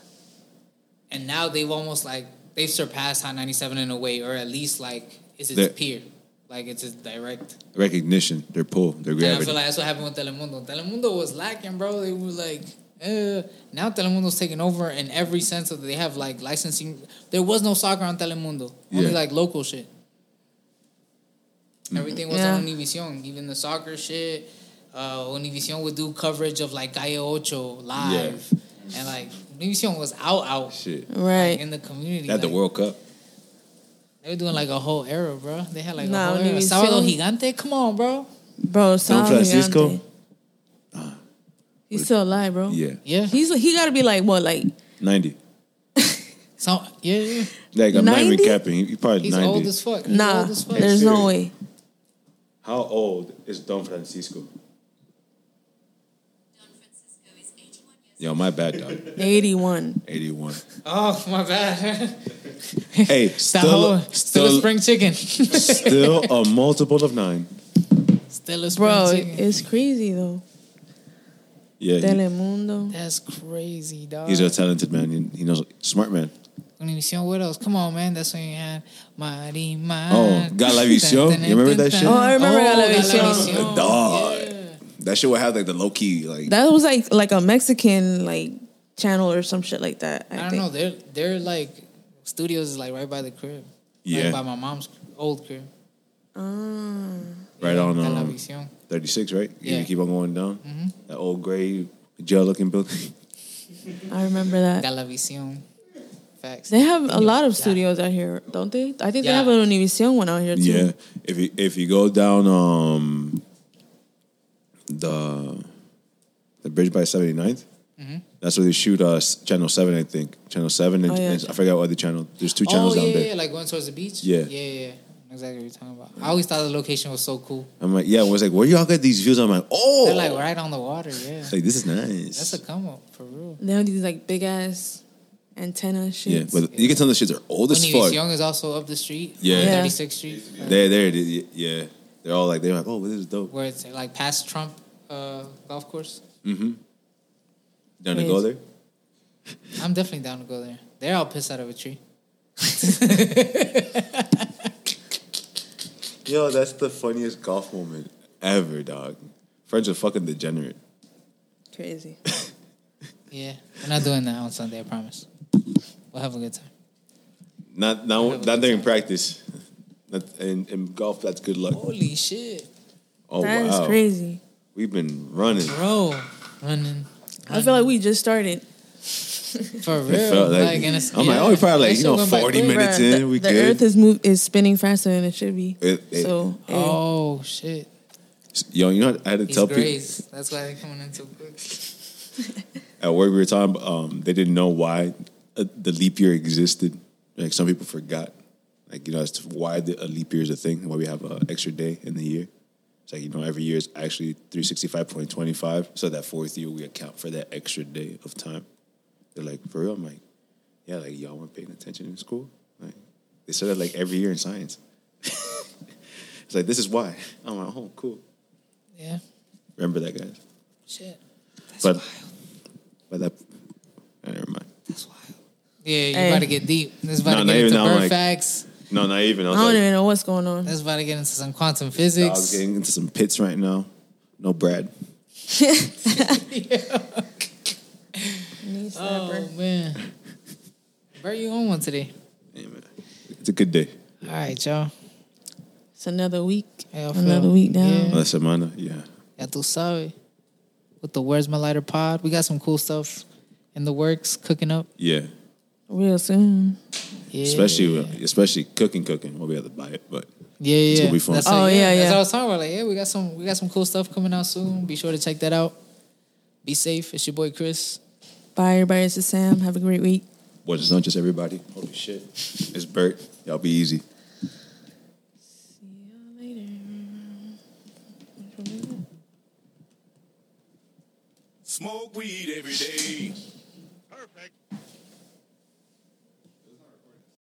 Speaker 3: and now they've almost like they've surpassed Hot 97 in a way, or at least like it's its
Speaker 1: They're-
Speaker 3: peer, like it's its direct.
Speaker 1: Recognition, their pull, their
Speaker 3: And I
Speaker 1: gravity.
Speaker 3: feel like that's what happened with Telemundo. Telemundo was lacking, bro. They were like, uh, now Telemundo's taking over in every sense of they have like licensing. There was no soccer on Telemundo, only
Speaker 1: Yeah. Mm-hmm.
Speaker 3: like local shit. Everything was
Speaker 4: Yeah.
Speaker 3: on Univision, even the soccer shit. Uh, Univision would do coverage of like Calle Ocho live, and like Univision was out, out
Speaker 1: Shit.
Speaker 4: right.
Speaker 3: in the community.
Speaker 1: That the
Speaker 3: like,
Speaker 1: World Cup.
Speaker 3: They were doing like a whole era, bro. They had like
Speaker 4: Nah,
Speaker 3: a whole
Speaker 4: when
Speaker 3: era.
Speaker 4: you
Speaker 3: Sábado
Speaker 4: feel-
Speaker 3: Gigante, come on, bro.
Speaker 4: Bro, Sal
Speaker 1: Francisco?
Speaker 4: Gigante. He's still alive, bro.
Speaker 1: Yeah.
Speaker 3: Yeah.
Speaker 4: He's he gotta be like what, like
Speaker 1: 90.
Speaker 3: So yeah, yeah.
Speaker 1: Like, I'm not even
Speaker 4: 90?
Speaker 1: capping. He- He probably
Speaker 3: He's
Speaker 1: 90.
Speaker 3: old as fuck. He's
Speaker 4: nah.
Speaker 3: old as fuck.
Speaker 4: There's
Speaker 1: Serious.
Speaker 4: no way.
Speaker 1: How old is Don Francisco? Yo, my bad, dog.
Speaker 4: Eighty one.
Speaker 1: 81.
Speaker 3: Oh my bad.
Speaker 1: Hey,
Speaker 3: That
Speaker 1: still,
Speaker 3: whole- still a
Speaker 1: still,
Speaker 3: spring chicken.
Speaker 1: still a multiple of nine.
Speaker 3: still a spring
Speaker 4: Bro,
Speaker 3: chicken.
Speaker 4: it's crazy though.
Speaker 1: Yeah, he-
Speaker 4: Telemundo.
Speaker 3: That's crazy, dog.
Speaker 1: he's a talented man. He- He knows, smart man.
Speaker 3: Univision, what else? Come on, man. That's when you had Mari Mar.
Speaker 1: Oh, Galavisión. You remember that shit?
Speaker 4: Oh, I remember Galavisión.
Speaker 3: Galavisión.
Speaker 1: Dog. That shit would have like the low key, like
Speaker 4: That was like like a Mexican like channel or some shit like that. I,
Speaker 3: I don't
Speaker 4: think.
Speaker 3: know. They're, they're like, studios is like right by the crib.
Speaker 1: Yeah.
Speaker 3: Right by my mom's old crib.
Speaker 1: right on um,
Speaker 3: Galavisión.
Speaker 1: 36, right? You
Speaker 3: Yeah. Mm-hmm.
Speaker 1: keep on going down. That old gray jail looking building.
Speaker 4: I remember that.
Speaker 3: Galavisión. Facts.
Speaker 4: They have a lot of studios out here, don't they? I think they
Speaker 3: Yeah.
Speaker 4: have an Univision one out here too.
Speaker 1: Yeah. If you if you go down um the the bridge by 79th,
Speaker 3: Mm-hmm.
Speaker 1: that's where they shoot uh s- channel seven, I think. Channel seven and,
Speaker 4: Oh, yeah.
Speaker 1: and I forgot what other channel. There's two
Speaker 3: Oh,
Speaker 1: channels
Speaker 3: yeah,
Speaker 1: down
Speaker 3: yeah,
Speaker 1: there.
Speaker 3: yeah, like going towards the beach?
Speaker 1: Yeah.
Speaker 3: Yeah, yeah. yeah. Exactly what you're talking about. I always thought the location was so cool.
Speaker 1: I'm like, yeah, I was like, where y'all get these views? I'm like, oh
Speaker 3: They're like right on the water, yeah.
Speaker 1: Like, this is nice.
Speaker 3: That's a come up for real.
Speaker 4: They have these like big ass antenna shit.
Speaker 1: yeah, but you can tell the shits are old as
Speaker 3: Univision
Speaker 1: fuck.
Speaker 3: Young is also up the street.
Speaker 1: Yeah.
Speaker 3: on
Speaker 1: Yeah.
Speaker 3: 36th Street.
Speaker 1: There, there, it is. yeah. They're all like, they're like, oh, this is dope.
Speaker 3: Where it's like past Trump uh, golf course.
Speaker 1: Down to go there.
Speaker 3: I'm definitely down to go there. They're all pissed out of a tree.
Speaker 1: Yo, that's the funniest golf moment ever, dog. Fred's a fucking degenerate.
Speaker 4: Crazy.
Speaker 3: Yeah, we're not doing that on Sunday. I promise. We'll have a good time.
Speaker 1: Not not not during practice. Not, in, in golf, that's good luck.
Speaker 3: Holy shit,
Speaker 1: Oh
Speaker 4: That is
Speaker 1: wow,
Speaker 4: crazy.
Speaker 1: We've been running.
Speaker 3: bro! Running
Speaker 4: I feel like we just started.
Speaker 3: for
Speaker 1: It
Speaker 3: real.
Speaker 1: felt like-
Speaker 3: like, and it's-
Speaker 1: I'm like,
Speaker 3: yeah.
Speaker 1: oh, we probably like
Speaker 3: That
Speaker 1: you
Speaker 3: shit
Speaker 1: know
Speaker 3: went by
Speaker 1: 40
Speaker 3: quick.
Speaker 1: minutes
Speaker 4: Bruh,
Speaker 1: in, we
Speaker 4: the, The
Speaker 1: good.
Speaker 4: earth is move is spinning faster than it should be.
Speaker 1: It- it-
Speaker 4: so hey,
Speaker 3: Oh shit!
Speaker 1: Yo, you know, I had to
Speaker 3: These
Speaker 1: tell people
Speaker 3: grays. That's why they're coming in so quick.
Speaker 1: at work we were talking. Um, they didn't know why uh, the leap year existed. Like some people forgot. Like you know, as to why the, a leap year is a thing. Why we have an extra day in the year. It's like you know, every year is actually three sixty five point twenty five. So that fourth year we account for that extra day of time. They're like, for real, I'm like, yeah, like y'all weren't paying attention in school. Like they said it like every year in science. it's like this is why. I'm like, oh, cool.
Speaker 3: Yeah,
Speaker 1: Remember that, guys.
Speaker 3: shit.
Speaker 1: but but that oh, never mind.
Speaker 3: Yeah, you
Speaker 4: Hey.
Speaker 3: about to get deep. This is about
Speaker 1: No,
Speaker 3: to
Speaker 1: not
Speaker 3: get
Speaker 1: even
Speaker 3: into
Speaker 1: now, I'm
Speaker 3: birth
Speaker 1: like-
Speaker 3: facts.
Speaker 1: No, not even. I
Speaker 4: I
Speaker 1: was
Speaker 4: don't
Speaker 1: like,
Speaker 4: even know what's going on.
Speaker 3: This is about to get into some quantum
Speaker 1: dog's
Speaker 3: physics.
Speaker 1: getting into some pits right now. No bread.
Speaker 4: Knee slapper.
Speaker 3: Oh man, where you on one today?
Speaker 1: It's a good day.
Speaker 3: All right, y'all.
Speaker 4: It's another week.
Speaker 3: Hell
Speaker 4: Another
Speaker 3: feel-
Speaker 4: week down.
Speaker 3: Yeah.
Speaker 1: La semana, yeah.
Speaker 3: Ya tú sabes. With the Where's My Lighter pod, we got some cool stuff in the works cooking up.
Speaker 1: Yeah.
Speaker 4: Real soon.
Speaker 3: Yeah.
Speaker 1: Especially especially cooking cooking. We'll be able to buy it, but
Speaker 3: Yeah, yeah.
Speaker 1: gonna be fun.
Speaker 3: That's
Speaker 4: Oh,
Speaker 3: like,
Speaker 4: yeah,
Speaker 3: That's
Speaker 4: yeah.
Speaker 3: what I was talking about. Like, yeah, we got some we got some cool stuff coming out soon. Be sure to check that out. Be safe. It's your boy Chris.
Speaker 4: Bye, everybody. This is Sam. Have a great week.
Speaker 1: what is not just everybody. Holy shit. It's Bert. Y'all be easy.
Speaker 9: Smoke weed every day.